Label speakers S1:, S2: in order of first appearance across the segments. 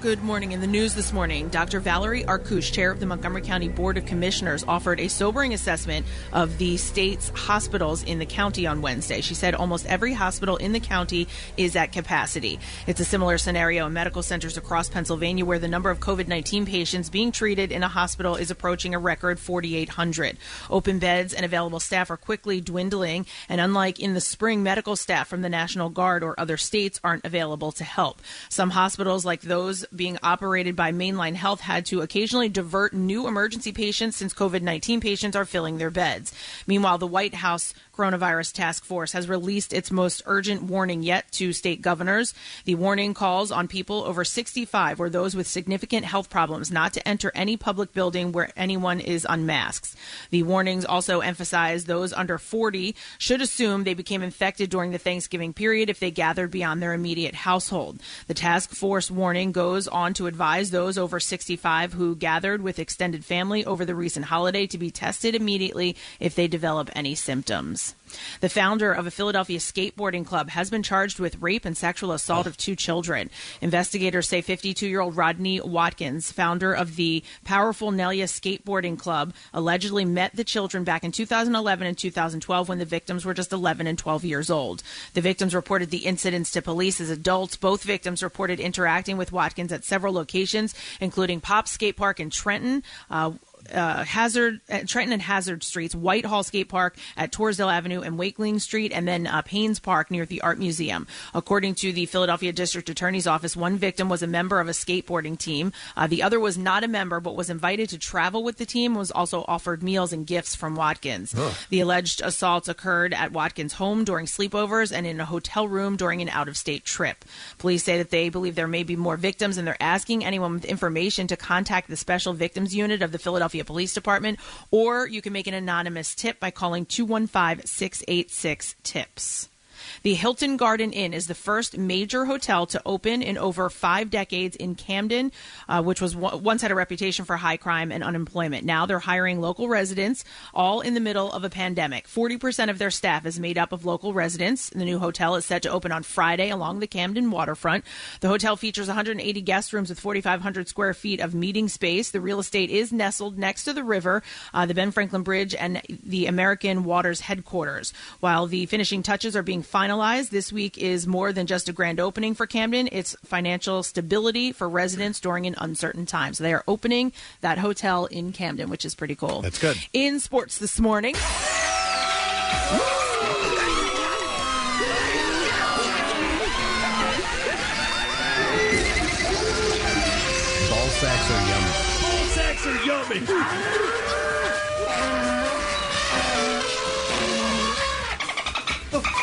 S1: Good morning. In the news this morning, Dr. Valerie Arcouche, chair of the Montgomery County Board of Commissioners, offered a sobering assessment of the state's hospitals in the county on Wednesday. She said almost every hospital in the county is at capacity. It's a similar scenario in medical centers across Pennsylvania where the number of COVID 19 patients being treated in a hospital is approaching a record 4,800. Open beds and available staff are quickly dwindling, and unlike in the spring, medical staff from the National Guard or other states aren't available to help. Some hospitals, like those being operated by Mainline Health had to occasionally divert new emergency patients since COVID 19 patients are filling their beds. Meanwhile, the White House Coronavirus Task Force has released its most urgent warning yet to state governors. The warning calls on people over 65 or those with significant health problems not to enter any public building where anyone is unmasked. The warnings also emphasize those under 40 should assume they became infected during the Thanksgiving period if they gathered beyond their immediate household. The task force warning goes goes on to advise those over 65 who gathered with extended family over the recent holiday to be tested immediately if they develop any symptoms. The founder of a Philadelphia skateboarding club has been charged with rape and sexual assault of two children. Investigators say 52 year old Rodney Watkins, founder of the powerful Nelia Skateboarding Club, allegedly met the children back in 2011 and 2012 when the victims were just 11 and 12 years old. The victims reported the incidents to police as adults. Both victims reported interacting with Watkins at several locations, including Pop Skate Park in Trenton, uh, uh, Hazard, uh, Trenton and Hazard Streets, Whitehall Skate Park at Torresdale Avenue and Wakeling Street, and then uh, Paynes Park near the Art Museum. According to the Philadelphia District Attorney's Office, one victim was a member of a skateboarding team. Uh, the other was not a member, but was invited to travel with the team. Was also offered meals and gifts from Watkins. The alleged assaults occurred at Watkins' home during sleepovers and in a hotel room during an out-of-state trip. Police say that they believe there may be more victims, and they're asking anyone with information to contact the Special Victims Unit of the Philadelphia. Police Department, or you can make an anonymous tip by calling 215 686 TIPS. The Hilton Garden Inn is the first major hotel to open in over five decades in Camden, uh, which was w- once had a reputation for high crime and unemployment. Now they're hiring local residents, all in the middle of a pandemic. 40% of their staff is made up of local residents. The new hotel is set to open on Friday along the Camden waterfront. The hotel features 180 guest rooms with 4,500 square feet of meeting space. The real estate is nestled next to the river, uh, the Ben Franklin Bridge, and the American Waters headquarters. While the finishing touches are being finalized. This week is more than just a grand opening for Camden, it's financial stability for residents during an uncertain time. So they are opening that hotel in Camden, which is pretty cool.
S2: That's good.
S1: In sports this morning.
S2: Ball sacks are yummy.
S3: Ball sacks are yummy.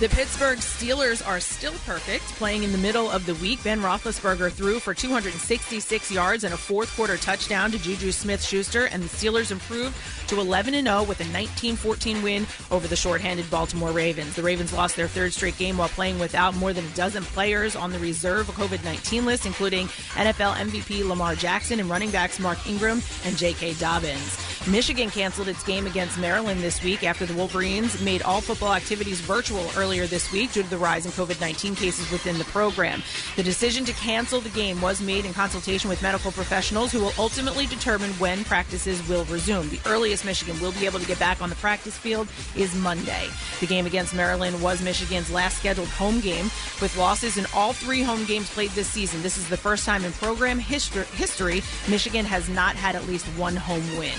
S1: The Pittsburgh Steelers are still perfect, playing in the middle of the week. Ben Roethlisberger threw for 266 yards and a fourth quarter touchdown to Juju Smith Schuster, and the Steelers improved to 11 0 with a 19 14 win over the shorthanded Baltimore Ravens. The Ravens lost their third straight game while playing without more than a dozen players on the reserve COVID 19 list, including NFL MVP Lamar Jackson and running backs Mark Ingram and J.K. Dobbins. Michigan canceled its game against Maryland this week after the Wolverines made all football activities virtual earlier this week due to the rise in COVID 19 cases within the program. The decision to cancel the game was made in consultation with medical professionals who will ultimately determine when practices will resume. The earliest Michigan will be able to get back on the practice field is Monday. The game against Maryland was Michigan's last scheduled home game with losses in all three home games played this season. This is the first time in program history, history Michigan has not had at least one home win.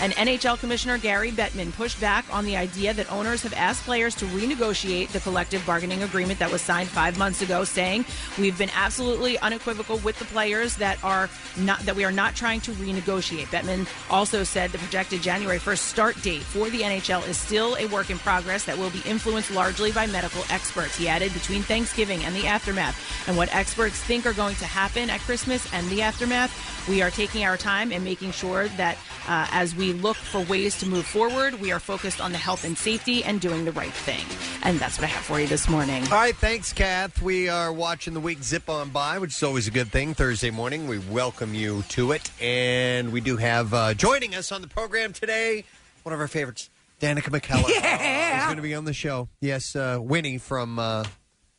S1: And NHL Commissioner Gary Bettman pushed back on the idea that owners have asked players to renegotiate the collective bargaining agreement that was signed five months ago, saying we've been absolutely unequivocal with the players that are not that we are not trying to renegotiate. Bettman also said the projected January 1st start date for the NHL is still a work in progress that will be influenced largely by medical experts. He added between Thanksgiving and the aftermath, and what experts think are going to happen at Christmas and the aftermath, we are taking our time and making sure that uh, as we look for ways to move forward, we are focused on the health and safety and doing the right thing. And that's what I have for you this morning.
S2: All right, thanks, Kath. We are watching the week zip on by, which is always a good thing. Thursday morning, we welcome you to it, and we do have uh, joining us on the program today one of our favorites, Danica McKellar. Yeah, is going to be on the show. Yes, uh, Winnie from uh,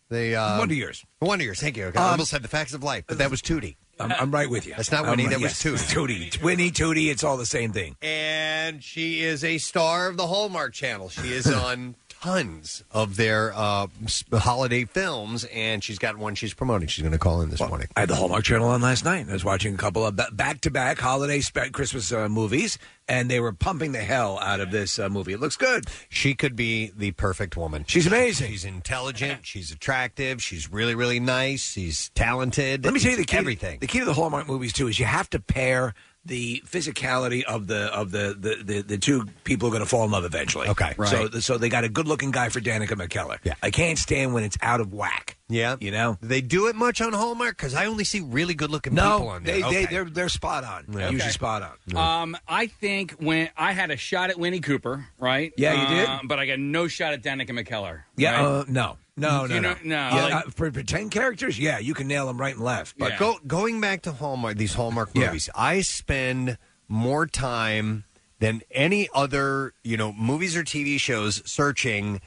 S2: the uh,
S3: Wonder Years.
S2: Wonder Years. Thank you. I
S3: Um,
S2: almost had the facts of life, but that was Tootie.
S3: I'm, I'm right with you.
S2: That's not
S3: I'm
S2: Winnie.
S3: right-
S2: that
S3: yes,
S2: was
S3: it's Tootie. It's Winnie, Tootie. It's all the same thing.
S2: and she is a star of the Hallmark Channel. She is on tons of their uh, s- holiday films, and she's got one she's promoting. She's going to call in this morning.
S3: I had the Hallmark Channel on last night. I was watching a couple of ba- back-to-back holiday spe- Christmas uh, movies, and they were pumping the hell out of this uh, movie. It looks good.
S2: She could be the perfect woman.
S3: She's amazing.
S2: She's intelligent. She's attractive. She's really, really nice. She's talented.
S3: Let me tell you the key.
S2: Everything.
S3: The key to the Hallmark movies too is you have to pair the physicality of the of the the, the, the two people who are going to fall in love eventually.
S2: Okay,
S3: So
S2: right.
S3: so they got a good looking guy for Danica McKellar. Yeah. I can't stand when it's out of whack.
S2: Yeah.
S3: You know.
S2: They do it much on Hallmark because I only see really good looking
S3: No,
S2: people on there.
S3: they
S2: Okay.
S3: they they're they're spot on.
S2: Yeah.
S3: Usually
S2: Okay.
S3: spot on.
S4: Um, I think when I had a shot at Winnie Cooper, right?
S3: Yeah, you did.
S4: Uh, But I got no shot at Danica McKellar.
S3: Yeah,
S4: right?
S3: uh, no, no, no,
S4: You
S3: no.
S4: know- no,
S3: Yeah,
S4: like-
S3: uh, for pretend characters, yeah, you can nail them right and left. But
S2: But go, going back to Hallmark, these Hallmark movies, I spend more time than any other, you know, movies or TV shows searching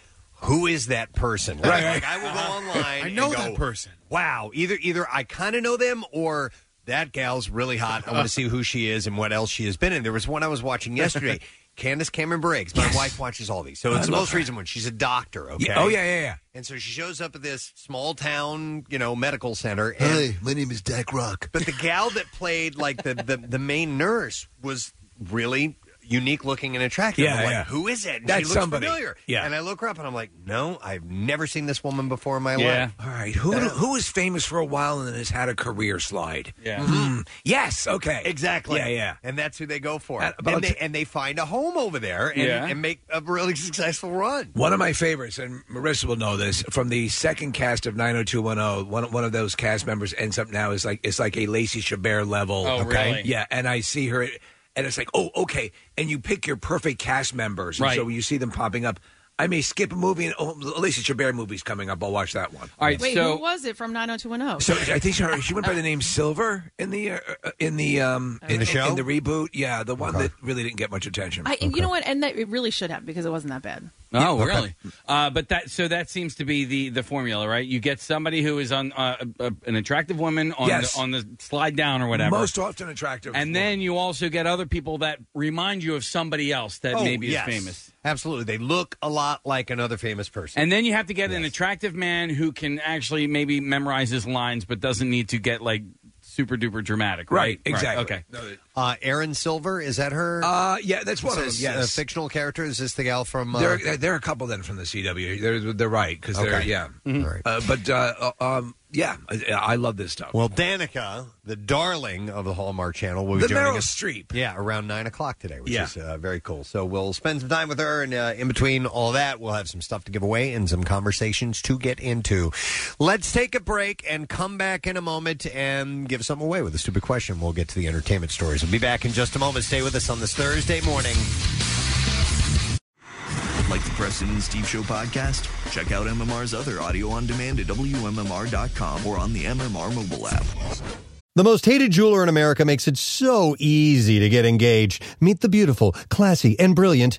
S2: who is that person. Like,
S5: Right. Uh-huh.
S2: like, I will go online.
S5: I know
S2: and go,
S5: that person.
S2: Wow. Either either I kind of know them or. That gal's really hot. I want to see who she is and what else she has been in. There was one I was watching yesterday. Candace Cameron Briggs. My wife watches all these, so
S3: I
S2: it's the
S3: love
S2: most
S3: her.
S2: recent one. She's a doctor. Okay.
S3: Yeah, oh yeah, yeah, yeah.
S2: And so she shows up at this small town, you know, medical center. And
S3: my name is Dak Rock.
S2: but the gal that played like the, the, the main nurse was really unique looking and attractive.
S3: Yeah,
S2: I'm like,
S3: yeah.
S2: who is it? And
S3: That's
S2: she looks
S3: somebody.
S2: familiar.
S3: Yeah.
S2: And I look her up and I'm like, no, I've never seen this woman before in my
S4: Yeah.
S2: life.
S3: All right, who who is famous for a while and then has had a career slide?
S4: Yeah.
S3: Hmm, Yes. Okay.
S2: Exactly.
S3: Yeah, yeah.
S2: And that's who they go for.
S3: That-
S2: and,
S3: but-
S2: they, and they find a home over there and,
S4: Yeah.
S2: and make a really successful run.
S3: One of my favorites, and Marissa will know this, from the second cast of 90210, one, one of those cast members ends up now is like it's like a Lacey Chabert level.
S4: Oh,
S3: okay?
S4: really?
S3: Yeah, and I see her, and it's like, oh, okay. And you pick your perfect cast members, and
S4: Right.
S3: so when you see them popping up, I may skip a movie, and oh, the Lacey Chabert movie's coming up. I'll watch that one.
S4: All right.
S1: Wait,
S4: so
S1: who was it from 90210?
S3: So I think she, she went by the name Silver in the uh, uh, in the um in,
S2: the show?
S3: in the reboot. Yeah, the one that really didn't get much attention.
S1: I, You know what? And that, it really should have because it wasn't that bad.
S4: oh, really? Uh, but that so that seems to be the the formula, right? You get somebody who is on uh, a- a- an attractive woman on
S3: Yes.
S4: the, on the slide down or whatever.
S3: Most often attractive.
S4: and then you also get other people that remind you of somebody else that
S3: Oh,
S4: maybe
S2: Oh, yes.
S4: is famous.
S2: Absolutely. They look a lot like another famous person.
S4: And then you have to get an attractive man who can actually maybe memorize his lines, but doesn't need to get like super duper dramatic. Right.
S3: right, exactly.
S4: okay.
S3: No, that-
S2: Uh, Aaron Silver, is that her?
S3: Uh, yeah, that's
S2: Is
S3: one of them.
S2: this a
S3: Yes,
S2: fictional character? Is this the gal from. Uh,
S3: there, are, there are a couple then from the CW. They're they're right because they're
S2: Okay. Mm-hmm.
S3: yeah.
S2: All right.
S3: Uh, but uh, uh, um, yeah, I, I love this stuff.
S2: Well, Danica, the darling of the Hallmark Channel, will be
S3: the
S2: joining
S3: Meryl
S2: us.
S3: Streep.
S2: Yeah, around nine o'clock today, which
S3: Yeah.
S2: is uh, very cool. So we'll spend some time with her, and uh, in between all that, we'll have some stuff to give away and some conversations to get into. Let's take a break and come back in a moment and give something away with a stupid question. We'll get to the entertainment stories. We'll be back in just a moment. Stay with us on this Thursday morning.
S6: Like the Preston and Steve Show podcast? Check out MMR's other audio on demand at WMMR.com or on the MMR mobile app.
S7: The most hated jeweler in America makes it so easy to get engaged. Meet the beautiful, classy, and brilliant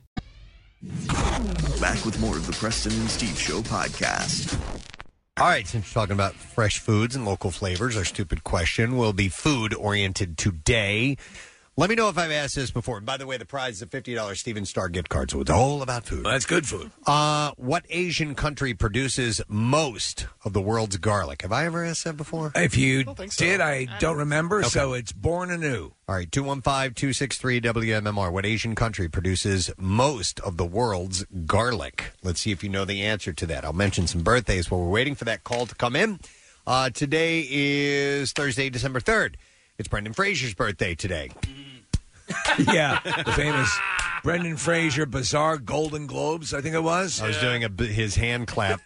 S6: Back with more of the Preston and Steve Show podcast.
S2: All right, since we're talking about fresh foods and local flavors, our stupid question will be food oriented today. Let me know if I've asked this before. And by the way, the prize is a $50 Steven Star gift card, so it's all about food.
S3: that's good food.
S2: Uh, what Asian country produces most of the world's garlic? Have I ever asked that before?
S3: If you did, I don't remember.
S2: Okay.
S3: So it's born anew.
S2: All right, 215 263 WMMR. What Asian country produces most of the world's garlic? Let's see if you know the answer to that. I'll mention some birthdays while we're waiting for that call to come in. Uh, today is Thursday, December 3rd. It's Brendan Fraser's birthday today.
S3: yeah, the famous Brendan Fraser bizarre Golden Globes. I think it was.
S2: I was doing a, b- his hand clap,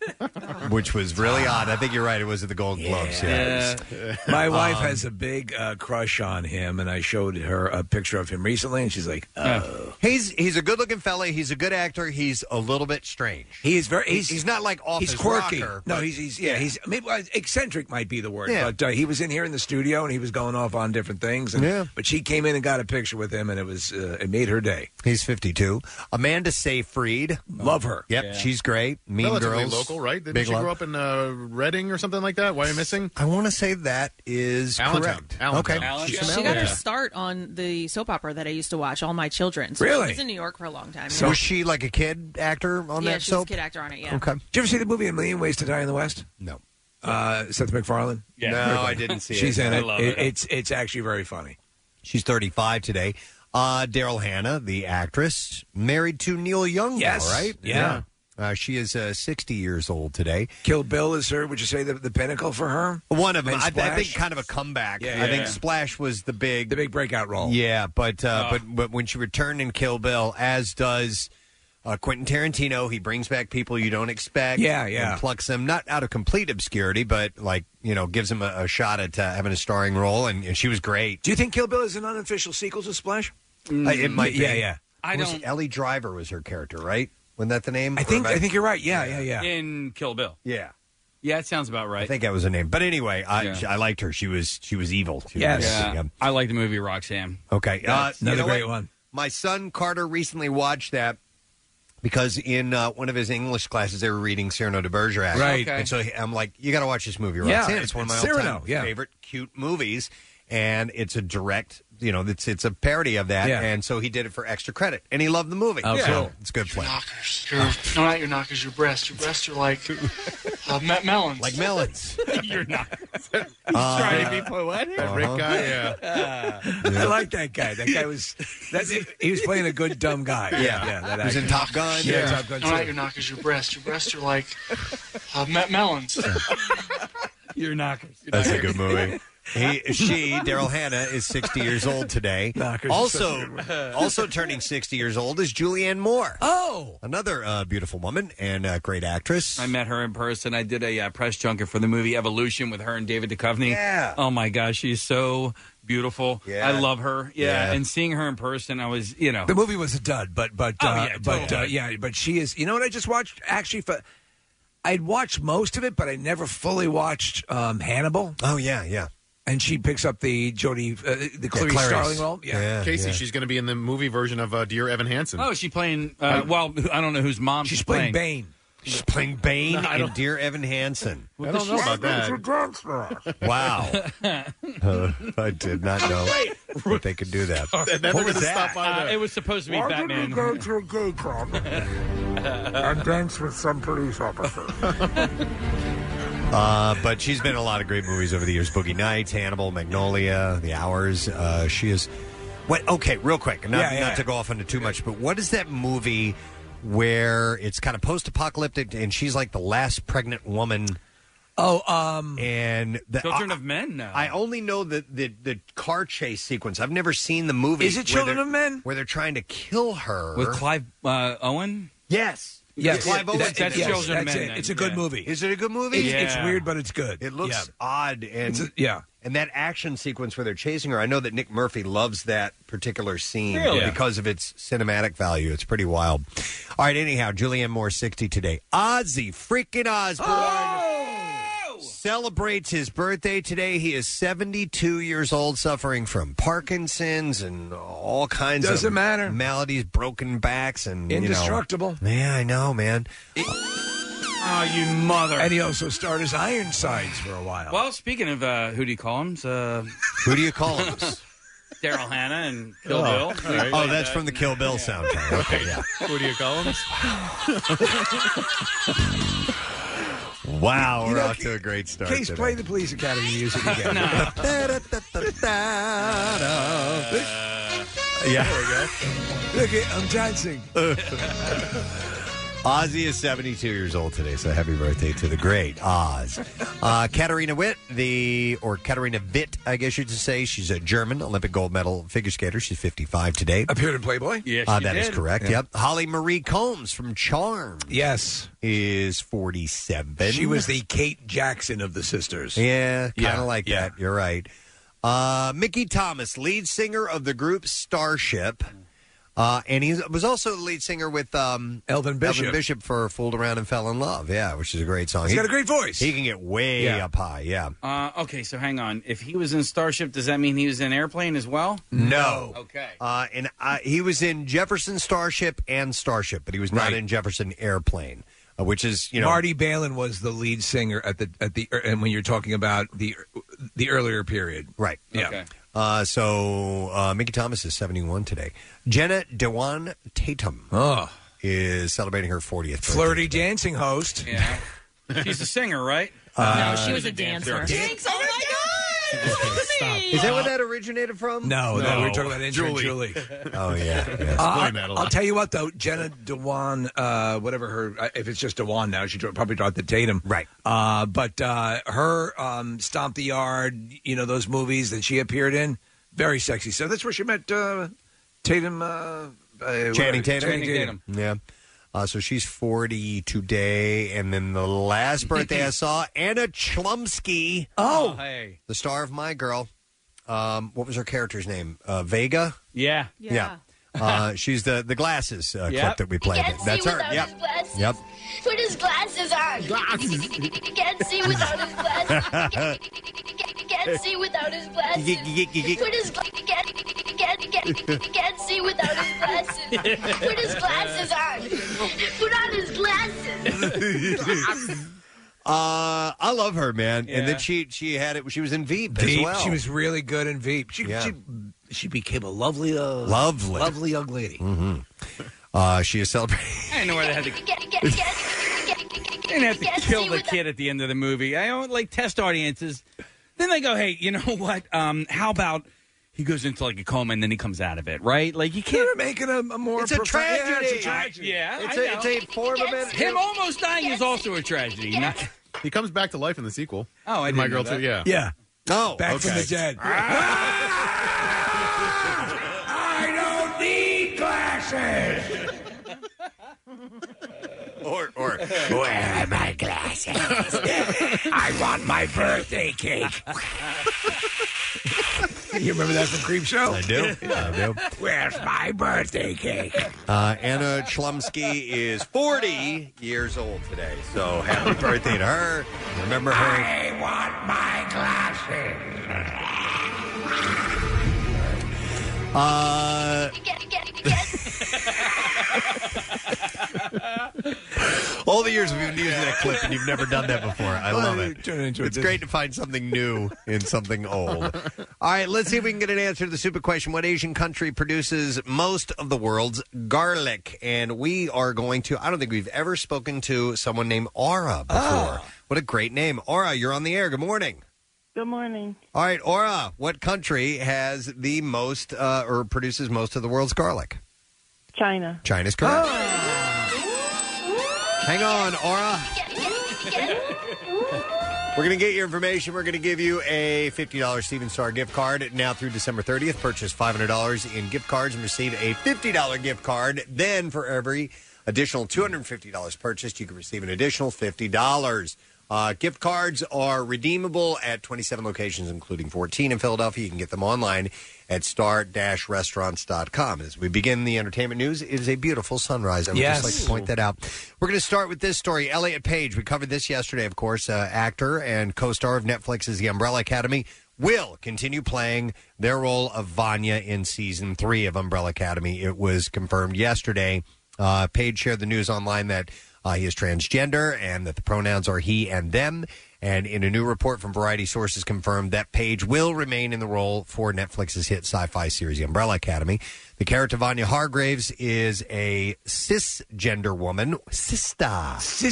S2: which was really odd. I think you're right. It was at the Golden Globes. Yeah.
S3: Yeah. My wife
S2: Um,
S3: has a big uh, crush on him, and I showed her a picture of him recently, and she's like, "Oh,
S2: He's he's a good looking fella. He's a good actor. He's a little bit strange.
S3: he is very.
S2: He's, he's not like off
S3: He's
S2: his
S3: quirky.
S2: rocker,
S3: no,
S2: but-
S3: he's, he's yeah, he's maybe uh, eccentric might be the word.
S2: Yeah.
S3: But uh, he was in here in the studio, and he was going off on different things. And,
S2: Yeah.
S3: But she came in and got a picture with him, and it was uh, it made her day.
S2: He's 52. Amanda Seyfried.
S3: Love her.
S2: Yep, she's great. Mean
S5: Relatively
S2: Girls.
S5: local, right? Didn't
S2: Big
S5: she
S2: love.
S5: grow up in uh, Reading or something like that? Why am I missing?
S2: I want to say that is
S5: Allentown.
S2: correct.
S5: Allentown.
S2: Okay.
S4: Allentown.
S2: She's from
S1: She got her
S4: Yeah.
S1: start on the soap opera that I used to watch, All My Children. So
S3: Really?
S1: She was in New York for a long time.
S2: So was she like a kid actor on
S1: yeah,
S2: that
S1: she was
S2: soap?
S1: a kid actor on it, yeah.
S2: Okay.
S3: Did you ever see the movie A Million Ways to Die in the West?
S2: No.
S3: Uh, Seth MacFarlane.
S4: Yeah.
S2: No, I didn't see
S3: She's
S2: it.
S3: in
S4: I
S3: it.
S4: love it.
S3: It- It's it's actually very funny.
S2: She's 35 today. Uh, Daryl Hannah, the actress, married to Neil Young,
S3: Yes.
S2: right?
S3: Yeah.
S2: Uh, she is uh, 60 years old today.
S3: Kill Bill is her. Would you say the, the pinnacle for her?
S2: One of them,
S3: And
S2: I, I think,
S3: Splash.
S2: kind of a comeback.
S3: Yeah,
S2: I
S3: yeah,
S2: think
S4: yeah.
S2: Splash was the big,
S3: The big breakout role.
S2: Yeah, but uh,
S4: Oh.
S2: but but when she returned in Kill Bill, as does uh, Quentin Tarantino, he brings back people you don't expect.
S3: Yeah, yeah.
S2: and plucks them not out of complete obscurity, but like you know, gives them a, a shot at uh, having a starring role, and, and she was great.
S3: Do you think Kill Bill is an unofficial sequel to Splash?
S2: Uh, it might, be.
S3: yeah, yeah.
S4: I
S2: Who was it?
S4: don't
S2: Ellie Driver was her character, right? Wasn't that the name?
S3: I
S2: Or
S3: think
S2: am
S3: I think you're right. Yeah, yeah, yeah.
S4: in Kill Bill.
S2: Yeah,
S4: Yeah, it sounds about
S2: I
S4: right.
S2: think that was her name. But anyway, I
S4: Yeah.
S2: I liked her. She was she was evil. She
S3: Yes.
S2: was-
S4: yeah. I like the movie Roxanne.
S2: Okay. Uh, you
S3: Another
S2: know
S3: great
S2: what?
S3: one.
S2: My son Carter recently watched that because in uh, one of his English classes they were reading Cyrano de Bergerac.
S3: Right.
S4: Okay.
S2: And so he- I'm like, you got to watch this movie,
S3: Yeah,
S2: Roxanne. it's one of my
S3: it's
S2: all-time
S3: Cyrano, yeah.
S2: favorite cute movies, and it's a direct, you know, it's it's a parody of that.
S3: Yeah.
S2: And so he did it for extra credit, and he loved the movie.
S3: Oh,
S2: so
S3: cool.
S2: it's a good play.
S8: knockers. Your, no, not your knockers. Your breasts. Your breasts are like uh, me- melons.
S2: Like melons.
S4: You're not.
S5: Trying to be
S4: what?
S5: Uh-huh. Rick guy, yeah.
S3: I like that guy. That guy was that he was playing a good dumb guy.
S2: Yeah.
S3: yeah. That
S2: He was in
S3: actor.
S2: Top Gun.
S3: yeah, Top Gun
S8: no, not
S3: too.
S8: your knockers. Your breasts. Your breasts are like uh, me- melons.
S4: You're knockers.
S2: That's a good movie. He, she, Daryl Hannah, is 60 years old today.
S3: Knockers is such
S2: Also,
S3: a
S2: also turning 60 years old is Julianne Moore,
S3: Oh,
S2: another uh, beautiful woman and uh, great actress.
S4: I met her in person. I did a uh, press junket for the movie Evolution with her and David Duchovny.
S2: Yeah.
S4: Oh my gosh, she's so beautiful.
S2: Yeah.
S4: I love her. Yeah.
S2: Yeah.
S4: And seeing her in person, I was, you know,
S3: the movie was a dud, but but
S4: Oh,
S3: uh,
S4: yeah,
S3: but uh,
S4: totally.
S3: yeah, but she is. You know what? I just watched actually. For, I'd watched most of it, but I never fully watched um, Hannibal.
S2: oh yeah, yeah.
S3: And she picks up the Jodie, uh, the Clarice,
S2: Clarice.
S3: Starling role.
S2: Yeah,
S5: Casey,
S2: yeah.
S5: she's going to be in the movie version of uh, Dear Evan Hansen.
S4: oh, she playing. Uh, well, I don't know whose mom
S3: she's playing
S4: playing.
S3: Bane.
S2: She's playing Bane in Dear Evan Hansen.
S5: I don't know about that.
S2: Wow. Uh, I did not know that they could do that.
S5: They're never
S2: What was
S5: going to
S2: that?
S5: stop by
S4: Uh,
S5: the-
S4: it was supposed to be Batman.
S9: to a gay club and dance with some police officers?
S2: Mm, Uh, but she's been in a lot of great movies over the years: Boogie Nights, Hannibal, Magnolia, The Hours. Uh, she is. What? Okay, real quick, not,
S3: Yeah, yeah.
S2: not to go off into too much, but what is that movie where it's kind of post-apocalyptic and she's like the last pregnant woman?
S3: Oh, um,
S2: And the,
S4: Children
S2: I,
S4: of Men now.
S2: I only know the, the the car chase sequence. I've never seen the movie.
S3: Is it
S2: where
S3: Children
S2: they're-
S3: of Men?
S2: where they're trying to kill her?
S4: with Clive uh, Owen.
S2: yes,
S3: yes,
S2: Clive Owen's
S3: that-
S2: in
S4: that's
S2: it.
S3: yes,
S4: Children of
S3: that's
S4: Men
S3: it.
S4: then,
S3: It's a good
S4: yeah.
S3: movie.
S2: Is it a good movie?
S3: It's,
S4: Yeah.
S3: it's weird, but it's good.
S2: It looks
S3: Yeah.
S2: odd and
S3: It's a- yeah.
S2: and that action sequence where they're chasing her. I know that Nick Murphy loves that particular scene
S4: Really?
S2: because of its cinematic value. It's pretty wild. All right, anyhow, Julianne Moore sixty today. Ozzy freaking Osbourne. Celebrates his birthday today. He is 72 years old, suffering from Parkinson's and all kinds
S3: Doesn't
S2: of
S3: matter.
S2: maladies, broken backs, and
S3: Indestructible.
S2: You know, yeah, I know, man.
S4: Oh, you mother.
S3: And he also starred as Ironsides for a while.
S4: well, speaking of uh, who do you call him? Uh,
S2: Who do you call him?
S4: Daryl Hannah and Kill
S2: oh.
S4: Bill. We
S2: Oh,
S4: played
S2: that's
S4: that.
S2: from the Kill Bill soundtrack. Okay, yeah.
S4: What do you call him?
S2: Wow,
S3: You
S2: we're
S3: know,
S2: off to a great start.
S3: Case,
S2: today.
S3: play the Police Academy music again.
S2: Yeah.
S3: There we go. Look, at, I'm dancing.
S2: Ozzy is 72 years old today, so happy birthday to the great Oz. Uh, Katarina Witt, the or Katarina Witt, I guess you'd say. She's a German Olympic gold medal figure skater. She's 55 today.
S3: Appeared in Playboy. Yes,
S2: uh, that is correct. Yep. Holly Marie Combs from Charm.
S3: Yes,
S2: is 47.
S3: She was the Kate Jackson of the sisters.
S2: Yeah, kind of
S3: Yeah,
S2: like
S3: yeah.
S2: that. You're right. Uh, Mickey Thomas, lead singer of the group Starship. Uh, and he was also the lead singer with um,
S3: Elvin Bishop.
S2: Bishop for Fooled Around and Fell in Love. Yeah, which is a great song.
S4: He's got a great voice.
S2: He can get way
S4: Yeah.
S2: up high. Yeah.
S4: Uh, okay, so hang on. If he was in Starship, does that mean he was in Airplane as well?
S2: No.
S4: Okay.
S2: Uh, and uh, he was in Jefferson Starship and Starship, but he was not in Jefferson Airplane, uh, which is, you know.
S3: Marty Balin was the lead singer at the at the and when you're talking about the the earlier period,
S2: right?
S3: Yeah.
S2: Uh, so uh, Mickey Thomas is 71 today. Jenna Dewan Tatum is celebrating her 40th. birthday.
S3: Flirty dancing host.
S4: Yeah. She's a singer, right?
S2: Uh, No, she was a
S1: dancer.
S4: Jinx, oh my
S2: Is that where that originated from?
S3: No, no, we were talking about Andrew and Julie.
S2: Oh yeah,
S3: Uh, I'll, I'll tell you what though, Jenna Dewan, uh, whatever her, uh, if it's just Dewan now, she dro- probably dropped the Tatum, right? Uh, but uh, her um, Stomp the Yard, you know those movies that she appeared in, very sexy. So that's where she met uh, Tatum. Uh, uh, whatever-
S2: Channing Tatum.
S3: Channing Tatum.
S2: Yeah. Uh, so she's 40 today. And then the last birthday I saw, Anna Chlumsky.
S3: Oh.
S4: hey.
S2: The star of My Girl. Um, what was her character's name? Uh, Vega?
S4: Yeah.
S2: Yeah. Uh, she's the, the glasses uh,
S10: Yep.
S2: clip that we played.
S10: Can't see
S2: That's her.
S10: without
S2: Yep.
S10: his glasses.
S2: Yep.
S10: Put his glasses on. Glasses. Can't see without his glasses. Can't see without his glasses. Put his gla- can't, can't, can't, can't see without his glasses. Put his glasses on. Put on his glasses.
S2: Uh, I love her, man. And
S3: Yeah.
S2: then she she had it. She was in Veep,
S3: Veep.
S2: as well.
S3: She was really good in Veep. She
S2: Yeah.
S3: she, she became a lovely, uh,
S2: Lovely.
S3: lovely young lady.
S2: hmm Uh, she is celebrating.
S4: I didn't know where they had to. They didn't have to kill the kid at the end of the movie. I don't like test audiences. Then they go, "Hey, you know what? Um, how about he goes into like a coma and then he comes out of it, right? Like you can't
S3: They're making a, a more
S4: It's a
S3: profound- yeah,
S4: tragedy.
S3: it's a tragedy.
S4: Yeah, It's I a- know. it's a form of it- Him almost dying is also a tragedy. Not-
S5: He comes back to life in the sequel.
S4: Oh, I
S5: In My
S4: didn't
S5: Girl
S4: know
S5: too.
S4: that.
S5: Yeah.
S3: Yeah.
S2: Oh,
S3: Back from
S5: okay.
S3: the dead.
S9: I don't need glasses.
S2: or, or,
S9: where are my glasses? I want my birthday cake.
S3: you remember that from Creep Show?
S2: I do. I do.
S3: Where's my birthday cake?
S2: Uh, Anna Chlumsky is 40 years old today, so happy birthday to her. Remember her.
S9: I want my glasses.
S2: Uh, all the years we've been using that clip, and you've never done that before. I love it.
S3: Turn it into a
S2: It's great to find something new in something old. All right, let's see if we can get an answer to the super question. What Asian country produces most of the world's garlic? And we are going to, I don't think we've ever spoken to someone named Aura before.
S3: Oh.
S2: What a great name. Aura, you're on the air. Good morning.
S11: Good morning.
S2: All right, Aura, what country has the most uh, or produces most of the world's garlic?
S11: China.
S2: China's
S12: Oh,
S2: correct. Hang on, Aura. We're going to get your information. We're going to give you a $50 Steven Star gift card now through December 30th. Purchase $500 in gift cards and receive a $50 gift card. Then, for every additional $250 purchased, you can receive an additional $50. Uh, gift cards are redeemable at 27 locations, including 14 in Philadelphia. You can get them online at star-restaurants.com. As we begin the entertainment news, it is a beautiful sunrise. I would
S3: Yes.
S2: just like to point that out. We're going to start with this story. Elliot Page, we covered this yesterday, of course, uh, actor and co star of Netflix's The Umbrella Academy, will continue playing their role of Vanya in season three of Umbrella Academy. It was confirmed yesterday. Uh, Page shared the news online that uh, he is transgender and that the pronouns are he and them. And in a new report from Variety sources confirmed that Page will remain in the role for Netflix's hit sci-fi series The Umbrella Academy. The character Vanya Hargraves is a cisgender woman, sister,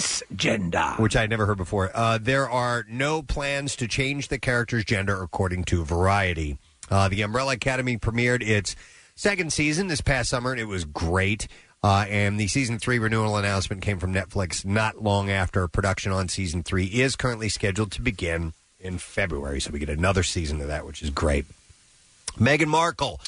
S2: cisgender, which I had never heard before. Uh, there are no plans to change the character's gender, according to Variety. Uh, the Umbrella Academy premiered its second season this past summer, and it was great. Uh, and the season three renewal announcement came from Netflix not long after production on season three is currently scheduled to begin in February. So we get another season of that, which is great. Meghan Markle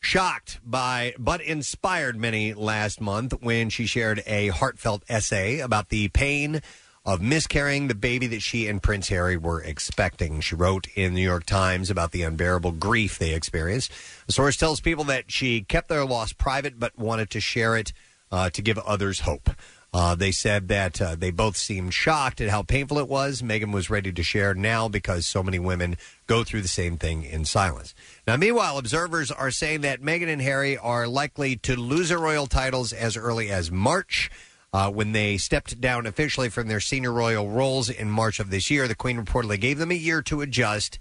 S2: shocked by but inspired many last month when she shared a heartfelt essay about the pain of miscarrying the baby that she and Prince Harry were expecting. She wrote in the New York Times about the unbearable grief they experienced. The source tells people that she kept their loss private but wanted to share it uh, to give others hope. Uh, they said that uh, they both seemed shocked at how painful it was. Megan was ready to share now because so many women go through the same thing in silence. Now, meanwhile, observers are saying that Meghan and Harry are likely to lose their royal titles as early as March. Uh, when they stepped down officially from their senior royal roles in March of this year, the Queen reportedly gave them a year to adjust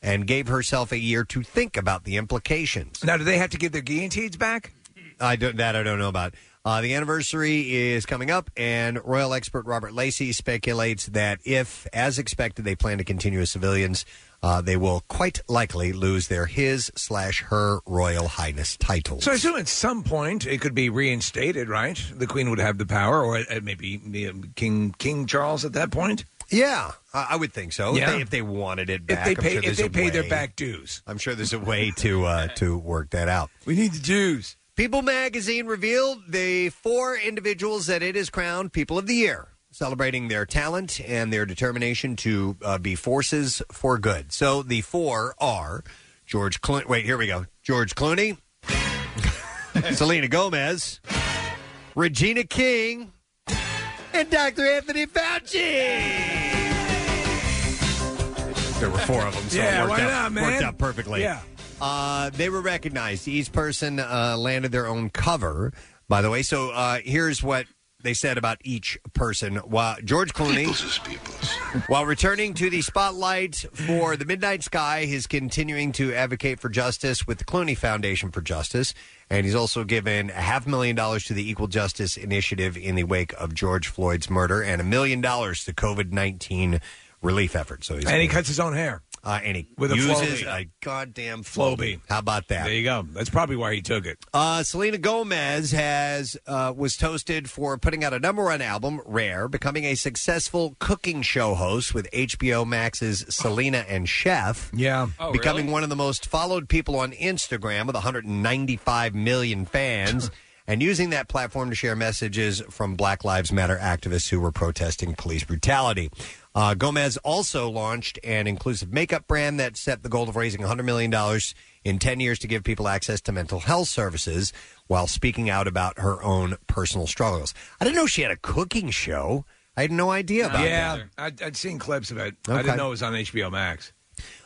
S2: and gave herself a year to think about the implications.
S3: Now, do they have to give their guillotines back?
S2: I don't, that I don't know about. Uh, the anniversary is coming up, and royal expert Robert Lacey speculates that if, as expected, they plan to continue as civilians, uh, they will quite likely lose their his slash her royal highness title.
S3: So I assume at some point it could be reinstated, right? The Queen would have the power, or uh, maybe the, um, King King Charles at that point.
S2: Yeah, I I would think so.
S3: Yeah.
S2: If, they, if they wanted it
S3: If
S2: back,
S3: they
S2: I'm
S3: pay-
S2: sure
S3: if
S2: there's
S3: they
S2: a
S3: pay their
S2: way-
S3: back dues.
S2: I'm sure there's a way to uh, to work that out.
S3: We need the dues.
S2: People magazine revealed the four individuals that it has crowned People of the Year, celebrating their talent and their determination to uh, be forces for good. So the four are George Clooney. Wait, here we go. George Clooney, Selena Gomez, Regina King, and Dr. Anthony Fauci. There were four of them, so
S3: Yeah,
S2: it worked
S3: why
S2: out,
S3: not, man?
S2: worked out perfectly.
S3: Yeah.
S2: Uh, they were recognized. Each person uh, landed their own cover, by the way. So uh, here's what they said about each person. While George Clooney, while returning to the spotlight for The Midnight Sky, he's continuing to advocate for justice with the Clooney Foundation for Justice. And he's also given a half million dollars to the Equal Justice Initiative in the wake of George Floyd's murder and a million dollars to COVID 19 relief efforts. So he's
S3: And he cuts his own hair.
S2: uh, and he
S3: With a
S2: uses
S3: Flowbee.
S2: a goddamn
S3: Flowbee.
S2: Flowbee. How about that?
S3: There you go. That's probably why he took it.
S2: Uh, Selena Gomez has uh, was toasted for putting out a number one album, Rare, becoming a successful cooking show host with HBO Max's Selena and Chef.
S3: Yeah.
S4: Oh,
S2: becoming
S4: really?
S2: one of the most followed people on Instagram with 195 million fans. And using that platform to share messages from Black Lives Matter activists who were protesting police brutality. Uh, Gomez also launched an inclusive makeup brand that set the goal of raising $100 million in 10 years to give people access to mental health services while speaking out about her own personal struggles. I didn't know she had a cooking show. I had no idea about that.
S3: yeah, I'd, I'd seen clips of it. I
S2: Okay.
S3: didn't know it was on HBO Max.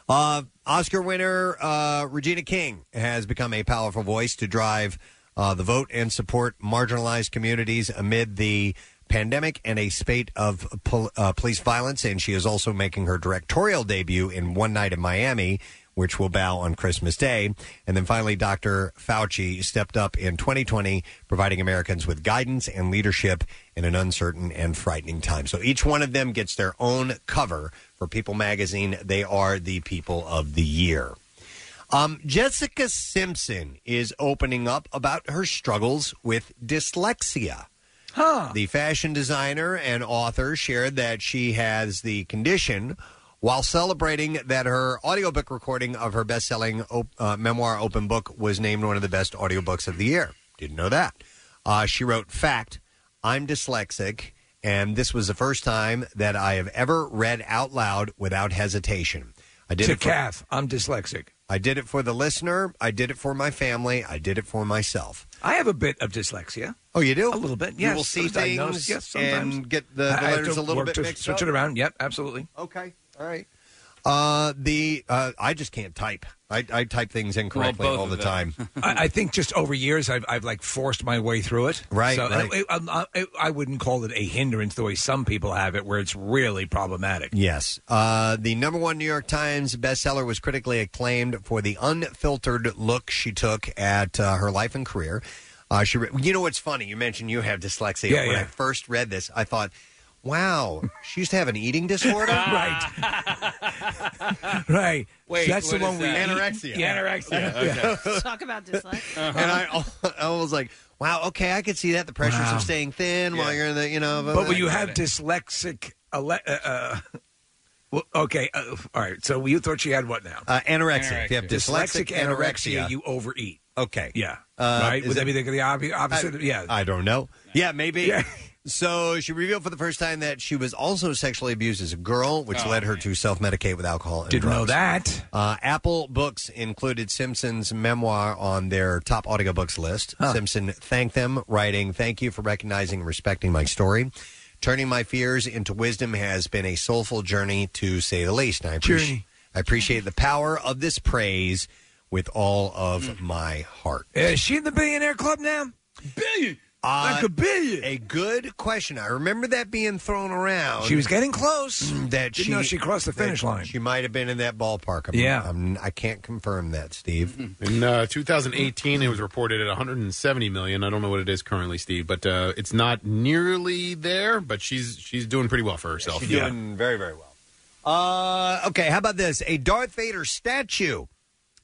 S2: Uh, Oscar winner uh, Regina King has become a powerful voice to drive uh, the vote and support marginalized communities amid the pandemic and a spate of pol- uh, police violence. And she is also making her directorial debut in One Night in Miami. Which will bow on Christmas Day. And then finally, Dr. Fauci stepped up in 2020, providing Americans with guidance and leadership in an uncertain and frightening time. So each one of them gets their own cover for People Magazine. They are the people of the year. Um, Jessica Simpson is opening up about her struggles with dyslexia.
S3: Huh.
S2: The fashion designer and author shared that she has the condition while celebrating that her audiobook recording of her best selling op- uh, memoir, Open Book, was named one of the best audiobooks of the year. Didn't know that. Uh, she wrote, Fact, I'm dyslexic, and this was the first time that I have ever read out loud without hesitation. I did
S3: to
S2: it for-
S3: calf. I'm dyslexic.
S2: I did it for the listener. I did it for my family. I did it for myself.
S3: I have a bit of dyslexia.
S2: Oh, you do?
S3: A little bit.
S2: You
S3: Yes.
S2: will see
S3: I was diagnosed,
S2: things
S3: yes, sometimes.
S2: and get the- the
S3: I- I have
S2: letters
S3: to
S2: a little
S3: work
S2: bit
S3: to
S2: mixed
S3: switch
S2: up.
S3: it around. Yep, absolutely.
S2: Okay. All right. Uh, the uh, I just can't type. I, I type things incorrectly
S3: both
S2: all the
S3: of them.
S2: time.
S3: I, I think just over years, I've, I've like forced my way through it.
S2: Right,
S3: So
S2: right.
S3: I, I, I, I wouldn't call it a hindrance the way some people have it, where it's really problematic.
S2: Yes. Uh, the number one New York Times bestseller was critically acclaimed for the unfiltered look she took at uh, her life and career. Uh, she, re- you know what's funny? You mentioned you have dyslexia.
S3: Yeah,
S2: when
S3: yeah.
S2: I first read this, I thought, "Wow, she used to have an eating disorder."
S3: right. right.
S2: Wait,
S3: that's the
S2: what
S3: one
S2: is
S3: we
S2: that? Anorexia.
S3: Yeah, anorexia.
S2: Okay.
S1: Talk about dyslexia.
S3: Uh-huh.
S2: And I, I was like, "Wow, okay, I could see that. The pressures
S3: Wow.
S2: of staying thin while you're in the, you know."
S3: But, when you have dyslexic, ele- uh, uh, well, okay, uh, all right. So you thought she had what now?
S2: Uh, anorexia. If you have dyslexic anorexia-
S3: you overeat.
S2: Okay.
S3: Yeah.
S2: Uh,
S3: right?
S2: is
S3: Would that
S2: it-
S3: be the, the obvi- opposite?
S2: I,
S3: yeah.
S2: I don't know. Yeah, maybe. So she revealed for the first time that she was also sexually abused as a girl, which led her to self medicate with alcohol and
S3: Didn't know
S2: drugs.
S3: that.
S2: Uh, Apple Books included Simpson's memoir on their top audiobooks list. Simpson thanked them, writing, Thank you for recognizing and respecting my story. Turning my fears into wisdom has been a soulful journey, to say the least. And I, appreci-
S3: Journey.
S2: I appreciate the power of this praise with all of my heart.
S3: Is she in the billionaire club now? Billion.
S2: Uh,
S3: like a billion.
S2: A good question. I remember that being thrown around.
S3: She was getting close.
S2: Mm, That
S3: Didn't
S2: she
S3: know she crossed the
S2: that
S3: finish line.
S2: She might have been in that ballpark. I'm,
S5: Yeah.
S2: I'm, I can't confirm that, Steve.
S5: In uh, 2018, it was reported at 170 million. I don't know what it is currently, Steve, but uh, it's not nearly there. But she's she's doing pretty well for herself.
S2: She's doing very very well. Uh, okay, how about this? A Darth Vader statue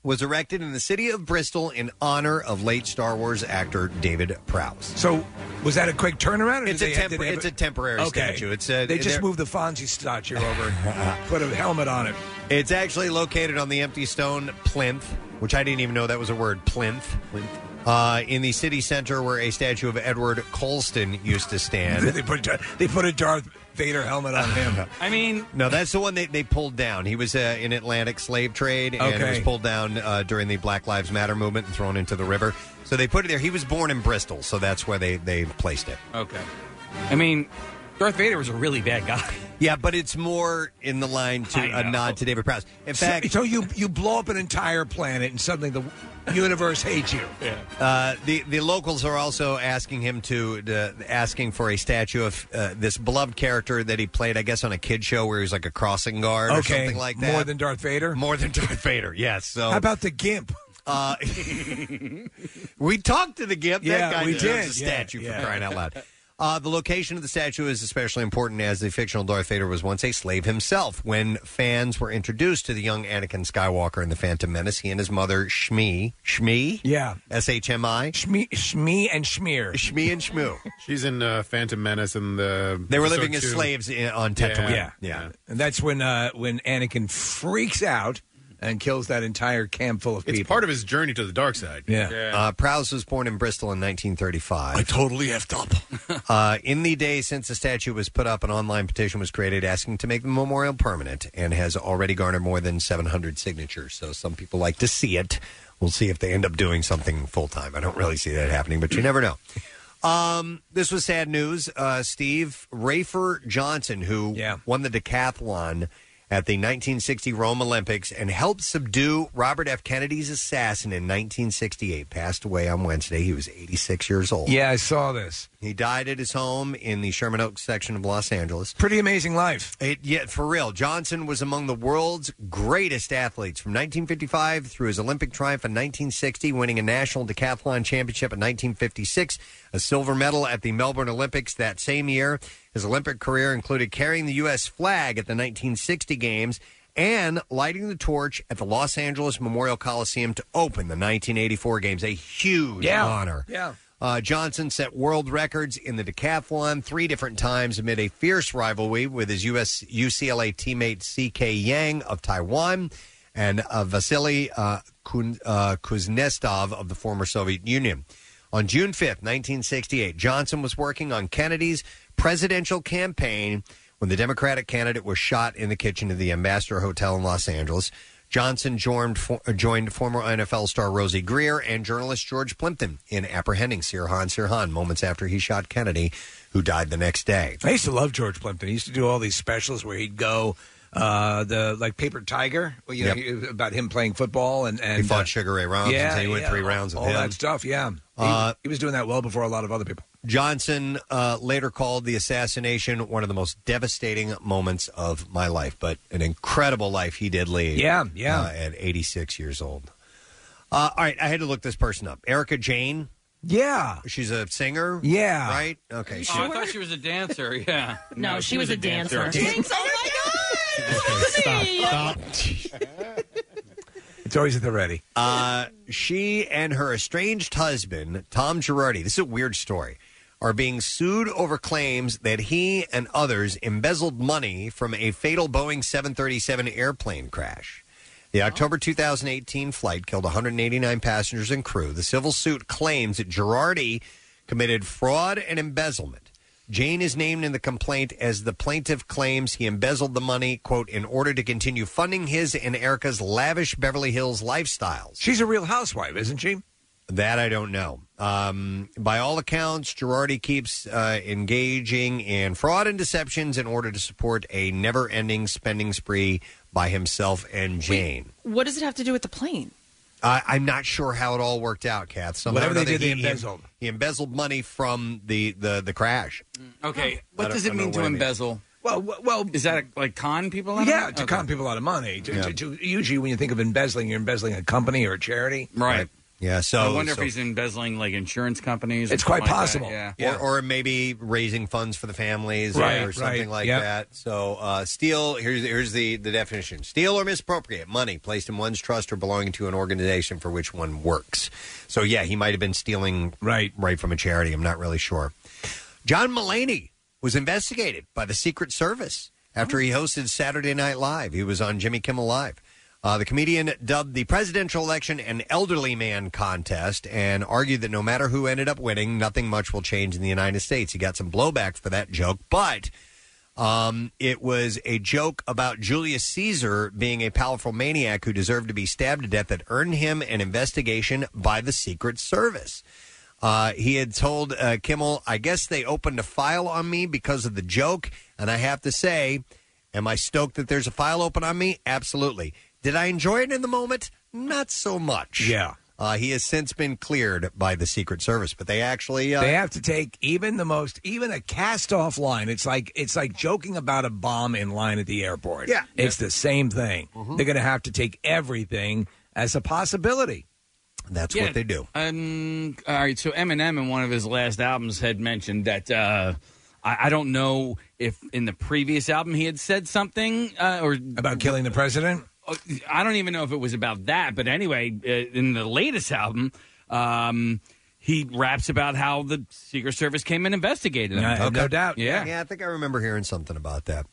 S2: was erected in the city of Bristol in honor of late Star Wars actor David Prowse.
S3: So, was that a quick turnaround? Or
S2: It's
S3: did
S2: a
S3: they
S2: tempor-
S3: have- did they have
S2: it's a temporary statue. It's a-
S3: they just
S2: they're-
S3: moved the Fonzie statue over, and put a helmet on it.
S2: It's actually located on the empty stone plinth, which I didn't even know that was a word, plinth. Uh, in the city center where a statue of Edward Colston used to stand.
S3: they put they put a Darth Vader helmet on him.
S4: I mean,
S2: No, that's the one they, they pulled down. He was uh, in Atlantic slave trade, and it was
S3: Okay.
S2: pulled down uh, during the Black Lives Matter movement and thrown into the river. So they put it there. He was born in Bristol, so that's where they, they placed it.
S4: Okay. I mean, Darth Vader was a really bad guy.
S2: Yeah, but it's more in the line to
S4: I
S2: a
S4: know.
S2: nod to David Prowse. In
S3: So-
S2: fact,
S3: so, you you blow up an entire planet, and suddenly the universe hates you.
S2: Uh, the the locals are also asking him to, to asking for a statue of uh, this beloved character that he played, I guess, on a kid show where he was like a crossing guard or
S3: Okay,
S2: something like that.
S3: More than Darth Vader.
S2: More than Darth Vader. Yes. So
S3: How about the Gimp?
S2: Uh, we talked to the Gimp.
S3: Yeah,
S2: that guy
S3: we
S2: deserves
S3: did.
S2: A
S3: Yeah,
S2: statue
S3: yeah.
S2: for crying out loud. Uh, the location of the statue is especially important as the fictional Darth Vader was once a slave himself. When fans were introduced to the young Anakin Skywalker in The Phantom Menace, he and his mother, Shmi, Shmi?
S3: Yeah.
S2: S H M I?
S3: Shmi, and Schmear.
S2: Shmi and Shmoo.
S5: She's in uh, Phantom Menace and the.
S2: They were
S5: episode
S2: living as
S5: two.
S2: slaves in, on
S5: Yeah.
S2: Tatooine.
S3: Yeah. And that's when uh, when Anakin freaks out and kills that entire camp full of people. It's part
S5: of his journey to the dark side.
S3: Yeah.
S2: Uh, Prowse was born in Bristol in 1935. I
S3: totally effed
S2: up. uh, in the days since the statue was put up, an online petition was created asking to make the memorial permanent and has already garnered more than 700 signatures. So some people like to see it. We'll see if they end up doing something full time. I don't really see that happening, but you never know. Um, this was sad news. Uh, Steve Rafer Johnson, who won the decathlon at the 1960 Rome Olympics and helped subdue Robert F. Kennedy's assassin in 1968, passed away on Wednesday. He was 86 years old.
S3: Yeah, I saw this.
S2: He died at his home in the Sherman Oaks section of Los Angeles.
S3: Pretty amazing life.
S2: It, yeah, for real. Johnson was among the world's greatest athletes from 1955 through his Olympic triumph in 1960, winning a national decathlon championship in 1956, a silver medal at the Melbourne Olympics that same year. His Olympic career included carrying the U.S. flag at the 1960 Games and lighting the torch at the Los Angeles Memorial Coliseum to open the 1984 Games. A huge
S3: Yeah.
S2: honor.
S3: Yeah.
S2: Uh, Johnson set world records in the decathlon three different times amid a fierce rivalry with his U.S. UCLA teammate C.K. Yang of Taiwan and uh, Vasily uh, Kun, uh, Kuznetsov of the former Soviet Union. On June 5th, 1968, Johnson was working on Kennedy's presidential campaign when the Democratic candidate was shot in the kitchen of the Ambassador Hotel in Los Angeles. Johnson joined, for, uh, joined former NFL star Rosie Greer and journalist George Plimpton in apprehending Sirhan Sirhan moments after he shot Kennedy, who died the next day.
S3: I used to love George Plimpton. He used to do all these specials where he'd go uh, the like Paper Tiger, well, you know, about him playing football and and
S2: He fought
S3: uh,
S2: Sugar Ray Robinson,
S3: Yeah,
S2: so he went
S3: yeah,
S2: three rounds with
S3: all
S2: him.
S3: that stuff. Yeah, he,
S2: Uh,
S3: he was doing that well before a lot of other people.
S2: Johnson uh, later called the assassination one of the most devastating moments of my life, but an incredible life he did lead.
S3: Yeah, yeah.
S2: uh, at 86 years old. Uh, all right, I had to look this person up. Erica Jane.
S3: Yeah.
S2: She's a singer.
S3: Yeah.
S2: Right? Okay.
S4: Oh, I thought she was a dancer. Yeah.
S1: No, she was a dancer. Jinx,
S2: Stop.
S3: It's always at the ready.
S2: Uh, she and her estranged husband, Tom Girardi, this is a weird story, are being sued over claims that he and others embezzled money from a fatal Boeing 737 airplane crash. The October 2018 flight killed 189 passengers and crew. The civil suit claims that Girardi committed fraud and embezzlement. Jane is named in the complaint as the plaintiff claims he embezzled the money, quote, in order to continue funding his and Erica's lavish Beverly Hills lifestyles.
S3: She's a real housewife, isn't she?
S2: That I don't know. Um, by all accounts, Girardi keeps uh, engaging in fraud and deceptions in order to support a never ending spending spree by himself and Jane.
S1: What does it have to do with the plane?
S2: I I'm not sure how it all worked out, Kath. Somehow
S3: Whatever
S2: or
S3: they
S2: another,
S3: did, they
S2: he-
S3: embezzled.
S2: He, embezzled money from the, the, the crash.
S4: Okay.
S2: I
S4: What
S2: don't-
S4: does
S2: I
S4: it
S2: don't
S4: mean
S2: know
S4: to
S2: what it
S4: embezzle?
S3: Well, w- well,
S4: is that like con people? Out of
S3: yeah,
S4: money?
S3: to
S4: Okay.
S3: con people out of money. To,
S4: Yeah.
S3: to, to, usually, when you think of embezzling, you're embezzling a company or a charity.
S4: Right.
S2: Yeah. Uh, So
S4: I wonder
S2: so-
S4: if he's embezzling like insurance companies. or
S3: It's quite
S4: something like that,
S3: possible.
S4: yeah.
S2: Or, or maybe raising funds for the families
S4: Right,
S2: or something
S4: right,
S2: like
S4: yep.
S2: that. So, uh, steal, here's, here's the, the definition steal or misappropriate money placed in one's trust or belonging to an organization for which one works. So, yeah, he might have been stealing
S3: right,
S2: right from a charity. I'm not really sure. John Mullaney was investigated by the Secret Service after he hosted Saturday Night Live. He was on Jimmy Kimmel Live. Uh, the comedian dubbed the presidential election an elderly man contest and argued that no matter who ended up winning, nothing much will change in the United States. He got some blowback for that joke, but um, it was a joke about Julius Caesar being a powerful maniac who deserved to be stabbed to death that earned him an investigation by the Secret Service. Uh, he had told uh, Kimmel, I guess they opened a file on me because of the joke. And I have to say, am I stoked that there's a file open on me? Absolutely. Did I enjoy it in the moment? Not so much.
S3: Yeah.
S2: Uh, he has since been cleared by the Secret Service, but they actually. Uh,
S3: they have to take even the most, even a cast-off line. It's like it's like joking about a bomb in line at the airport.
S2: Yeah.
S3: it's the same thing. They're going to have to take everything as a possibility.
S2: That's
S4: Yeah. Um, all right. So Eminem in one of his last albums had mentioned that uh, I, I don't know if in the previous album he had said something uh, or Uh,
S3: about killing the president.
S4: I don't even know if it was about that, but anyway, uh, in the latest album, um, he raps about how the Secret Service came and investigated him.
S2: Okay.
S4: Yeah.
S2: Yeah, I think I remember hearing something about that.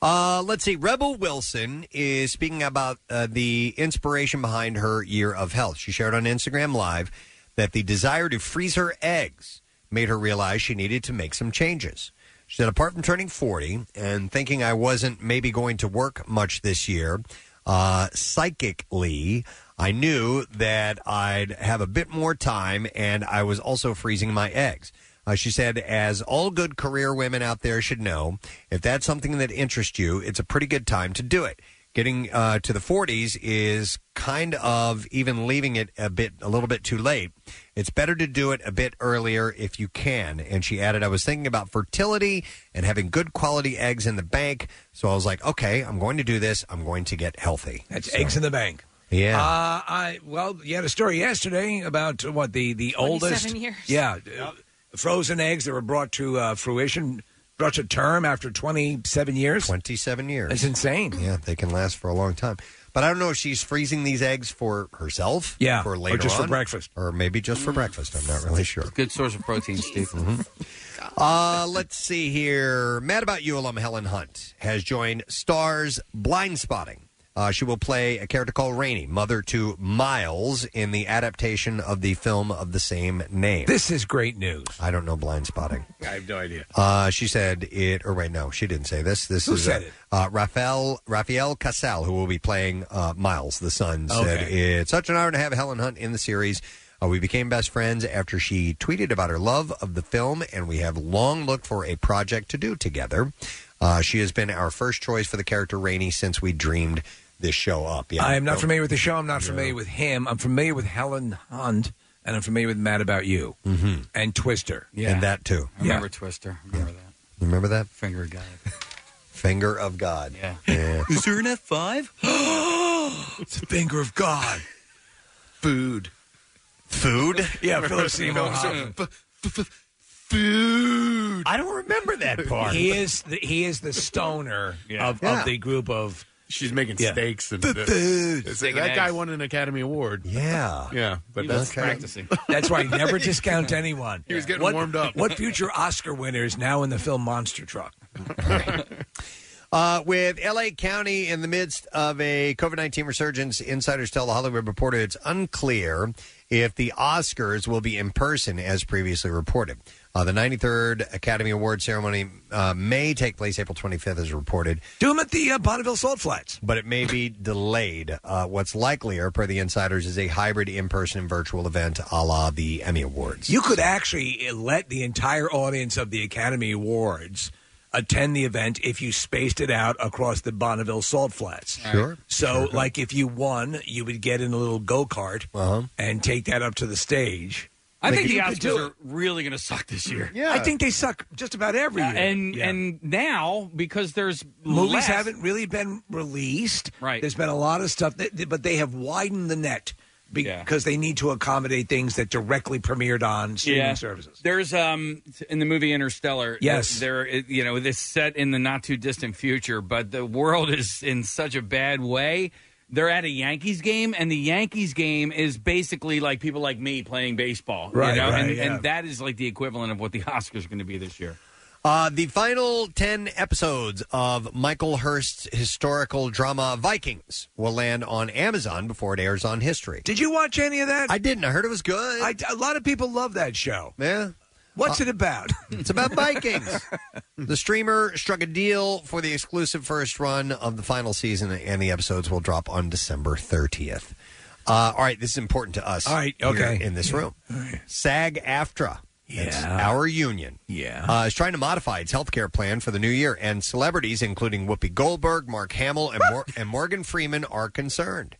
S2: Uh, let's see. Rebel Wilson is speaking about uh, the inspiration behind her year of health. She shared on Instagram Live that the desire to freeze her eggs made her realize she needed to make some changes. She said, apart from turning 40 and thinking I wasn't maybe going to work much this year, uh, psychically, I knew that I'd have a bit more time and I was also freezing my eggs. Uh, she said, as all good career women out there should know, if that's something that interests you, it's a pretty good time to do it. Getting uh, to the 40s is kind of even leaving it a bit, a little bit too late. It's better to do it a bit earlier if you can. And she added, I was thinking about fertility and having good quality eggs in the bank. So I was like, okay, I'm going to do this. I'm going to get healthy.
S3: That's eggs in the bank.
S2: Yeah.
S3: Uh, I well, you had a story yesterday about uh, what the the oldest.
S13: 27 years.
S3: Yeah, uh, frozen eggs that were brought to uh, fruition, brought to term after twenty seven years.
S2: Twenty seven years.
S3: That's insane.
S2: Yeah, they can last for a long time. But I don't know if she's freezing these eggs for herself,
S3: Yeah,
S2: for
S3: or
S2: later
S3: just for
S2: on,
S3: breakfast.
S2: or maybe just
S4: Mm.
S2: for breakfast. I'm not really sure.
S4: Good source of protein, Steve.
S2: Uh, let's see here. Mad About You alum Helen Hunt has joined Stars Blind Spotting. Uh, she will play a character called Rainey, mother to Miles, in the adaptation of the film of the same name.
S3: This is great news.
S2: I don't know blind spotting.
S3: I have no idea.
S2: Uh, she said it, or wait, no, she didn't say this. This
S3: Who
S2: is
S3: said
S2: uh,
S3: it?
S2: Uh, Rafael Rafael Casal, who will be playing uh, Miles, the son. Said
S3: Okay.
S2: it's such an honor to have Helen Hunt in the series. Uh, we became best friends after she tweeted about her love of the film, and we have long looked for a project to do together. Uh, she has been our first choice for the character Rainey since we dreamed this show up. Yeah, Oh.
S3: I am not
S2: Don't-
S3: familiar with the show. I'm not
S2: Yeah.
S3: familiar with him. I'm familiar with Helen Hunt, and I'm familiar with Mad About You and Twister.
S2: Yeah. Mm-hmm. And that, too.
S4: I remember Twister. I remember
S2: Remember that?
S4: Finger of God.
S2: Finger of God. Yeah. yeah.
S4: that. Is there an F five?
S3: it's the finger of God.
S5: Food.
S2: Food?
S3: Yeah, Philip Seymour Hoffman.
S5: Food.
S2: I don't remember that part.
S3: He is the, he is the stoner of,
S5: Yeah.
S3: of the group of.
S5: She's making
S3: Yeah.
S5: steaks and
S3: The food.
S5: That
S3: Steak and
S5: guy
S3: eggs.
S5: won an Academy Award.
S2: Yeah,
S5: yeah, but
S3: He
S5: that's
S3: was practicing. Ah. That's why never discount anyone.
S5: He was getting
S3: What-
S5: warmed up.
S3: What future Oscar winner is now in the film Monster Truck?
S2: Uh, with LA County in the midst of a COVID 19 resurgence, insiders tell The Hollywood Reporter it's unclear if the Oscars will be in person as previously reported. Uh, the 93rd Academy Award ceremony uh, may take place April 25th, as reported.
S3: Do them at the uh, Bonneville Salt Flats.
S2: But it may be delayed. Uh, what's likelier, per the insiders, is a hybrid in person and virtual event a la the Emmy Awards.
S3: You could actually let the entire audience of the Academy Awards attend the event if you spaced it out across the Bonneville Salt Flats.
S2: Sure.
S3: So, like, if you won, you would get in a little go kart
S2: Uh-huh.
S3: and take that up to the stage.
S4: I
S3: Like,
S4: think the
S3: you could do
S4: Oscars
S3: it.
S4: are really going to suck this year.
S3: I think they suck just about every
S4: Uh,
S3: year.
S4: and
S3: Yeah.
S4: and now because there's
S3: movies
S4: less-
S3: haven't really been released.
S4: Right.
S3: There's been a lot of stuff, that, but they have widened the net because they need to accommodate things that directly premiered on streaming
S4: yeah.
S3: services.
S4: There's um in the movie Interstellar.
S3: Yes.
S4: there it- you know this set in the not too distant future, but the world is in such a bad way. They're at a Yankees game, and the Yankees game is basically like people like me playing baseball, you
S2: Right,
S4: know?
S2: right,
S4: and,
S2: yeah.
S4: and that is like the equivalent of what the Oscars are going to be this year.
S2: Uh, the final 10 episodes of Michael Hurst's historical drama Vikings will land on Amazon before it airs on History.
S3: Did you watch any of that?
S2: I didn't. I heard it was good.
S3: I, a lot of people love that show.
S2: Yeah.
S3: What's it about?
S2: It's about Vikings. the streamer struck a deal for the exclusive first run of the final season, and the episodes will drop on December 30th. Uh, all right, this is important to us.
S3: All right,
S2: here
S3: okay.
S2: in this room, SAG AFTRA.
S3: Yeah.
S2: our union.
S3: Yeah.
S2: Uh, is trying to modify its health care plan for the new year, and celebrities, including Whoopi Goldberg, Mark Hamill, and, Mor- and Morgan Freeman, are concerned.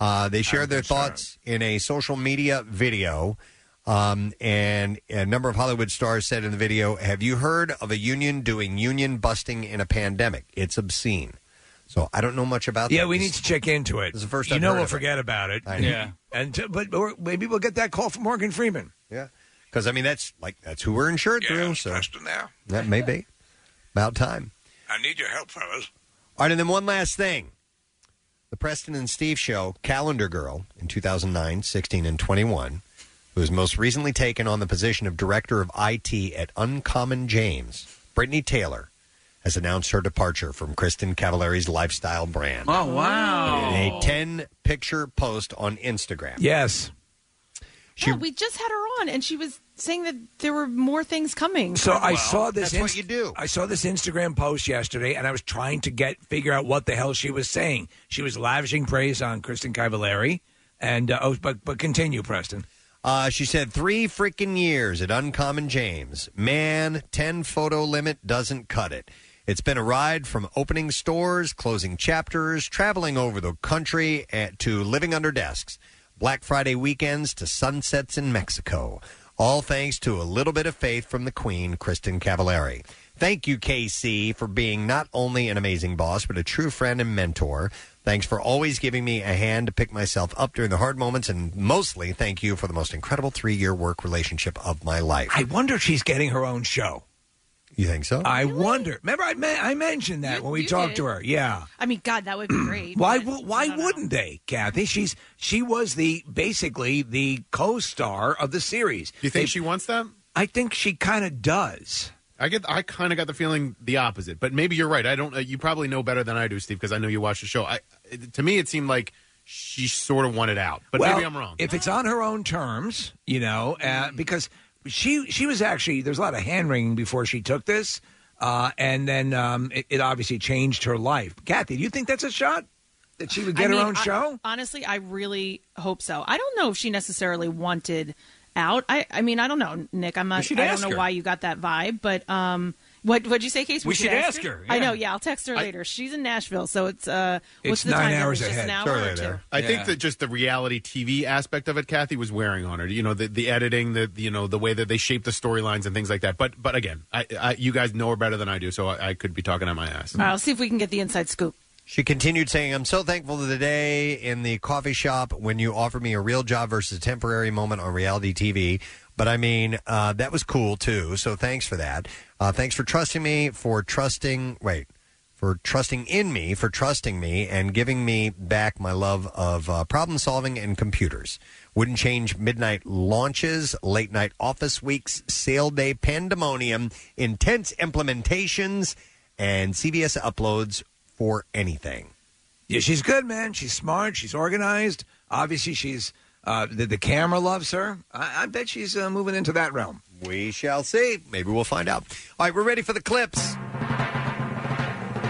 S2: Uh, they shared their thoughts in a social media video. Um, and a number of Hollywood stars said in the video, Have you heard of a union doing union busting in a pandemic? It's obscene. So I don't know much about
S3: yeah,
S2: that.
S3: we need to check into it.
S2: This is the first
S3: you
S2: I've
S3: know
S2: heard
S3: we'll
S2: of it.
S3: forget about it.
S2: I know. Yeah.
S3: and t- but or maybe we'll get that call from Morgan Freeman.
S2: Yeah, because I mean that's like that's who we're insured through. So
S3: now.
S2: that may be about time.
S3: I need your help, fellas.
S2: All right, and then one last thing. The Preston and Steve show, Calendar Girl, in 2009, 16, and 21, who has most recently taken on the position of Director of IT at Uncommon James, Brittany Taylor, has announced her departure from Kristen Cavallari's lifestyle brand.
S4: Oh, wow.
S2: In a 10 picture post on Instagram.
S3: Yes.
S2: She,
S1: yeah, we just had her on, and she was saying that there were more things coming.
S3: So I saw this.
S1: That's what
S3: you do. I saw this Instagram post yesterday, and I was trying to get figure out what the hell she was saying. She was lavishing praise on Kristen Cavallari, and uh, oh, but but continue, Preston.
S2: Uh, she said, three freaking years at Uncommon James. Man, 10 photo limit doesn't cut it. It's been a ride from opening stores, closing chapters, traveling over the country eh, to living under desks, Black Friday weekends to sunsets in Mexico. All thanks to a little bit of faith from the Queen, Kristen Cavallari. Thank you, KC, for being not only an amazing boss, but a true friend and mentor. Thanks for always giving me a hand to pick myself up during the hard moments, and mostly thank you for the most incredible three year work relationship of my life.
S3: I wonder if she's getting her own show.
S2: You think so?
S3: I wonder. Remember, I me- I mentioned that when we talked to her. Yeah.
S1: I mean, God, that would be great.
S3: Why? wo- Why wouldn't they, Kathy? She's she was the basically the co-star of the series. Do
S5: you think she wants that?
S3: I think she kind of does.
S5: I get. I kind of got the feeling the opposite, but maybe you're right. I don't. Uh, you probably know better than I do, Steve, because I know you watch the show. I, it- to me, it seemed like she sort of wanted out, but
S3: Well,
S5: maybe I'm wrong.
S3: If it's on her own terms, you know, uh,
S1: Mm-hmm.
S3: because she she was actually there's a lot of hand wringing before she took this, uh, and then um, it, it obviously changed her life. Kathy, do you think that's a shot? That she would get her
S1: mean,
S3: own
S1: I-
S3: show?
S1: honestly, I really hope so. I don't know if she necessarily wanted out. I, I mean, I don't know, Nick. I'm
S13: We
S1: not.
S13: should
S1: I don't
S13: ask
S1: know
S13: her.
S1: why you got that vibe, but um, what what'd you say, Casey?
S13: We should ask her,
S1: I know.
S13: yeah.
S1: Yeah, I'll text her
S5: I-
S1: later. She's in Nashville, so it's uh, what's the
S5: It's nine
S1: time?
S5: hours
S1: difference? Just
S5: ahead.
S1: an hour or two.
S5: I think
S1: Yeah.
S5: that just the reality TV aspect of it, Kathy, was wearing on her. You know, the, the editing, the you know, the way that they shape the storylines and things like that. But but again, I, I you guys know her better than I do, so I, I could be talking on my ass.
S1: All right, I'll see if we can get the inside scoop.
S2: She continued saying, I'm so thankful to the day in the coffee shop when you offered me a real job versus a temporary moment on reality TV. But I mean, uh, that was cool too. So thanks for that. Uh, thanks for trusting me, for trusting, wait, for trusting in me, for trusting me, and giving me back my love of uh, problem solving and computers. Wouldn't change midnight launches, late night office weeks, sale day pandemonium, intense implementations, and CVS uploads for anything.
S3: Yeah, she's good, man. She's smart. She's organized. Obviously, she's uh, the, the camera loves her. I, I bet she's uh, moving into that realm.
S2: We shall see. Maybe we'll find out. All right, we're ready for the clips.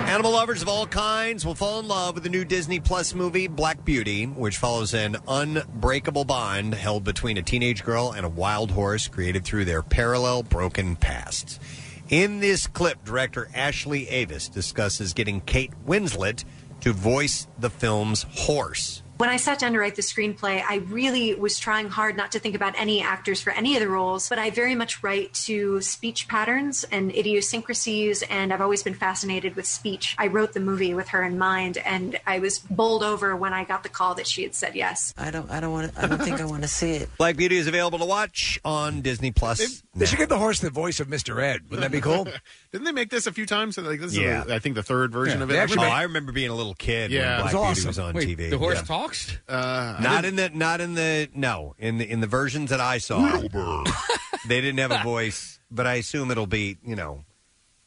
S2: Animal lovers of all kinds will fall in love with the new Disney Plus movie, Black Beauty, which follows an unbreakable bond held between a teenage girl and a wild horse created through their parallel broken pasts. In this clip, director Ashley Avis discusses getting Kate Winslet to voice the film's horse.
S14: When I sat down to write the screenplay, I really was trying hard not to think about any actors for any of the roles, but I very much write to speech patterns and idiosyncrasies, and I've always been fascinated with speech. I wrote the movie with her in mind, and I was bowled over when I got the call that she had said yes.
S15: I don't. I don't want. I don't think I want to see it.
S2: Black Beauty is available to watch on Disney Plus.
S3: They should give the horse the voice of Mr. Ed. Wouldn't that be cool?
S5: Didn't they make this a few times? Like this
S2: Yeah.
S5: is, the- I think the third version
S2: Yeah.
S5: of it.
S2: They actually Oh, made- I remember being a little kid when
S5: Yeah,
S2: Black Beauty was on Wait, TV. the horse Yeah.
S5: talks. Uh,
S2: Not in the not in the no in the in the versions that I saw. they didn't have a voice, but I assume it'll be you know,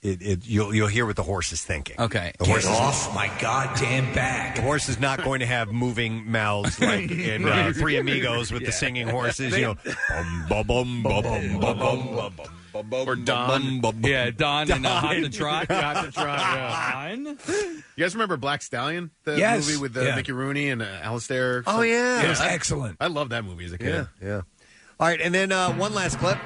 S2: it, it you'll you'll hear what the horse is thinking. Okay, the horse
S3: Get off my goddamn back.
S2: The horse is not going to have moving mouths like in uh,
S3: Right.
S2: Three Amigos with
S3: Yeah.
S2: the singing horses.
S3: They-
S2: you know, bum bum bum bum bum bum bum bum bum. Or Don.
S5: yeah,
S4: Don and, uh, Hop and Trot.
S5: Hop and Trot, yeah. You guys remember Black Stallion, the
S2: Yes.
S5: movie with uh,
S2: Yeah.
S5: Mickey Rooney and uh, Alistair?
S2: Oh, yeah. It was
S5: I-
S2: excellent.
S5: I love that movie as a kid.
S2: Yeah, yeah. All right, and then uh, one last clip.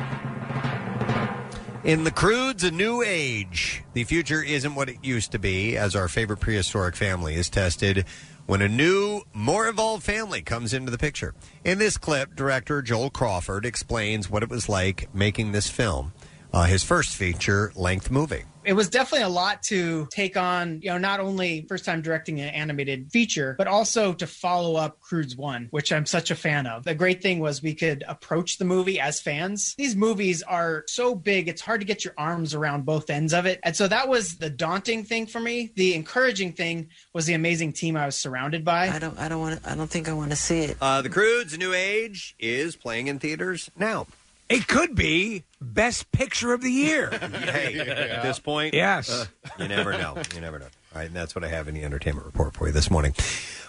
S2: In the crude's a new age. The future isn't what it used to be, as our favorite prehistoric family is tested when a new, more evolved family comes into the picture. In this clip, director Joel Crawford explains what it was like making this film, uh, his first feature length movie.
S16: it was definitely a lot to take on, you know, not only first time directing an animated feature, but also to follow up Crude's One, which I'm such a fan of. The great thing was we could approach the movie as fans. These movies are so big, it's hard to get your arms around both ends of it. And so that was the daunting thing for me. The encouraging thing was the amazing team I was surrounded by. I don't I don't want I don't think I want to see it.
S2: Uh, the Crude's a New Age is playing in theaters now.
S3: It could be best picture of the year.
S2: Hey, at this point,
S3: Yes.
S2: uh, you never know. You never know. All right, and that's what I have in the entertainment report for you this morning.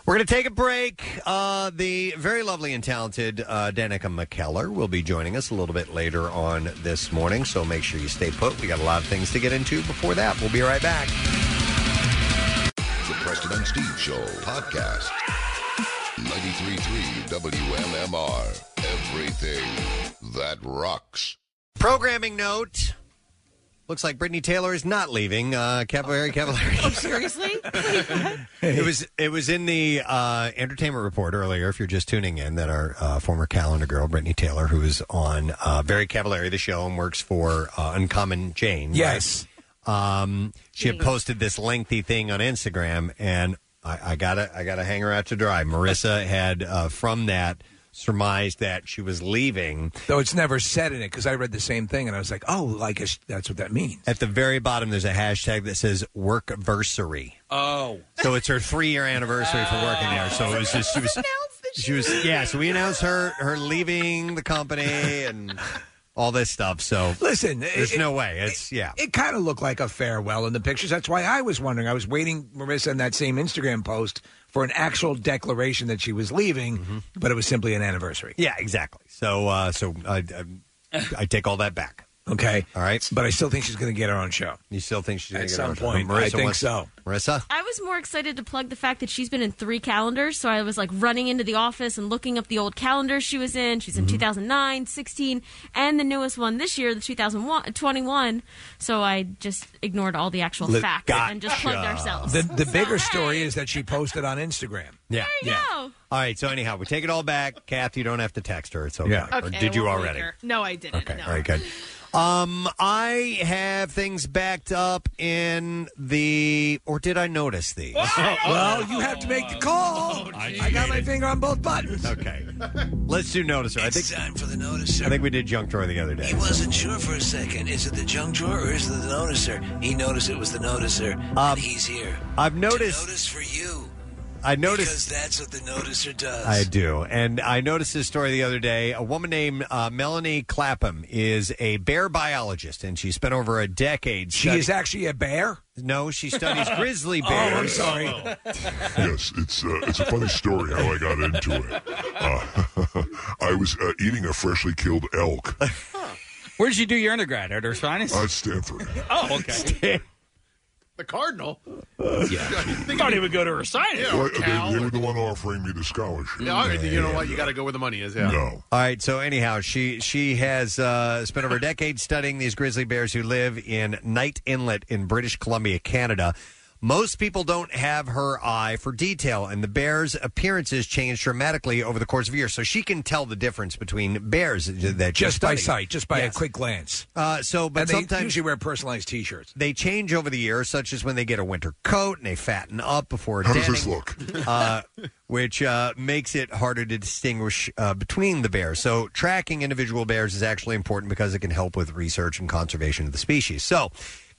S2: We're going to take a break. Uh, the very lovely and talented uh, Danica McKellar will be joining us a little bit later on this morning, so make sure you stay put. We got a lot of things to get into before that. We'll be right back.
S17: The Preston and Steve Show podcast. 93.3 WMMR. Everything that rocks.
S2: Programming note. Looks like Brittany Taylor is not leaving uh, Cavallari Cavallari.
S1: Oh, seriously?
S2: it was it was in the uh, entertainment report earlier. If you're just tuning in, that our uh, former calendar girl Brittany Taylor, who is on uh, Barry Cavallari, the show, and works for uh, Uncommon Jane.
S3: Yes.
S2: right? Um, she had posted this lengthy thing on Instagram, and I, I gotta I gotta hang her out to dry. Marissa had uh, from that surmised that she was leaving.
S3: Though it's never said in it because I read the same thing and I was like, oh, like I guess that's what that means.
S2: At the very bottom, there's a hashtag that says workversary.
S4: Oh.
S2: So it's her three year anniversary for working there. So it was just she was she was yeah. So we announced her her leaving the company and all this stuff. So
S3: Listen,
S2: there's
S3: it-
S2: no way. It's yeah.
S3: It kind of looked like a farewell in the pictures. That's why I was wondering. I was waiting, Marissa, in that same Instagram post for an actual declaration that she was leaving, but it was simply an anniversary.
S2: Yeah, exactly. So uh, so I, I I take all that back.
S3: Okay.
S2: All right.
S3: But I still think she's going to get her own show.
S2: You still think she's
S3: at
S2: gonna get her
S3: some
S2: own show?
S3: point?
S2: Marissa
S3: I think
S2: wants-
S3: so.
S2: Marissa?
S13: I was more excited to plug the fact that she's been in three calendars. So I was like running into the office and looking up the old calendars she was in. She's in
S18: Mhm.
S3: Mm-hmm.
S13: 2009, 16, and the newest one this year, the 2021. So I just ignored all the actual
S3: Lit-
S13: facts
S3: gotcha.
S13: and just plugged ourselves.
S3: The, the bigger story is that she posted on Instagram.
S2: Yeah.
S13: There you go.
S2: All right. So anyhow, we take it all back. Kath, you don't have to text her. It's okay.
S3: Yeah.
S2: or
S1: Okay,
S2: did you
S1: we'll
S2: already?
S1: leave her. No, I didn't.
S2: Okay.
S1: No.
S2: All right. Good. Um, I have things backed up in the, or did I notice these?
S19: Oh,
S3: well, you have to make
S13: Oh,
S3: the call. I got my finger on both buttons.
S2: Okay. Let's do noticer. I think
S19: time for the noticer.
S2: I think we did junk drawer the other day.
S19: He wasn't sure for a second. Is it the junk drawer or is it the noticer? He noticed it was the noticer,
S2: Um,
S19: and he's here.
S2: I've
S19: to
S2: noticed-
S19: notice for you.
S2: I noticed-
S19: because that's what the noticer does.
S2: I do. And I noticed this story the other day. A woman named uh, Melanie Clapham is a bear biologist, and she spent over a decade.
S3: She is actually a bear?
S2: No, she studies grizzly
S3: Oh, I'm
S2: bears.
S3: sorry.
S20: yes, it's uh, it's a funny story how I got into it. Uh, I was uh, eating a freshly killed elk
S4: Where did you do your undergrad at Ursinus?
S20: at Stanford.
S4: oh, okay.
S5: The Cardinal.
S4: I thought he would go to Ursinus.
S20: Well, they, they were the one offering me the
S2: Mm-hmm.
S20: scholarship.
S5: Yeah, all right, you know what? You got to go where the money is. Yeah.
S20: No.
S2: All right. So anyhow, she she has uh, spent over a decade studying these grizzly bears who live in Knight Inlet in British Columbia, Canada. Most people don't have her eye for detail, and the bears' appearances change dramatically over the course of years. So she can tell the difference between bears that she
S3: Just by
S2: studies.
S3: sight, just by
S2: Yes.
S3: a quick glance.
S2: Uh, so, but
S3: and they
S2: sometimes
S3: usually wear personalized T-shirts.
S2: They change over the years, such as when they get a winter coat and they fatten up before
S20: How
S2: denning,
S20: does this look?
S2: uh, which uh, makes it harder to distinguish uh, between the bears. So, tracking individual bears is actually important because it can help with research and conservation of the species. So.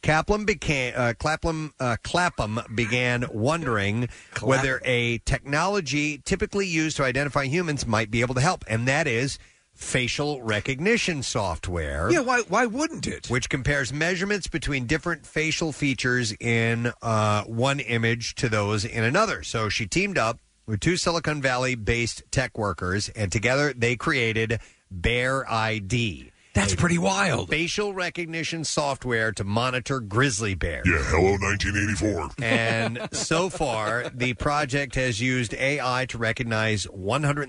S2: Kaplan became uh, Clapham. Uh, Clapham began wondering whether a technology typically used to identify humans might be able to help, and that is facial recognition software.
S3: Yeah, why why wouldn't it?
S2: Which compares measurements between different facial features in uh, one image to those in another. So she teamed up with two Silicon Valley based tech workers, and together they created Bear ID.
S3: That's pretty wild.
S2: Facial recognition software to monitor grizzly bears.
S20: Yeah, hello 1984.
S2: And so far, the project has used AI to recognize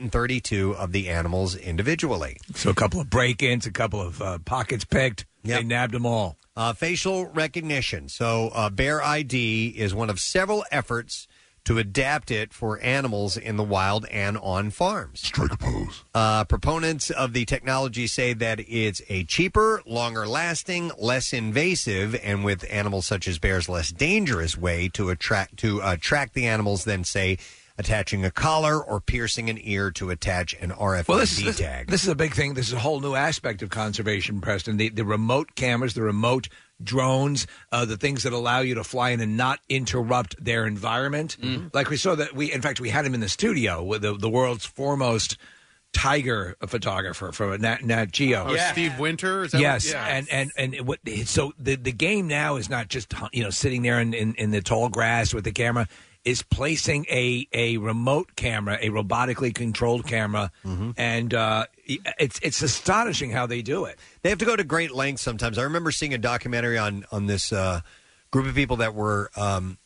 S2: 132 of the animals individually.
S3: So a couple of break-ins, a couple of uh, pockets picked. They nabbed them all.
S2: Uh, facial recognition. So, uh, Bear ID is one of several efforts to adapt it for animals in the wild and on farms.
S20: Strike a pose.
S2: Uh, proponents of the technology say that it's a cheaper, longer lasting, less invasive, and with animals such as bears, less dangerous way to attract to uh, track the animals than say attaching a collar or piercing an ear to attach an RFID
S3: Well, this is, this,
S2: tag.
S3: this is a big thing. This is a whole new aspect of conservation, Preston. The, the remote cameras, the remote drones, uh, the things that allow you to fly in and not interrupt their environment.
S2: Mm-hmm.
S3: Like we saw that we, in fact, we had him in the studio with the, the world's foremost tiger photographer from Nat, Nat Geo.
S5: Oh, Steve Winter. Is that
S3: yes,
S5: What?
S3: and and and it, what, so the the game now is not just you know sitting there in, in, in the tall grass with the camera. Is placing a a remote camera, a robotically controlled camera,
S2: Mm-hmm.
S3: and uh, it's it's astonishing how they do it.
S2: They have to go to great lengths sometimes. I remember seeing a documentary on on this uh, group of people that were um,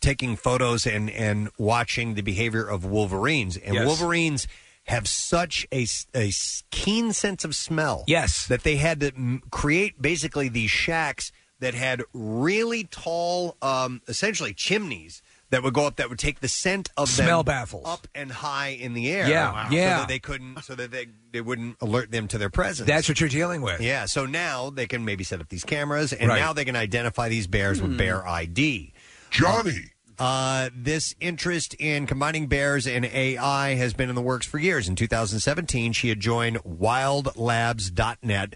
S2: taking photos and and watching the behavior of wolverines and
S3: Yes.
S2: wolverines have such a, s- a s- keen sense of smell
S3: yes
S2: that they had to m- create basically these shacks that had really tall um, essentially chimneys that would go up that would take the scent of them
S3: Smell baffles.
S2: up and high in the air
S3: Yeah,
S2: so
S3: yeah.
S2: that they couldn't so that they, they wouldn't alert them to their presence
S3: That's what you're dealing with.
S2: yeah, so now they can maybe set up these cameras, and
S3: Right.
S2: now they can identify these bears with bear ID.
S20: Johnny!
S2: Uh, this interest in combining bears and AI has been in the works for years. In 2017, she had joined wildlabs.net,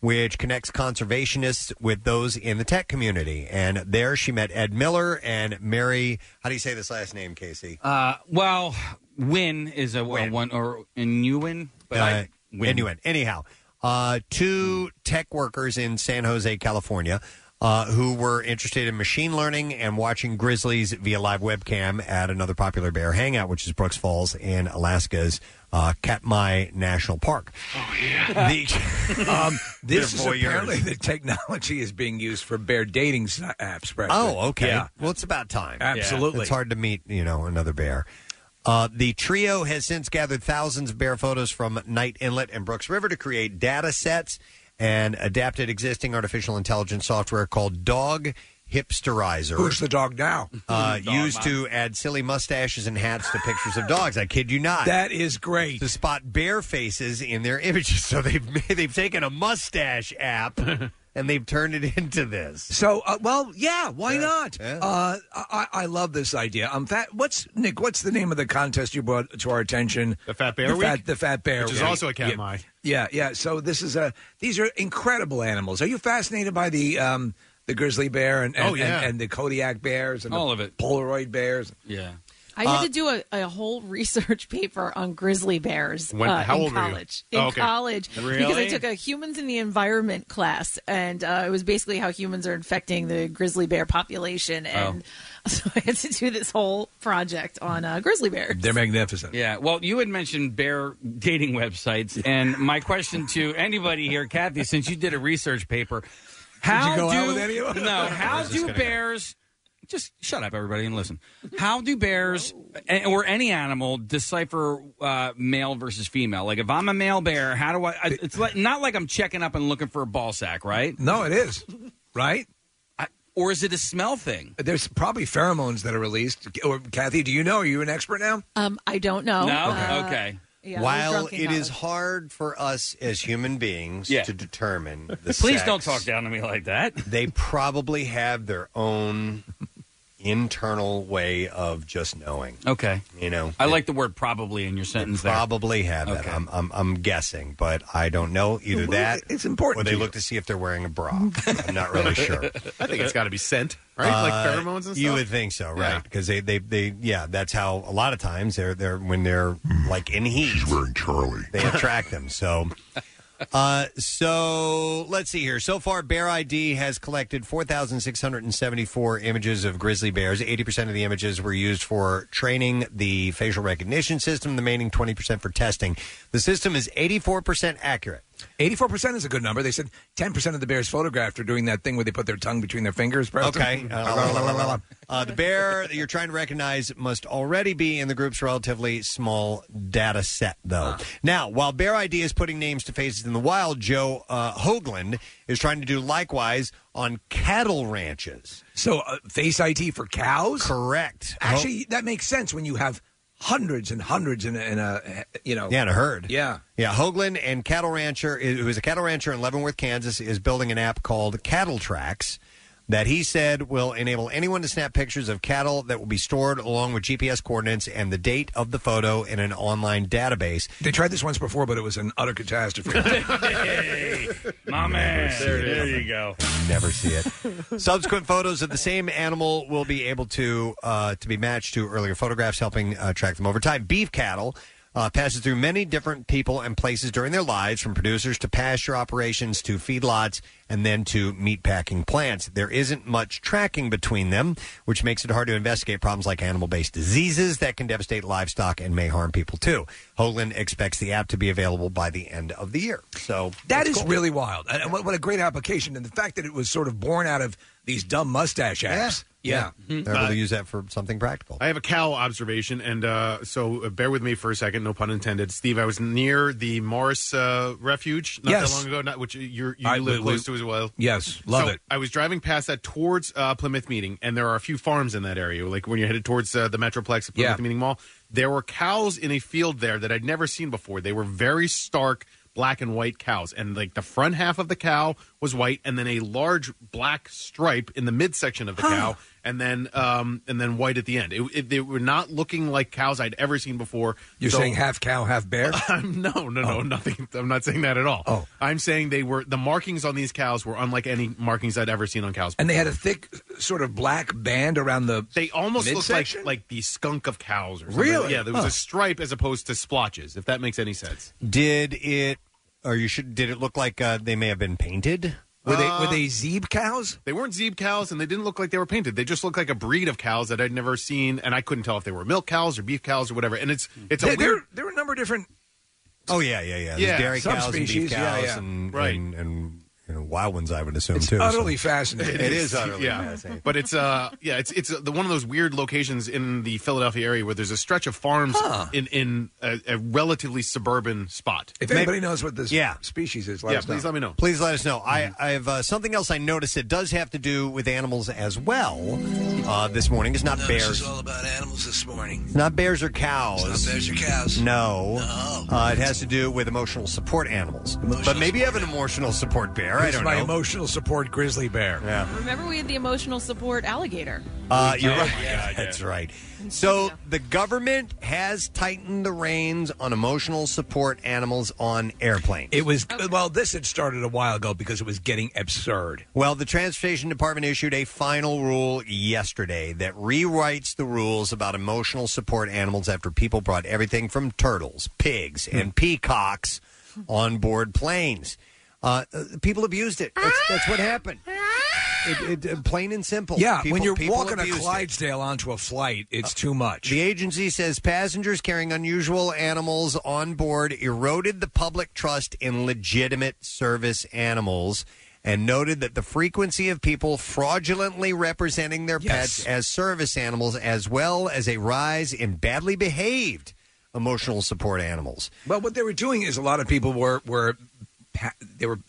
S2: which connects conservationists with those in the tech community. And there she met Ed Miller and Mary. How do you say this last name, Casey?
S4: Uh, well, Win is a, a one or Inuin, but
S2: uh,
S4: I, Wynn.
S2: Inuit. Anyhow, uh, two tech workers in San Jose, California. uh, who were interested in machine learning and watching grizzlies via live webcam at another popular bear hangout, which is Brooks Falls in Alaska's uh, Katmai National Park.
S3: Oh
S2: yeah. The-
S3: um, this
S2: They're
S3: is
S2: voyeurs.
S3: apparently the technology is being used for bear dating s- apps. Preston.
S2: Oh, okay.
S3: Yeah.
S2: Well, it's about time.
S3: Absolutely.
S2: It's hard to meet, you know, another bear. Uh, the trio has since gathered thousands of bear photos from Knight Inlet and Brooks River to create data sets and adapted existing artificial intelligence software called Dog Hipsterizer.
S3: Who's the dog now?
S2: Uh,
S3: Dog
S2: used
S3: mom.
S2: to add silly mustaches and hats to pictures of dogs. I kid you not.
S3: That is great.
S2: To spot bear faces in their images. So they've they've taken a mustache app and they've turned it into this.
S3: So, uh, well, yeah, why not?
S2: yeah.
S3: Uh, I, I love this idea. Um, fat, what's Nick? What's the name of the contest you brought to our attention? The Fat
S5: Bear
S3: the
S5: Week?
S3: Fat, the Fat Bear,
S5: Which is
S3: Week.
S5: also a
S3: yeah.
S5: Katmai.
S3: Yeah, yeah. So this is a. These are incredible animals. Are you fascinated by the um the grizzly bear and and,
S4: Oh, yeah.
S3: and, and the Kodiak bears and
S4: All
S3: the
S4: of it.
S3: Polaroid bears?
S4: Yeah.
S1: I
S3: Uh,
S1: had to do a, a whole research paper on grizzly bears
S3: When-
S1: uh,
S3: how
S1: in
S3: old were you?
S1: college. In
S3: Oh, okay.
S1: college, because I
S3: Really?
S1: took a humans in the environment class, and uh, it was basically how humans are infecting the grizzly bear
S3: Oh.
S1: population. And so I had to do this whole project on uh, grizzly bears.
S3: They're magnificent.
S4: Yeah. Well, you had mentioned bear dating websites, and my question to anybody here, Kathy, since you did a research paper, how
S3: you go
S4: do
S3: out with any of them?
S4: no?
S3: I
S4: How
S3: was just
S4: do
S3: gonna go.
S4: bears? Just shut up, everybody, and listen. How do bears a- or any animal decipher uh, male versus female? Like, if I'm a male bear, how do I? I- It's like, not like I'm checking up and looking for a ball sack, right?
S3: No, it is. Right?
S4: I, or is it a smell thing?
S3: There's probably pheromones that are released. Or Kathy, do you know? Are you an expert now?
S1: Um, I don't know. Uh, yeah, I was
S2: While
S1: drunk in
S2: it is
S1: college.
S2: hard for us as human beings to determine the
S4: Please
S2: sex,
S4: don't talk down to me like that.
S2: They probably have their own internal way of just knowing.
S4: Okay.
S2: You know,
S4: I like the word "probably" in your sentence. there.
S2: probably have that. I'm, I'm, I'm guessing, but I don't know either
S4: Well,
S2: that.
S3: It's important.
S2: Or they
S3: to you.
S2: look to see if they're wearing a bra. I'm not really sure.
S5: I think it's got to be scent, right? like
S2: Uh,
S5: pheromones and stuff.
S2: You would think so, right? Because they, they, they, yeah, that's how a lot of times they're they're when they're like in heat. Mm. She's wearing Charlie. They attract them. So, uh, so let's see here. So far, Bear ID has collected four thousand six hundred and seventy four images of grizzly bears. Eighty percent of the images were used for training the facial recognition system. The remaining twenty percent for testing. The system is eighty four percent accurate.
S3: Eighty-four percent is a good number. They said ten percent of the bears photographed are doing that thing where they put their tongue between their fingers. Preston.
S2: Okay. Uh, uh, the bear that you're trying to recognize must already be in the group's relatively small data set,
S3: Ah.
S2: though. Now, while Bear ID is putting names to faces in the wild, Joe uh, Hoagland is trying to do likewise on cattle ranches.
S3: So uh, face IT for cows?
S2: Correct.
S3: Actually, that makes sense when you have hundreds and hundreds in a, in a you know
S2: Yeah, in a herd.
S3: Yeah.
S2: Yeah, Hoagland and cattle rancher, who is a cattle rancher in Leavenworth, Kansas, is building an app called Cattle Tracks that he said will enable anyone to snap pictures of cattle that will be stored along with GPS coordinates and the date of the photo in an online database.
S3: They tried this once before, but it was an utter catastrophe.
S4: My
S2: man.
S4: There, there you go.
S2: Never see it. Subsequent photos of the same animal will be able to uh, to be matched to earlier photographs, helping uh, track them over time. Beef cattle. Uh, passes through many different people and places during their lives, from producers to pasture operations to feedlots and then to meatpacking plants. There isn't much tracking between them, which makes it hard to investigate problems like animal based diseases that can devastate livestock and may harm people too. Hoagland expects the app to be available by the end of the year. So
S3: That
S2: that's
S3: is
S2: cool.
S3: really wild. And what, what a great application. And the fact that it was sort of born out of these dumb mustache apps. Yeah. Hmm.
S2: They're able to use that for something practical.
S5: I have a cow observation, and uh, so uh, bear with me for a second, no pun intended. Steve, I was near the Morris uh, Refuge not
S3: Yes.
S5: that long ago, not, which you you
S3: I-
S5: live
S3: we-
S5: close
S3: we-
S5: to as well.
S3: Yes, love
S5: So
S3: it.
S5: I was driving past that towards uh, Plymouth Meeting, and there are a few farms in that area. Like when you're headed towards uh, the Metroplex at Plymouth
S3: Yeah.
S5: Meeting Mall, there were cows in a field there that I'd never seen before. They were very stark black and white cows, and like the front half of the cow was white, and then a large black stripe in the midsection of the cow, and then um, and then white at the end. It, it, they were not looking like cows I'd ever seen before.
S3: You're
S5: So-
S3: saying half cow, half bear? Oh.
S5: no, no, no, nothing. I'm not saying that at all. Oh, I'm saying they were the markings on these cows were unlike any markings I'd ever seen on cows.
S3: And they had a thick sort of black band around the
S5: They almost looked like
S3: midsection?
S5: like the skunk of cows or something.
S3: Really?
S5: Yeah, there was
S3: Huh.
S5: a stripe as opposed to splotches. If that makes any sense.
S2: Did it, or you should? Did it look like uh, they may have been painted?
S3: Were they were they zeb cows?
S5: They weren't zeb cows, and they didn't look like they were painted. They just looked like a breed of cows that I'd never seen, and I couldn't tell if they were milk cows or beef cows or whatever. And it's it's a
S3: There-
S5: weird.
S3: there, there were a number of different.
S7: Oh yeah, yeah, yeah. There's
S5: Yeah,
S7: dairy cows and beef
S3: subspecies, yeah,
S7: cows
S3: yeah.
S7: and
S5: Right.
S7: and, and you know wild ones. I would assume too. so- It is utterly
S5: yeah.
S7: fascinating.
S5: But it's uh yeah, it's it's the one of those weird locations in the Philadelphia area where there's a stretch of farms
S3: Huh.
S5: in in a, a relatively suburban spot.
S3: If anybody knows what this
S5: yeah.
S3: species is,
S5: yeah, please let me know.
S2: Please let us know.
S5: Mm-hmm.
S2: I, I have uh, something else I noticed that does have to do with animals as well. Uh, this morning, it's not
S19: no, This
S2: bears.
S19: is all about animals this morning.
S2: It's not bears or cows.
S19: It's not bears or cows.
S2: No, Uh, it has to do with emotional support animals. but maybe you have an emotional support bear. I
S3: It's
S2: don't
S3: my
S2: know.
S3: emotional support grizzly bear.
S2: Yeah.
S1: Remember, we had the emotional support alligator.
S2: Uh, you're right. That's right. So the government has tightened the reins on emotional support animals on airplanes.
S3: It was well. This had started a while ago because it was getting absurd.
S2: Well, the Transportation Department issued a final rule yesterday that rewrites the rules about emotional support animals after people brought everything from turtles, pigs,
S3: Hmm.
S2: and peacocks on board planes. Uh, uh, people abused it. That's, that's what happened. It, it, uh, plain and simple.
S3: Yeah, when
S2: People-
S3: you're
S2: people
S3: walking a
S2: abused it. Uh.
S3: Clydesdale onto a flight, it's too much.
S2: The agency says passengers carrying unusual animals on board eroded the public trust in legitimate service animals and noted that the frequency of people fraudulently representing their pets as service animals as well as a rise in badly behaved emotional support animals.
S3: Well, what they were doing is a lot of people were were pa- they were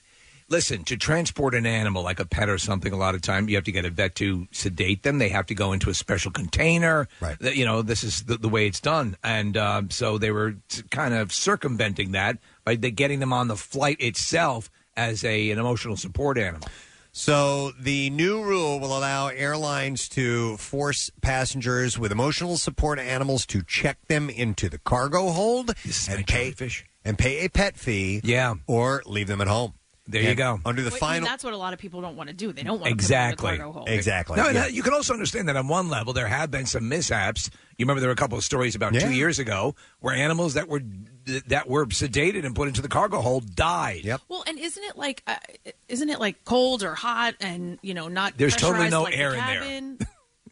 S3: listen to transport an animal like a pet or something. A lot of time you have to get a vet to sedate them. They have to go into a special container. Right. You know this is the, the way it's done, and um, so they were t- kind of circumventing that by they getting them on the flight itself as a an emotional support animal.
S2: So the new rule will allow airlines to force passengers with emotional support animals to check them into the cargo hold and pay and pay a pet fee. Yeah, or leave them at home.
S3: There you
S2: And
S3: go.
S2: Under the
S1: Wait, I mean,
S2: final.
S1: that's what a lot of people don't want to do. They don't want
S3: exactly.
S1: to put them in the cargo hold.
S2: Exactly.
S3: No, and
S2: yeah.
S3: that- you can also understand that on one level there have been some mishaps. You remember there were a couple of stories about
S2: Yeah.
S3: two years ago where animals that were that were sedated and put into the cargo hold died. Yep.
S1: Well, and isn't it like, uh, isn't it like cold or hot and you know not?
S3: There's totally no
S1: pressurized like the
S3: air in there.
S1: cabin?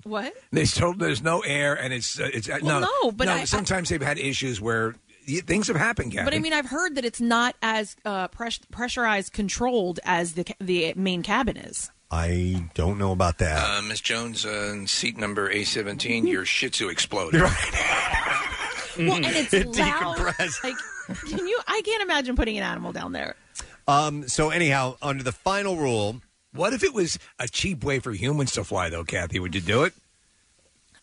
S1: what?
S3: There's total, there's no air and it's uh, it's uh,
S1: Well,
S3: no
S1: no, but I-
S3: sometimes they've had issues where y- things have happened. Gavin.
S1: But I mean, I've heard that it's not as uh, press- pressurized, controlled as the ca- the main cabin is.
S2: I don't know about that.
S19: Uh, Miss Jones, uh, in seat number A17,
S3: Mm-hmm.
S19: your Shih Tzu exploded.
S1: Well, and it's
S19: It
S1: loud. Like, can you? I can't imagine putting an animal down there.
S2: Um, so anyhow, under the final rule,
S3: what if it was a cheap way for humans to fly though, Kathy? Would you do it?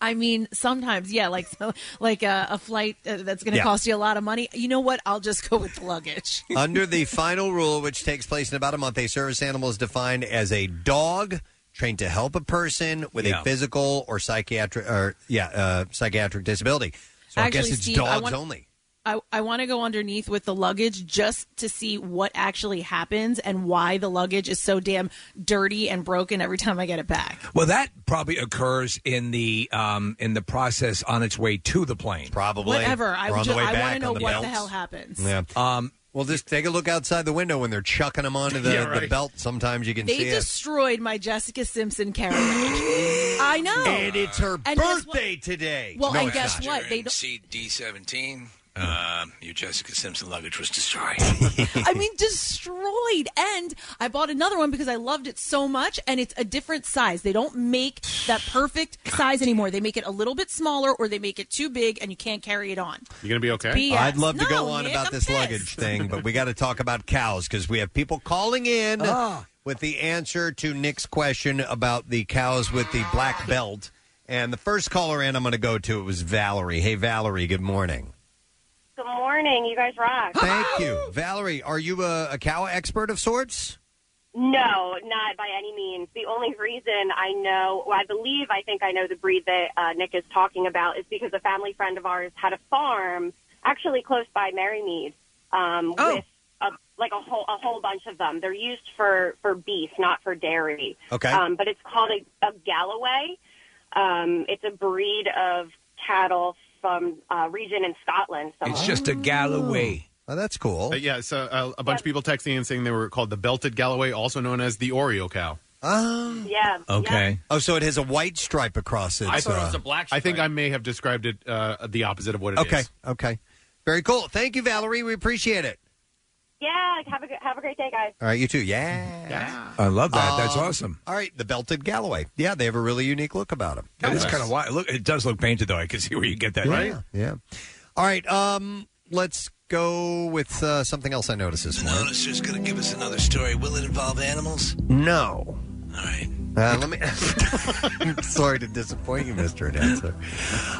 S1: I mean, sometimes, yeah, like so, like a, a flight uh, that's going to
S2: Yeah.
S1: cost you a lot of money. You know what? I'll just go with the luggage.
S2: Under the final rule, which takes place in about a month, a service animal is defined as a dog trained to help a person with
S7: Yeah.
S2: a physical or psychiatric or yeah uh, psychiatric disability. So I guess
S1: Actually,
S2: it's
S1: Steve, I
S2: dogs
S1: want-
S2: only.
S1: I, I want to go underneath with the luggage just to see what actually happens and why the luggage is so damn dirty and broken every time I get it back.
S3: Well, that probably occurs in the um, in the process on its way to the plane.
S2: Probably
S1: Whatever. I, would ju- I want to know what the hell happens.
S2: Yeah.
S3: Um,
S2: well, just take a look outside the window when they're chucking them onto the,
S3: Yeah,
S2: the
S3: right.
S2: belt. Sometimes you can
S1: They
S2: see it.
S1: destroyed my Jessica Simpson carrier. I know.
S2: And it's her
S1: And guess what?
S2: birthday today.
S1: Well,
S2: No,
S1: and
S2: it's
S1: guess
S2: not.
S1: what? They
S19: In
S1: don't.
S19: seat D17, um, your Jessica Simpson luggage was destroyed.
S1: I mean, destroyed. And I bought another one because I loved it so much, and it's a different size. They don't make that perfect size anymore. They make it a little bit smaller, or they make it too big, and you can't carry it on.
S5: You gonna be okay?
S1: BS.
S2: I'd love to go
S1: No,
S2: on
S1: Nick,
S2: about
S1: I'm
S2: this luggage thing, but we got to talk about cows because we have people calling in
S3: Ah.
S2: with the answer to Nick's question about the cows with the black belt. And the first caller in I'm going to go to it was Valerie. Hey, Valerie, good morning.
S18: Good morning. You guys rock.
S2: Thank you, Valerie. Are you a, a cow expert of sorts?
S18: No, not by any means. The only reason I know, well, I believe, I think I know the breed that uh, Nick is talking about is because a family friend of ours had a farm actually close by Marymead um, with a, like a whole a whole bunch of them. They're used for for beef, not for dairy.
S21: Okay.
S18: um, but it's called a, a Galloway. Um, it's a breed of cattle from a region in Scotland.
S3: It's
S18: somewhere.
S3: just a Galloway.
S2: Oh, that's cool.
S5: Uh, yeah, so uh, a bunch of people texting and saying they were called the belted Galloway, also known as the Oreo cow.
S2: Oh.
S11: Yeah.
S2: Oh, so it has a white stripe across it. uh,
S5: I thought it was a black. I think I may have described it uh, the opposite of what it is.
S2: Okay. Okay. Very cool. Thank you, Valerie. We appreciate it.
S11: Yeah. Have a good, have a great day, guys.
S2: All right, you too. Yeah. Um,
S3: I love that. That's awesome.
S2: All right, the belted Galloway. Yeah, they have a really unique look about them.
S3: That is kind of wild. Look, it does look painted though. I can see where you get that.
S2: Yeah,
S3: Right?
S2: Yeah. All right. Um, let's go with uh, something else I noticed this morning.
S22: Noticer's going to give us another story. Will it involve animals?
S2: No. All right. Uh, let me. I'm sorry to disappoint you, Mister Announcer.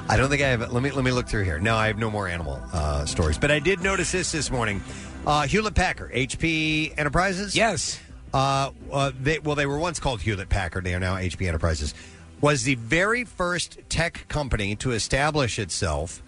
S2: I don't think I have. Let me let me look through here. No, I have no more animal uh, stories. But I did notice this this morning. Uh, Hewlett Packard, HP Enterprises.
S3: Yes.
S2: Uh, uh, they, well, they were once called Hewlett Packard. They are now HP Enterprises. Was the very first tech company to establish itself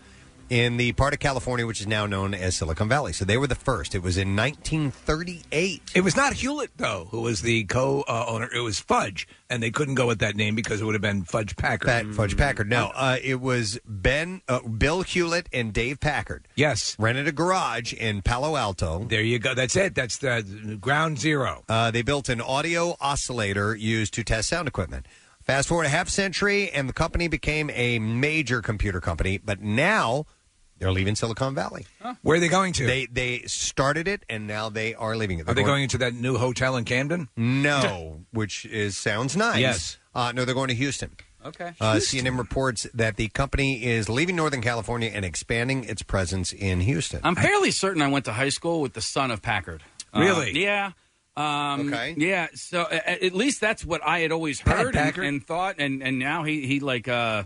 S2: in the part of California which is now known as Silicon Valley. So they were the first. It was in 1938.
S3: It was not Hewlett though, who was the co-owner. It was Fudge, and they couldn't go with that name because it would have been Fudge Mm-hmm. Packard.
S2: Fudge Packard. No, uh, it was Ben, uh, Bill Hewlett, and Dave Packard.
S3: Yes,
S2: rented a garage in Palo Alto.
S3: There you go. That's it. That's the ground zero.
S2: Uh, they built an audio oscillator used to test sound equipment. Fast forward a half century, and the company became a major computer company. But now they're leaving Silicon Valley.
S3: Where are they going to?
S2: They they started it, and now they are leaving it.
S3: Are they going into that new hotel in Camden?
S2: No, which is sounds nice.
S3: Yes.
S2: Uh, no, they're going to Houston.
S4: Okay.
S2: Uh, CNN reports that the company is leaving Northern California and expanding its presence in Houston.
S4: I'm fairly certain I went to high school with the son of Packard. Uh,
S2: Really?
S4: yeah. Um,
S2: Okay.
S4: Yeah. So a- a- at least that's what I had always heard and, and thought, and and now he he like uh,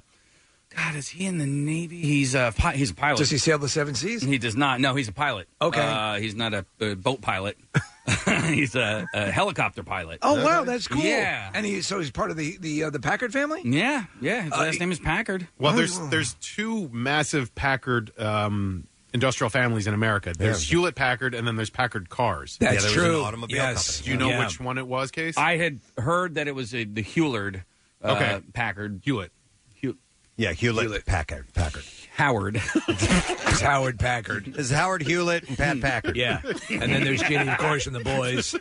S4: God is he in the Navy? He's a pi- he's a pilot.
S3: Does he sail the seven seas?
S4: He does not. No, he's a pilot.
S3: Okay.
S4: Uh, he's not a, uh boat pilot. he's a, a helicopter pilot.
S3: Oh wow, that's cool.
S4: Yeah.
S3: and he so he's part of the the uh, the Packard family. Uh,
S4: Yeah, yeah. His
S2: Uh,
S4: last name is Packard.
S5: Well, there's there's two massive Packard um, industrial families in America. There's
S4: Yeah.
S5: Hewlett Packard, and then there's Packard Cars.
S4: That's Yeah, there was an true. automobile
S5: yes.
S4: company.
S5: Do you know
S4: Yeah.
S5: which one it was, Case?
S4: I had heard that it was a, the Hewlard uh,
S5: Okay.
S4: Packard.
S5: Hewlett.
S4: Hew-
S2: yeah, Hewlett, Packard. Packard.
S4: Howard.
S3: it's Howard Packard.
S2: It's Howard Hewlett and Pat Packard.
S3: Yeah, and then there's Jenny, of course, and the boys.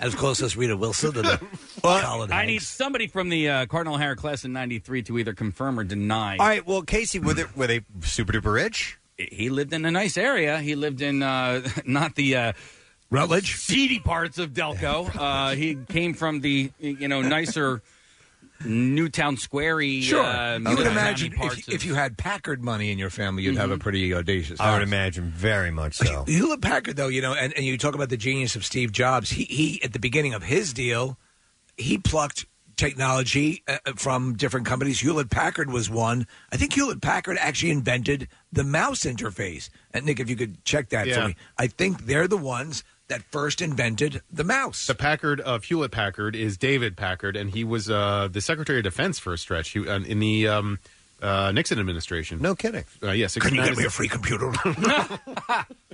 S3: As close as Rita Wilson to the Colin
S4: I need somebody from the uh, Cardinal Hire class in '93 to either confirm or deny.
S2: All right. Well, Casey, were they, were they super duper rich?
S4: He lived in a nice area. He lived in uh, not the uh,
S3: Rutledge
S4: seedy parts of Delco. Uh, he came from the you know nicer Newtown Squarey.
S3: Sure,
S4: uh,
S3: you would
S4: Manhattan
S3: imagine
S4: parts
S3: if, if you had Packard money in your family, you'd have a pretty audacious.
S2: I would
S3: house.
S2: imagine very much so.
S3: Hewlett Packard, though, you know, and, and you talk about the genius of Steve Jobs. He, he at the beginning of his deal, he plucked technology uh, uh, from different companies. Hewlett Packard was one. I think Hewlett Packard actually invented the mouse interface. And Nick, if you could check that
S5: Yeah.
S3: for me, I think they're the ones that first invented the mouse.
S5: The Packard of Hewlett Packard is David Packard, and he was uh, the Secretary of Defense for a stretch he, uh, in the um, uh, Nixon administration.
S2: No kidding.
S5: Uh, yeah,
S3: Can you
S5: 69
S3: get
S5: is
S3: me
S5: the-
S3: a free computer?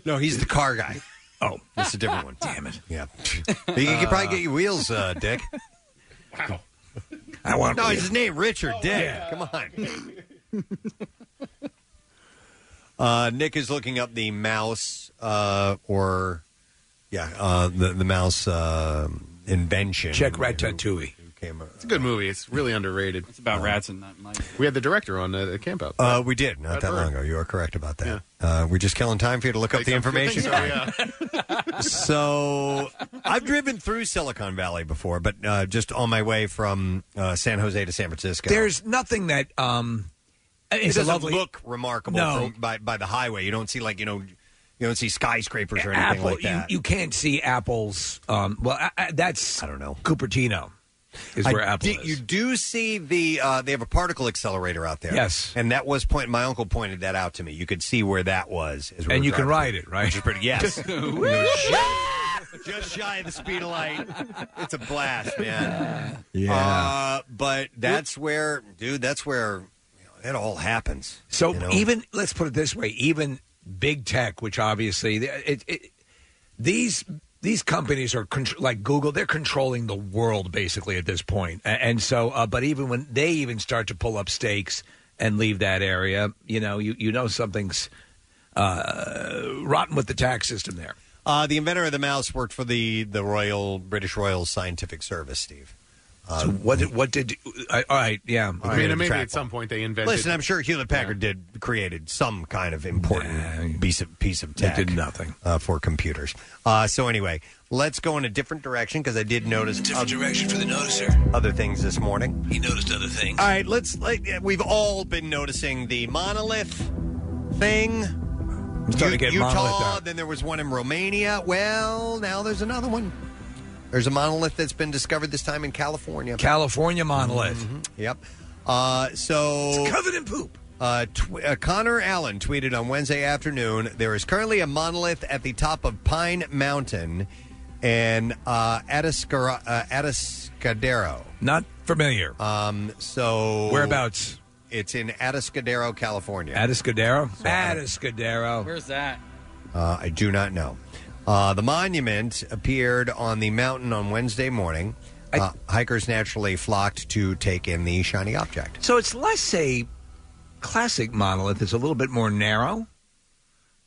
S2: no, he's the car guy.
S3: Oh,
S2: that's a different one.
S3: Damn it.
S2: Yeah. You could probably get your wheels, uh, Dick.
S3: Wow. Uh, I want.
S2: No,
S3: wheels.
S2: his name Richard Dick. Come on. Uh, Nick is looking up the mouse, uh, or yeah, uh, the the mouse uh, invention.
S3: Check Ratatouille.
S2: Came
S5: It's a good movie. It's really underrated. It's
S4: about rats and not mice.
S5: We had the director on uh, the campout.
S2: Uh, we did not
S5: Red
S2: that
S5: Bird.
S2: long ago. You are correct about that. Uh, we're just killing time for you to look up the information. so I've driven through Silicon Valley before, but uh, just on my way from uh, San Jose to San Francisco.
S3: There's nothing that um,
S2: it
S3: is a
S2: doesn't
S3: lovely
S2: look remarkable
S3: No.
S2: from, by by the highway. You don't see like you know you don't see skyscrapers or anything
S3: Apple.
S2: like that.
S3: You, you can't see Apple's. Um, well, I, I, that's I don't know. Cupertino is
S2: I
S3: where Apple
S2: di-
S3: is.
S2: You do see the uh, they have a particle accelerator out there.
S3: Yes.
S2: and that was point. My uncle pointed that out to me. You could see where that was, as we
S3: And
S2: were
S3: you can
S2: driving
S3: ride
S2: through,
S3: it, right?
S2: Which is pretty. Yes. Just shy of the speed of light. It's a blast, man.
S3: Yeah.
S2: Uh, but that's where, dude. That's where you know, it all happens.
S3: So
S2: you know?
S3: even let's put it this way: even big tech, which obviously it, it, these these companies are contr- like Google, they're controlling the world basically at this point. A- And so, uh, but even when they even start to pull up stakes and leave that area, you know, you you know something's. uh, rotten with the tax system there.
S2: Uh, the inventor of the mouse worked for the, the Royal British Royal Scientific Service, Steve. Uh,
S3: so what did, what did I, all right? Yeah,
S2: I mean, maybe at some
S5: point they
S2: Listen, I'm sure Hewlett Packard did created some kind of important piece of piece of
S3: They
S2: tech.
S3: did nothing.
S2: uh, for computers. Uh, so anyway, let's go in a different direction because I did notice different
S19: direction for the noticer.
S2: Other things this morning.
S19: He noticed other things.
S3: Uh,
S2: All right, let's. Like, yeah, we've all been noticing the monolith thing. I'm
S3: starting to get
S2: Utah.
S3: monolith out.
S2: then there was one in Romania. Well, now there's another one. There's a monolith that's been discovered this time in California.
S3: California monolith.
S2: Yep. Uh, so
S3: Mm-hmm. It's covered in poop.
S2: Uh, tw- uh, Connor Allen tweeted on Wednesday afternoon: "There is currently a monolith at the top of Pine Mountain, in uh, Atascara- uh, Atascadero.
S3: Not familiar.
S2: Um, so
S3: Whereabouts?
S2: It's in Atascadero, California.
S3: Atascadero.
S2: So I-
S3: Atascadero.
S4: Where's that?
S2: uh, I do not know. Uh, the monument appeared on the mountain on Wednesday morning. Uh, hikers naturally flocked to take in the shiny object.
S3: So it's less a classic monolith. It's a little bit more narrow.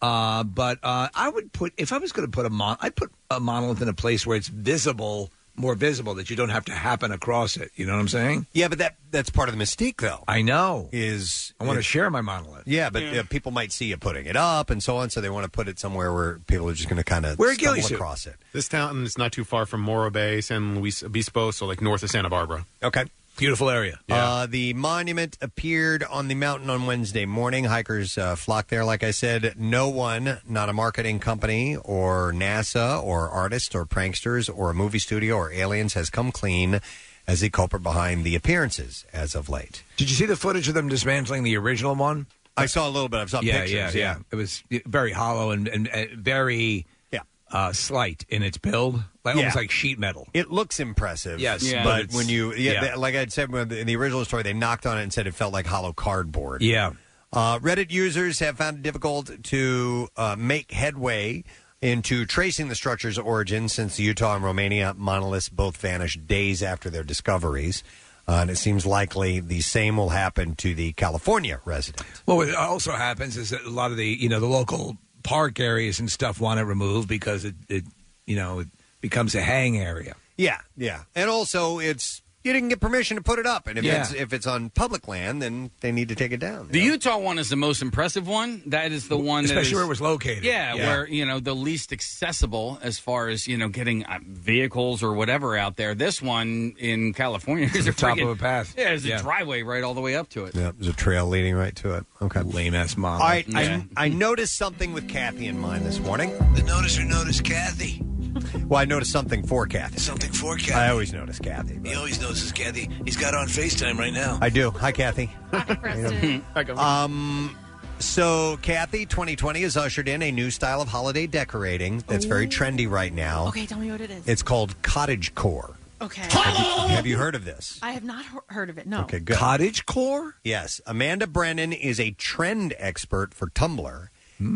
S3: Uh, but uh, I would put if I was going to put a mon, I'd put a monolith in a place where it's visible, more visible, that you don't have to happen across it. You know what I'm saying?
S2: Yeah, but that that's part of the mystique, though.
S3: I know.
S2: Is
S3: I want to share my monolith.
S2: Yeah, but uh, people might see you putting it up and so on, so they want to put it somewhere where people are just going to kind of
S5: Where it
S2: stumble
S5: kills you.
S2: across it.
S5: This town is not too far from Morro Bay, San Luis Obispo, so like north of Santa Barbara.
S2: Okay.
S3: Beautiful area.
S2: Uh, the monument appeared on the mountain on Wednesday morning. Hikers uh, flocked there. Like I said, no one, not a marketing company or NASA or artists or pranksters or a movie studio or aliens, has come clean as the culprit behind the appearances as of late.
S3: Did you see the footage of them dismantling the original one?
S2: I saw a little bit. I saw
S3: yeah,
S2: pictures.
S3: Yeah, yeah, It was very hollow and, and, and very
S2: yeah.
S3: uh, slight in its build, like almost
S2: Yeah.
S3: like sheet metal.
S2: It looks impressive.
S3: Yes,
S2: but
S3: it's-
S2: when you, yeah,
S3: yeah.
S2: that- like I said when- in the original story, they knocked on it and said it felt like hollow cardboard.
S3: Yeah.
S2: Uh, Reddit users have found it difficult to uh, make headway into tracing the structure's origin since the Utah and Romania monoliths both vanished days after their discoveries. Uh, and it seems likely the same will happen to the California resident.
S3: Well, what also happens is that a lot of the you know the local park areas and stuff want it removed because it, it you know it becomes a hang area.
S2: Yeah, yeah. And also, it's you didn't get permission to put it up, and if
S3: Yeah.
S2: it's if it's on public land, then they need to take it down.
S4: The Utah one is the most impressive one. That is the one, that
S3: Especially
S4: is-
S3: where it was located.
S4: Yeah,
S3: Yeah.
S4: where you know the least accessible as far as you know getting uh, vehicles or whatever out there. This one in California is a
S3: top of
S4: freaking-
S3: a path.
S4: Yeah, there's
S3: Yeah.
S4: a driveway right all the way up to it.
S2: Yeah, there's a trail leading right to it. Okay.
S3: Lame ass
S2: All
S3: mom.
S2: right,
S4: Yeah.
S2: I, I noticed something with Kathy in mind this morning.
S19: The noticer noticed Kathy.
S2: Well, I noticed something for Kathy.
S19: Something for Kathy.
S2: I always notice Kathy.
S19: He always notices Kathy. He's got her on FaceTime right now.
S2: I do. Hi, Kathy.
S19: Preston.
S2: um, so, Kathy, 2020 has ushered in a new style of holiday decorating that's very trendy right now.
S1: Okay, tell me what it is.
S2: It's called cottage core.
S1: okay.
S2: Have you heard of this?
S1: I have not he- heard of it. No.
S2: Okay, good.
S3: Cottage core?
S2: Yes. Amanda Brennan is a trend expert for Tumblr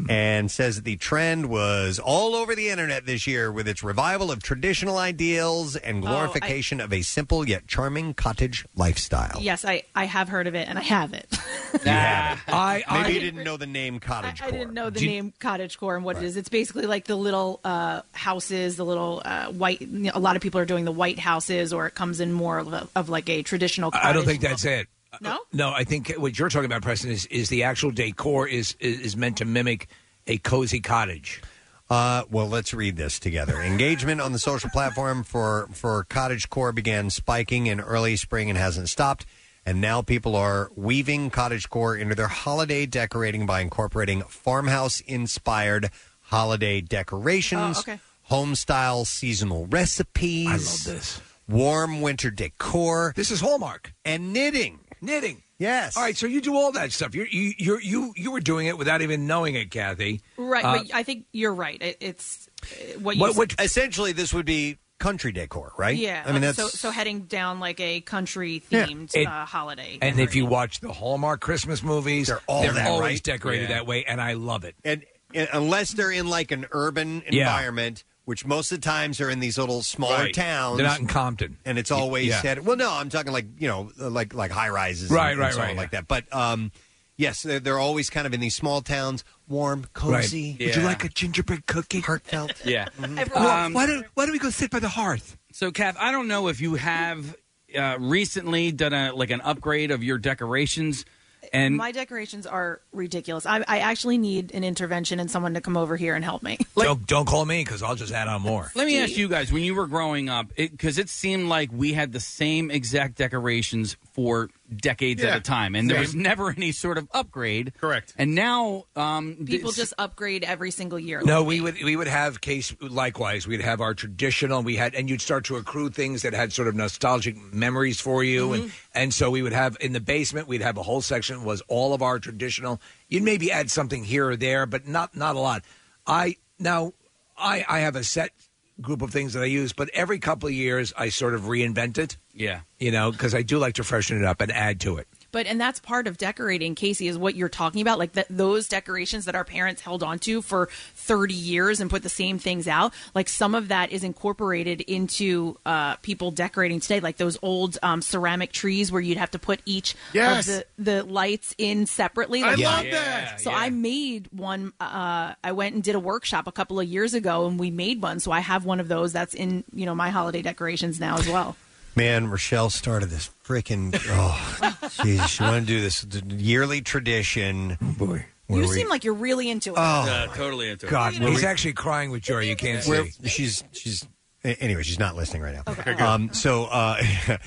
S2: and says that the trend was all over the internet this year with its revival of traditional ideals and
S1: Oh, I-
S2: glorification of a simple yet charming cottage lifestyle.
S1: Yes, I, I have heard of it, and I have it.
S3: I,
S2: Maybe
S1: I-
S2: you didn't know the name cottage
S1: I
S2: core.
S1: didn't know the
S2: Do you-
S1: name cottage core and what it is. It's basically like the little uh, houses, the little uh, white. You know, a lot of people are doing the white houses, or it comes in more of, a, of like a traditional. Cottage.
S3: I don't think that's it. Uh,
S1: No?
S3: no. I think what you're talking about, Preston, is is the actual decor is is, is meant to mimic a cozy cottage.
S2: Uh, well, let's read this together. Engagement on the social platform for for cottage core began spiking in early spring and hasn't stopped. And now people are weaving cottage core into their holiday decorating by incorporating farmhouse inspired holiday decorations,
S1: Oh, okay.
S2: home style seasonal recipes. I love
S3: this.
S2: Warm winter decor.
S3: This is Hallmark
S2: and knitting.
S3: Knitting.
S2: Yes.
S3: All right. So you do all that stuff. You're, you you you you were doing it without even knowing it, Kathy.
S1: Right,
S3: Uh,
S1: but I think you're right. It, it's uh, what you. said.
S2: essentially this would be country decor, right?
S1: Yeah, uh,
S2: I mean that's
S1: so, so heading down like a country
S3: Yeah.
S1: themed
S3: It-
S1: uh, holiday.
S3: And if you watch the Hallmark Christmas movies, they're,
S2: all that,
S3: always
S2: right?
S3: decorated
S2: Yeah.
S3: that way, and I love it.
S2: and, and unless they're in like an urban
S3: Yeah.
S2: environment, which most of the times are in these little smaller
S3: Right.
S2: towns,
S3: They're not in Compton,
S2: and it's always
S3: Yeah.
S2: said. Well, no, I'm talking like you know, like like high rises,
S3: Right,
S2: and,
S3: right,
S2: and so on
S3: right,
S2: like that. But um, Yes, they're, they're always kind of in these small towns, warm, cozy.
S4: Would you Yeah. like
S2: a gingerbread cookie? Heartfelt. Mm-hmm.
S4: Yeah. Um,
S2: Well, why
S4: do Why do we go sit by the hearth? So, Kath, I don't know if you have uh, recently done a like an upgrade of your decorations, and
S1: my decorations are ridiculous. I, I actually need an intervention and someone to come over here and help me.
S3: don't don't call me because I'll just add on more.
S4: Let me ask you guys: When you were growing up, because it, seemed like we had the same exact decorations for decades at
S1: Yeah.
S4: a time, and there was
S1: Same.
S4: never any sort of upgrade.
S5: Correct.
S4: And now, um,
S1: People
S4: it's-
S1: just upgrade every single year.
S3: No, we would we would have case likewise. We'd have our traditional. We had and you'd start to accrue things that had sort of nostalgic memories for you,
S1: Mhm.
S3: and and so we would have in the basement. We'd have a whole section was all of our traditional. You'd maybe add something here or there, but not not a lot. I now I I have a set group of things that I use, but every couple of years I sort of reinvent it.
S4: Yeah,
S3: you know, because I do like to freshen it up and add to it.
S1: But and that's part of decorating, Casey, is what you're talking about. Like that, those decorations that our parents held onto for 30 years and put the same things out. Like some of that is incorporated into uh, people decorating today. Like those old um, ceramic trees where you'd have to put each
S10: Yes.
S1: of the, the lights in separately.
S10: I
S1: Like,
S10: love Yeah, that.
S1: So
S10: yeah.
S1: I made one. Uh, I went and did a workshop a couple of years ago, and we made one. So I have one of those. That's in you know my holiday decorations now as well.
S2: Man, Rochelle started this freaking. Oh, jeez, she wanted to do this yearly tradition.
S3: Oh,
S2: Boy,
S1: you seem like you're really into it.
S2: Oh, Uh,
S4: totally into
S3: God,
S2: Where
S3: he's
S2: we-
S3: actually crying with joy. You can't
S2: Where-
S3: see.
S2: She's she's A- anyway, she's not listening right now. Um, so, uh,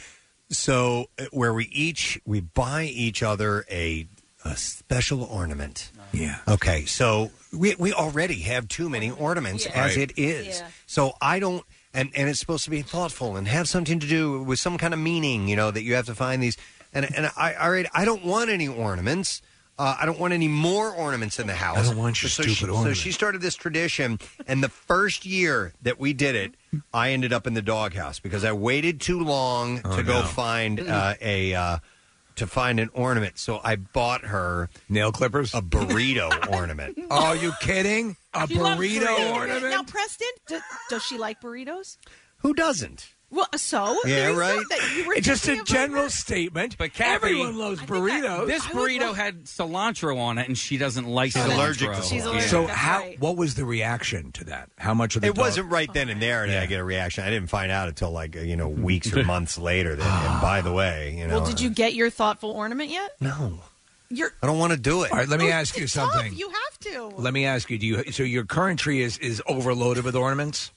S2: so uh, where we each we buy each other a a special ornament.
S3: Yeah.
S2: Okay. So we we already have too many ornaments
S10: Yeah.
S2: as
S10: Right.
S2: it is.
S10: Yeah.
S2: So I don't. And, and it's supposed to be thoughtful and have something to do with some kind of meaning, you know, that you have to find these. And and I I, already, I don't want any ornaments. Uh, I don't want any more ornaments in the house.
S3: I don't want your
S2: so
S3: stupid
S2: she, So
S3: ornaments.
S2: she started this tradition, and the first year that we did it, I ended up in the doghouse because I waited too long
S3: Oh,
S2: to go
S3: no.
S2: find uh, a uh, to find an ornament. So I bought her
S3: nail clippers,
S2: a burrito ornament.
S3: Are you kidding? A
S1: She loves burritos.
S3: burrito ornament?
S1: Now, Preston, do, does she like burritos?
S2: Who doesn't?
S1: Well, uh, so
S3: Yeah,
S1: There you go.
S3: right?
S1: That you were
S3: It's just
S1: thinking
S3: a
S1: about
S3: general
S1: her.
S3: statement.
S4: But Kathy,
S3: Everyone loves burritos.
S4: This burrito had cilantro on it, and she doesn't like cilantro.
S3: So how? What was the reaction to that? How much of the
S2: It
S3: dog-
S2: wasn't right then and there, and I get a reaction. I didn't find out until like you know weeks or months later. That, and by the way, you know,
S1: Well, did you get your thoughtful ornament yet?
S2: No.
S1: You're.
S2: I don't want to do it.
S3: All right, let me
S1: Oh,
S3: ask you
S1: it's tough.
S3: something.
S1: You have to.
S3: Let me ask you. Do you? So your current tree is is overloaded with ornaments.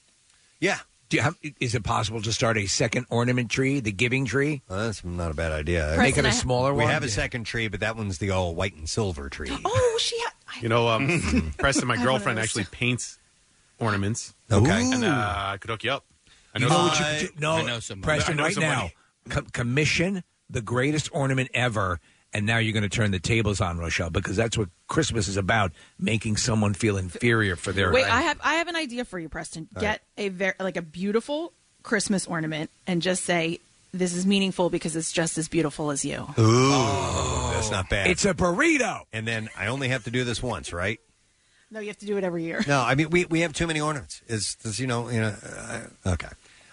S2: Yeah.
S3: Do you have, is it possible to start a second ornament tree, the giving tree?
S2: uh, that's not a bad idea.
S3: Make it a smaller
S2: we
S3: one.
S2: have a second tree, but that one's the all white and silver tree. Mm-hmm.
S1: Oh, she. Ha-
S5: You know, um, Preston,
S1: I
S5: my
S1: have one of
S5: girlfriend
S1: those.
S5: actually paints ornaments.
S2: Okay.
S5: And uh, I could hook you up. I
S3: You
S5: know,
S3: know what you could do? No, Preston,
S5: I know
S3: right
S5: somebody.
S3: now, co- commission the greatest ornament ever, and now you're going to turn the tables on Rochelle because that's what Christmas is about—making someone feel inferior for their.
S1: Wait, I have I have an idea for you, Preston.
S3: All
S1: Get a ver- like a beautiful Christmas ornament and just say this is meaningful because it's just as beautiful as you.
S2: Ooh, that's not bad.
S3: Oh. It's a burrito.
S2: And then I only have to do this once, right?
S1: No, you have to do it every year.
S2: No, I mean we, we have too many ornaments. Is this, you know you know uh, okay?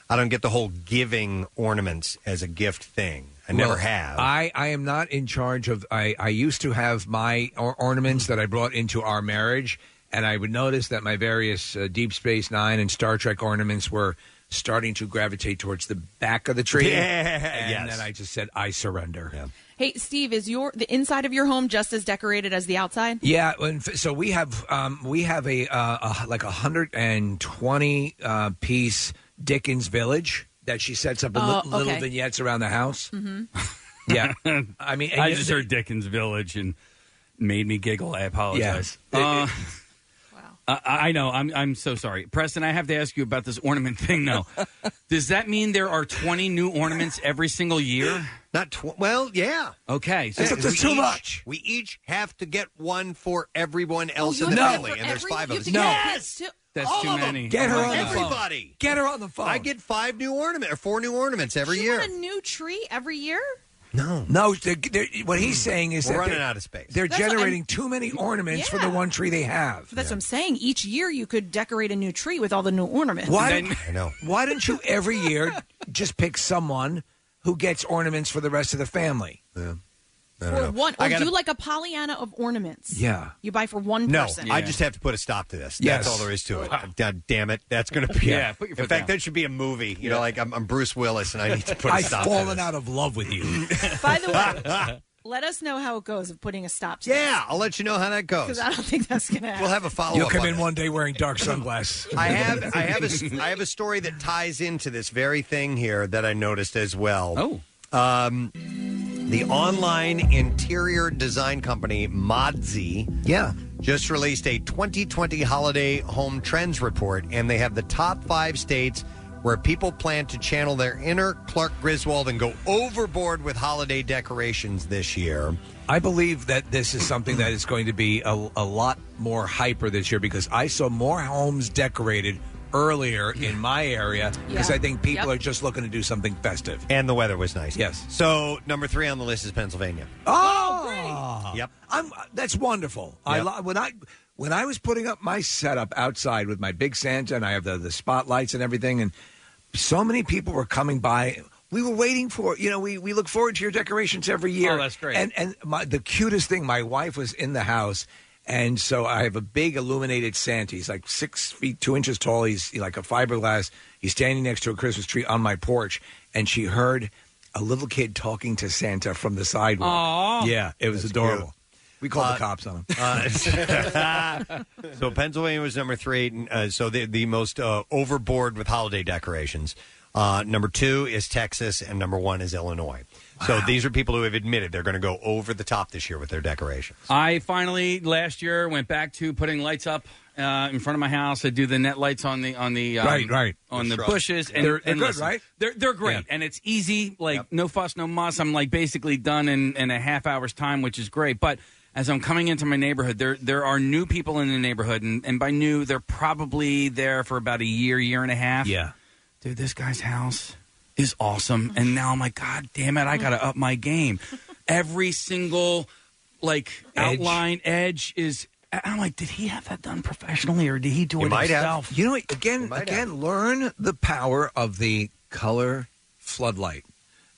S2: I don't get the whole giving ornaments as a gift thing. I never
S3: Well,
S2: have.
S3: I, I am not in charge of. I, I used to have my or- ornaments that I brought into our marriage, and I would notice that my various uh, Deep Space Nine and Star Trek ornaments were starting to gravitate towards the back of the tree.
S10: Yeah,
S3: and
S10: yes.
S3: then I just said, I surrender. Yeah.
S1: Hey, Steve, is your the inside of your home just as decorated as the outside?
S3: Yeah, and f- so we have um, we have a, uh, a like a hundred and twenty uh, piece Dickens Village that she sets up in
S1: Oh,
S3: li- little
S1: okay.
S3: vignettes around the house.
S1: Mm-hmm.
S3: Yeah, I mean, and
S4: I
S3: you-
S4: just heard Dickens Village and made me giggle. I apologize. Uh,
S3: Yeah.
S4: I, I know. I'm I'm so sorry, Preston. I have to ask you about this ornament thing, though. Does that mean there are 20 new ornaments every single year?
S2: Not tw- well, yeah.
S4: Okay,
S2: Yeah, we each- We each have to get one for everyone else
S4: you
S2: in the
S4: have to
S2: family,
S4: get
S2: and there's
S4: every-
S2: five
S4: you
S2: of us.
S4: have to get Yes! two- That's
S2: All
S4: too
S2: of them.
S4: many. Get her on the phone.
S2: Everybody.
S3: Get her on the phone.
S2: I get five new ornament or four new ornaments every
S1: You
S2: year.
S1: want a new tree every year?
S2: No, Mm.
S3: no. They're, they're, what he's saying is
S2: We're
S3: that
S2: running
S3: they're-
S2: out of space.
S3: They're
S1: Mm-hmm. That's what I'm-
S3: generating too many ornaments for
S1: Yeah.
S3: the one tree they have.
S1: That's what I'm saying. Each year you could decorate a new tree with all the new ornaments.
S3: Why? I know. Why don't you every year just pick someone who gets ornaments for the rest of the family?
S2: I don't
S1: Or
S2: know.
S1: one,
S2: I
S1: or
S2: gotta-
S1: do like a Pollyanna of ornaments.
S2: Yeah.
S1: you buy for one
S2: No,
S1: person.
S2: I just have to put a stop to this.
S3: Yes.
S2: That's all there is to it. God damn it. That's going to be.
S3: Yeah, put your
S2: In
S3: foot
S2: fact,
S3: down.
S2: that should be a movie. You know, like I'm, I'm Bruce Willis and I need to put a
S3: I've
S2: stop to
S3: fallen
S2: this.
S3: out of love with you.
S1: By the way, let us know how it goes of putting a stop. to
S2: Yeah, I'll let you know how that goes.
S1: because I don't think that's gonna. Happen.
S2: We'll have a follow up.
S3: You'll come in one day wearing dark sunglasses.
S2: I have I have a s- I have a story that ties into this very thing here that I noticed as well. Oh, um, the online interior design company Modzy, yeah, just released a 2020 holiday home trends report, and they have the top five states where people plan to channel their inner Clark Griswold and go overboard with holiday decorations this year.
S3: I believe that this is something that is going to be a, a lot more hyper this year because I saw more homes decorated earlier in my area because
S2: Yeah.
S3: I think people
S2: Yep.
S3: are just looking to do something festive.
S2: And the weather was nice.
S3: Yes.
S2: So number three on the list is Pennsylvania.
S3: Oh,
S2: Yep.
S3: I'm that's wonderful. I
S2: Yep.
S3: lo- when I when I was putting up my setup outside with my big Santa and I have the the spotlights and everything, and so many people were coming by. We were waiting for you know we we look forward to your decorations every year.
S4: Oh, that's great.
S3: And and my, the cutest thing, my wife was in the house. And so I have a big illuminated Santa. He's like six feet two inches tall. He's like a fiberglass. He's standing next to a Christmas tree on my porch, and she heard a little kid talking to Santa from the sidewalk.
S2: Aw.
S3: Yeah, it was
S2: That's
S3: adorable.
S2: cute.
S3: We called
S2: Uh,
S3: the cops on him.
S2: Uh, so Pennsylvania was number three. and, Uh, so the the most uh, overboard with holiday decorations. Uh, number two is Texas, and number one is Illinois. So these are people who have admitted they're going to go over the top this year with their decorations.
S4: I finally last year went back to putting lights up uh, in front of my house. I do the net lights on the on the um,
S3: Right, right.
S4: on the,
S3: The shrubs.
S4: bushes, and
S3: They're- they're
S4: and
S3: good,
S4: listen,
S3: right?
S4: They're they're great, and it's easy, like no fuss, no muss. I'm like basically done in, in a half hour's time, which is great. But as I'm coming into my neighborhood, there there are new people in the neighborhood, and, and by new, they're probably there for about a year, year and a half.
S3: Yeah,
S4: dude, this guy's house is awesome, and now I'm like, God damn it, I gotta up my game. Every single like
S3: Edge.
S4: outline edge is. I- I'm like, did he have that done professionally, or did he do it himself?
S3: You know, what? again,
S4: might
S3: again, learn the power of the color floodlight.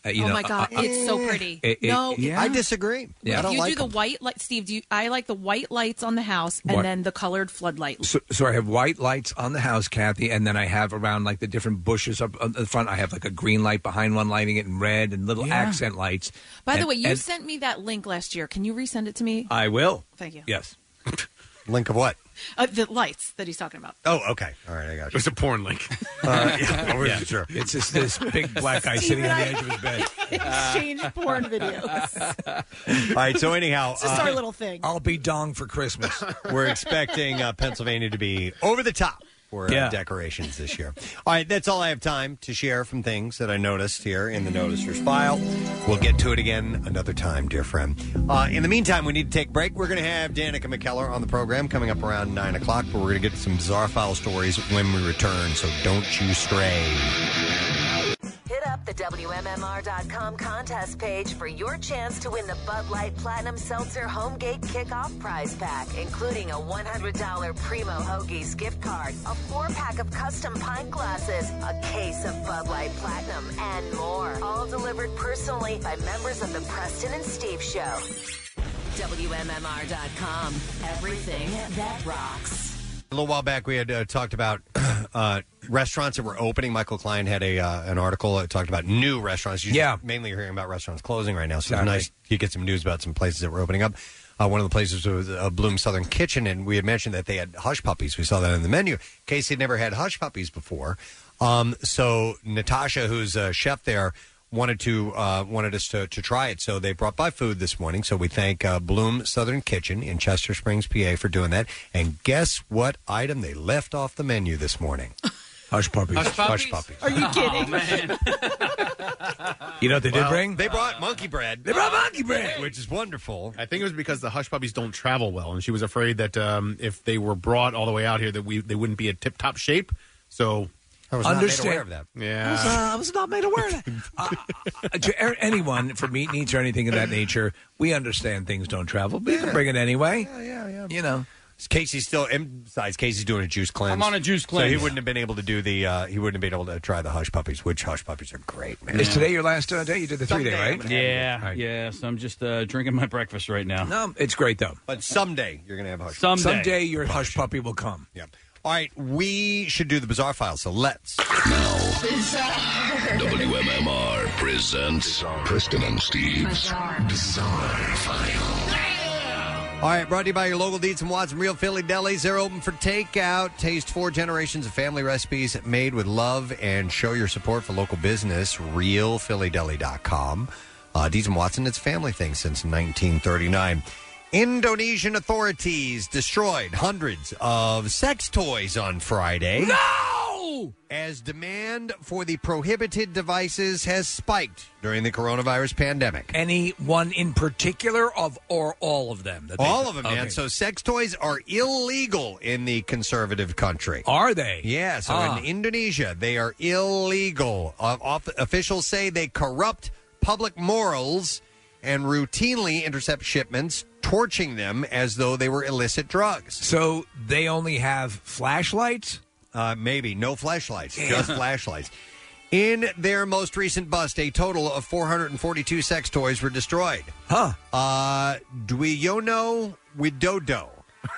S3: Uh, you
S1: oh
S3: know,
S1: my god,
S3: uh, uh,
S1: it's so pretty.
S3: it- it-
S1: no,
S3: yeah.
S2: I disagree.
S3: Yeah. I
S1: If
S3: don't
S1: you
S3: like
S1: do the white light, Steve. Do you, I like the white lights on the house and
S3: What?
S1: then the colored floodlight?
S3: So, so I have white lights on the house, Kathy, and then I have around like the different bushes up in front. I have like a green light behind one, lighting it in red, and little accent lights.
S1: By the
S3: And-
S1: way, you
S3: and
S1: sent me that link last year. Can you resend it to me?
S3: I will.
S1: Oh. Thank you.
S3: Yes.
S2: Link of what?
S1: Uh, the lights that he's talking about.
S2: Oh, okay. All right, I got you.
S5: It's a porn link.
S2: Uh, yeah, I wasn't
S3: Yeah.
S2: sure.
S3: It's just this big black guy sitting on the edge of his bed.
S1: Exchange porn videos.
S2: All right. So anyhow,
S1: It's just
S2: uh,
S1: our little thing.
S3: I'll be dong for Christmas.
S2: we're expecting uh, Pennsylvania to be over the top for uh,
S3: Yeah.
S2: decorations this year. All right, that's all I have time to share from things that I noticed here in the noticers file. We'll get to it again another time, dear friend. Uh, in the meantime, we need to take a break. We're going to have Danica McKellar on the program coming up around nine o'clock, but we're going to get some bizarre file stories when we return. So don't you stray.
S21: Hit up the WMMR.com contest page for your chance to win the Bud Light Platinum Seltzer Homegate Kickoff Prize Pack, including a $100 Primo Hoagies gift card, a four pack of custom pint glasses, a case of Bud Light Platinum, and more. All delivered personally by members of the Preston and Steve Show. WMMR.com. Everything that rocks.
S2: A little while back, we had uh, talked about uh, restaurants that were opening. Michael Klein had a uh, an article that talked about new restaurants. You yeah, mainly you're hearing about restaurants closing right now. So
S3: Exactly.
S2: it's nice you get some news about some places that were opening up. Uh, one of the places was uh, Bloom Southern Kitchen, and we had mentioned that they had hush puppies. We saw that in the menu. Casey had never had hush puppies before, um, so Natasha, who's a chef there, wanted to uh, wanted us to, to try it. So they brought by food this morning. So we thank uh, Bloom Southern Kitchen in Chester Springs, PA, for doing that. And guess what item they left off the menu this morning?
S3: Hush puppies. Oh,
S2: Hush puppies. Hush puppies.
S1: Are you kidding?
S3: You know what they did
S5: Well,
S3: bring?
S2: They brought monkey bread.
S3: They brought monkey bread,
S2: which is wonderful.
S5: I think it was because the hush puppies don't travel well, and she was afraid that um, if they were brought all the way out here, that we they wouldn't be in tip top shape. So
S2: I
S3: was not made Understand- aware of
S2: that.
S3: I was,
S5: Yeah.
S3: uh, I was not made aware of that. Uh, to er- anyone for meat and eats or anything of that nature, we understand things don't travel. But you can bring it anyway. Yeah, yeah, yeah. You know.
S2: Casey's still, and besides, Casey's doing a juice cleanse.
S4: I'm on a juice
S2: So he
S4: cleanse.
S2: wouldn't have been able to do the, uh, he wouldn't have been able to try the hush puppies, which hush puppies are great, man.
S3: Is today your last uh, day? You did the three day, right?
S4: Yeah, yeah. So I'm just uh, drinking my breakfast right now.
S3: No, it's great though.
S2: But someday you're gonna have hush.
S4: Someday,
S3: Someday your hush puppy will come.
S2: Yeah. All right, we should do the bizarre file. So let's.
S17: WMMR presents Preston and Steve's Bizarre, File.
S2: All right, brought to you by your local Deeds and Watson Real Philly Delis. They're open for takeout. Taste four generations of family recipes made with love and show your support for local business. RealPhillyDeli.com. Uh, Deeds and Watson, it's a family thing since 1939. Indonesian authorities destroyed hundreds of sex toys on Friday.
S3: No!
S2: As demand for the prohibited devices has spiked during the coronavirus pandemic.
S3: Any one in particular of or all of them? that they-
S2: All of them, man.
S3: Okay.
S2: So sex toys are illegal in the conservative country.
S3: Are they?
S2: Yeah. So
S3: Ah.
S2: in Indonesia, they are illegal. Uh, off- officials say they corrupt public morals and routinely intercept shipments, torching them as though they were illicit drugs.
S3: So they only have flashlights?
S2: Uh, maybe. No flashlights, just flashlights. In their most recent bust, a total of 442 sex toys were destroyed.
S3: Huh.
S2: Uh, Dwiono Widodo,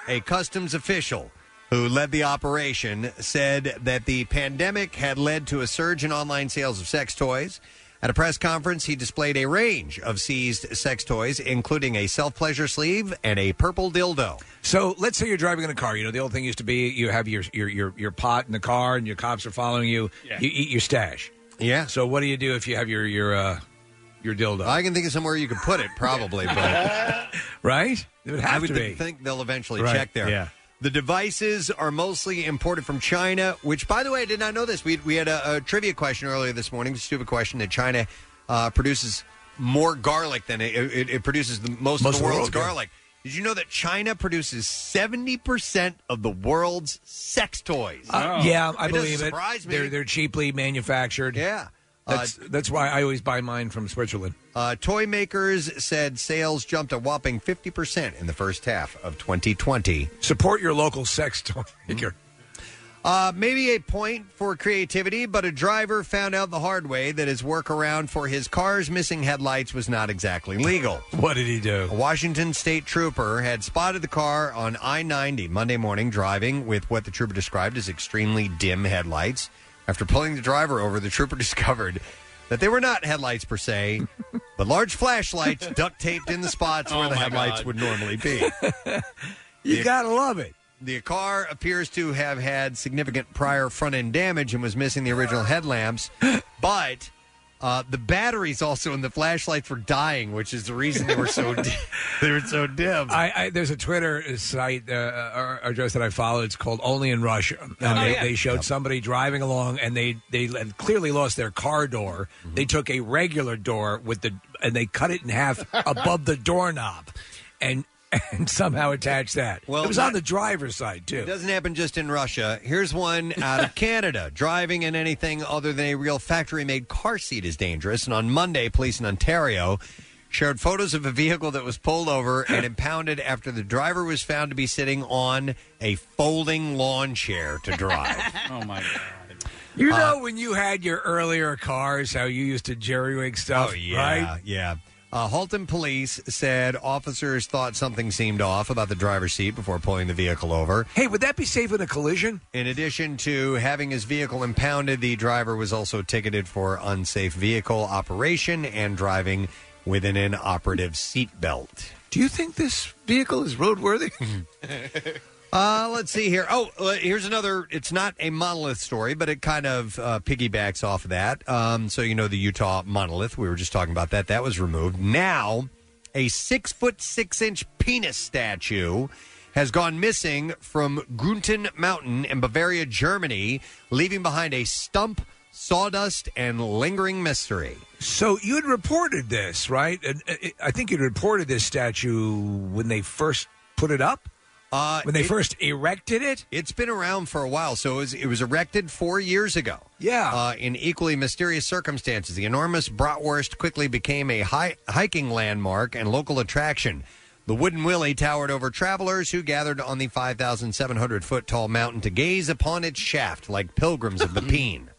S2: a customs official who led the operation, said that the pandemic had led to a surge in online sales of sex toys. At a press conference, he displayed a range of seized sex toys, including a self pleasure sleeve and a purple dildo.
S3: So let's say you're driving in a car. You know, the old thing used to be you have your your your, your pot in the car, and your cops are following you. You eat your stash.
S2: Yeah.
S3: So what do you do if you have your your uh, your dildo?
S2: I can think of somewhere you could put it, probably. but
S3: right, it would have
S2: I would
S3: to be.
S2: think they'll eventually
S3: Right,
S2: check there.
S3: yeah.
S2: The devices are mostly imported from China, which, by the way, I did not know this. We, we had a, a trivia question earlier this morning, stupid question, that China uh, produces more garlic than it, it, it produces the most, of the world's
S3: yeah.
S2: garlic. Did you know that China produces 70% of the world's sex toys?
S3: Uh, yeah, I
S2: Oh. doesn't
S3: believe it.
S2: surprise me.
S3: They're they're cheaply manufactured.
S2: Yeah.
S3: That's that's why I always buy mine from Switzerland.
S2: Uh, toy makers said sales jumped a whopping 50% in the first half of 2020.
S3: Support your local sex toy maker.
S2: Uh, maybe a point for creativity, but a driver found out the hard way that his workaround for his car's missing headlights was not exactly legal.
S3: What did he do?
S2: A Washington state trooper had spotted the car on I 90 Monday morning driving with what the trooper described as extremely dim headlights. After pulling the driver over, the trooper discovered that they were not headlights per se, but large flashlights duct taped in the spots
S3: Oh
S2: where the
S3: my
S2: headlights
S3: God.
S2: would normally be.
S3: You gotta love it.
S2: The car appears to have had significant prior front end damage and was missing the original headlamps, but uh, the batteries also in the flashlights were dying, which is the reason they were so dim. they were so dim.
S3: I, I there's a Twitter site uh, or address that I follow. It's called Only in Russia. And
S2: Oh,
S3: they,
S2: yeah.
S3: they showed somebody driving along, and they they had clearly lost their car door.
S2: Mm-hmm.
S3: They took a regular door with the and they cut it in half above the doorknob, and and somehow attached that. Well, it was on the driver's side too.
S2: It doesn't happen just in Russia. Here's one out of Canada. Driving in anything other than a real factory made car seat is dangerous. And on Monday, police in Ontario shared photos of a vehicle that was pulled over and impounded after the driver was found to be sitting on a folding lawn chair to drive.
S4: oh my god.
S3: You know when you had your earlier cars, how you used to jerry-rig stuff,
S2: Oh, yeah,
S3: right?
S2: Yeah. Uh, Halton police said officers thought something seemed off about the driver's seat before pulling the vehicle over.
S3: Hey, would that be safe in a collision?
S2: In addition to having his vehicle impounded, the driver was also ticketed for unsafe vehicle operation and driving with an inoperative seatbelt.
S3: Do you think this vehicle is roadworthy?
S2: Uh, let's see here. Oh, uh, here's another. It's not a monolith story, but it kind of uh, piggybacks off of that. Um, so you know the Utah monolith. We were just talking about that. That was removed. Now, a six foot six inch penis statue has gone missing from Gunten Mountain in Bavaria, Germany, leaving behind a stump, sawdust, and lingering mystery.
S3: So you had reported this, right? And uh, it- I think you would reported this statue when they first put it up.
S2: Uh,
S3: when they
S2: it-
S3: first erected it.
S2: It's been around for a while, so it was, it was erected four years ago.
S3: Yeah.
S2: Uh, in equally mysterious circumstances, the enormous bratwurst quickly became a hi- hiking landmark and local attraction. The wooden Willie towered over travelers who gathered on the 5,700 foot tall mountain to gaze upon its shaft like pilgrims of the Peen.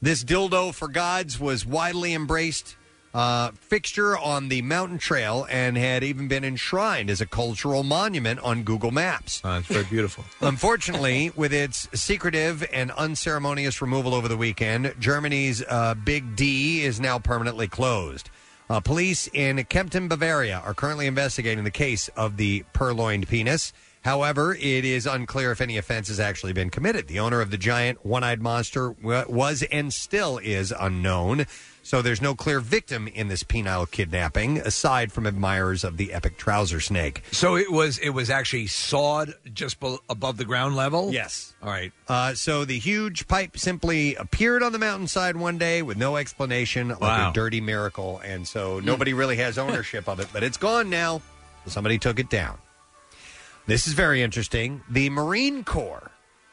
S2: This dildo for gods was widely embraced uh, fixture on the mountain trail and had even been enshrined as a cultural monument on Google Maps.
S3: it's very beautiful.
S2: Unfortunately, with its secretive and unceremonious removal over the weekend, Germany's uh, Big D is now permanently closed. Uh, police in Kempten, Bavaria, are currently investigating the case of the purloined penis. However, it is unclear if any offense has actually been committed. The owner of the giant one eyed monster wa- was and still is unknown, so there's no clear victim in this penile kidnapping, aside from admirers of the epic trouser snake.
S3: So it was it was actually sawed just bel above the ground level.
S2: Yes.
S3: All right.
S2: Uh, so the huge pipe simply appeared on the mountainside one day with no explanation, like a dirty miracle. And so nobody really has ownership of it, but it's gone now. Somebody took it down. This is very interesting. The Marine Corps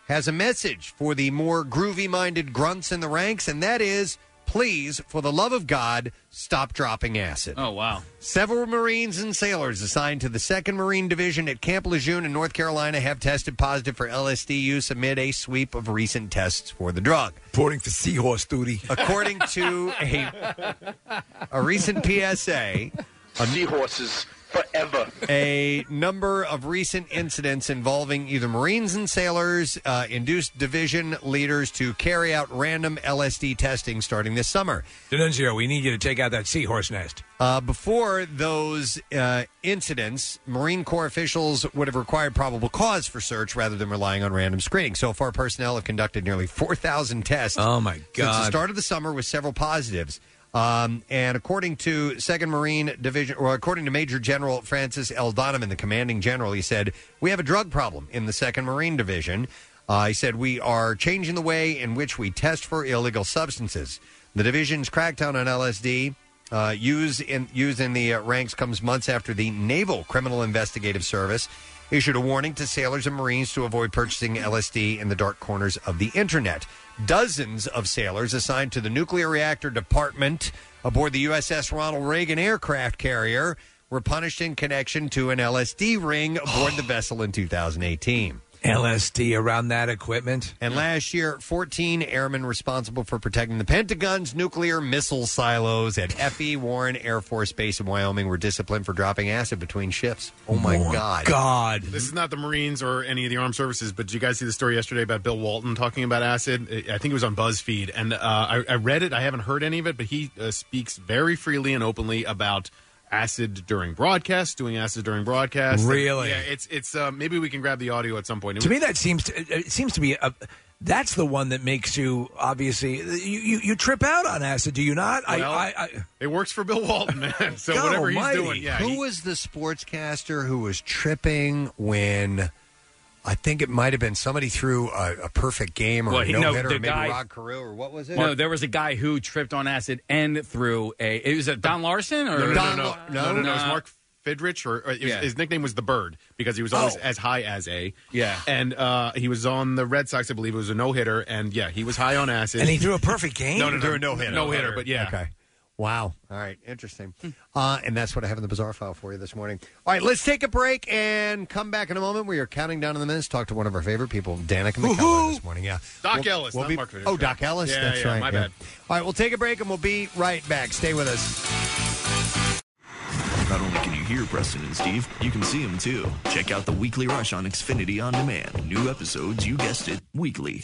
S2: has a message for the more groovy minded grunts in the ranks, and that is please, for the love of God, stop dropping acid.
S4: Oh wow.
S2: Several Marines and sailors assigned to the 2nd Marine Division at Camp Lejeune in North Carolina have tested positive for LSD use amid a sweep of recent tests for the drug.
S3: Reporting for seahorse duty.
S2: According to a, a recent PSA,
S19: Seahorses forever.
S2: a number of recent incidents involving either Marines and sailors uh, induced division leaders to carry out random LSD testing starting this summer.
S3: Denuncio, we need you to take out that seahorse nest.
S2: Uh, before those uh, incidents, Marine Corps officials would have required probable cause for search rather than relying on random screening. So far, personnel have conducted nearly 4,000 tests.
S3: Oh, my
S2: Since the
S3: God.
S2: start of the summer with several positives. Um, and according to 2nd Marine Division, or according to Major General Francis L. Donovan, the commanding general, he said, We have a drug problem in the 2nd Marine Division. Uh, he said, We are changing the way in which we test for illegal substances. The division's crackdown on LSD uh, used in used in the uh, ranks comes months after the Naval Criminal Investigative Service issued a warning to sailors and Marines to avoid purchasing LSD in the dark corners of the internet. Dozens of sailors assigned to the nuclear reactor department aboard the USS Ronald Reagan aircraft carrier were punished in connection to an LSD ring aboard the vessel in 2018.
S3: LSD around that equipment.
S2: And last year, 14 airmen responsible for protecting the Pentagon's nuclear missile silos at F.E. Warren Air Force Base in Wyoming were disciplined for dropping acid between shifts. Oh my God.
S3: God.
S5: This is not the Marines or any of the armed services, but did you guys see the story yesterday about Bill Walton talking about acid? I I think it was on BuzzFeed, and uh, I, I read it. I haven't heard any of it, but he uh, speaks very freely and openly about acid during broadcast, doing acid during broadcast.
S3: Really?
S5: Yeah. It's it's uh, maybe we can grab the audio at some point. It
S3: To
S5: was-
S3: me, that seems to, it seems to be a, that's the one that makes you obviously you, you, you trip out on acid. Do you not?
S5: Well,
S3: I, I, I
S5: it works for Bill Walton, man. So
S3: God
S5: whatever he's
S3: almighty.
S5: doing, yeah.
S2: who was the sportscaster who was tripping when I think it might have been somebody threw a, a perfect game or
S4: Well,
S2: a
S4: he-
S2: no,
S4: no,
S2: hitter,
S4: the
S2: maybe
S4: guy-
S2: Rod Carew or what was it?
S4: No, there was a guy who tripped on acid and threw a. It was a Don Larson or
S5: No, no, no,
S4: Don
S5: no, no, no, no, It was Mark Fidrich, or, or it was-
S4: Yeah.
S5: his nickname was the Bird because he was always
S2: Oh.
S5: as high as a.
S4: Yeah.
S5: and uh, he was on the Red Sox, I believe. It was a no hitter, and yeah, he was high on acid.
S3: and he threw a perfect game.
S5: no, no, no, no hitter, but yeah.
S2: Okay. Wow. All right. Interesting.
S5: Hmm.
S2: Uh, and that's what I have in the bizarre file for you this morning. All right. Let's take a break and come back in a moment. We are counting down in the minutes. Talk to one of our favorite people, Danica McKellar, this morning. Yeah.
S5: Doc Ellis, not Mark Fidrich.
S2: Oh, Doc Ellis.
S5: Yeah,
S2: that's
S5: yeah,
S2: right.
S5: my bad.
S2: All right. We'll take a break and we'll be right back. Stay with us.
S6: Not only can you hear Preston and Steve, you can see them too. Check out the weekly rush on Xfinity On Demand. New episodes, you guessed it, weekly.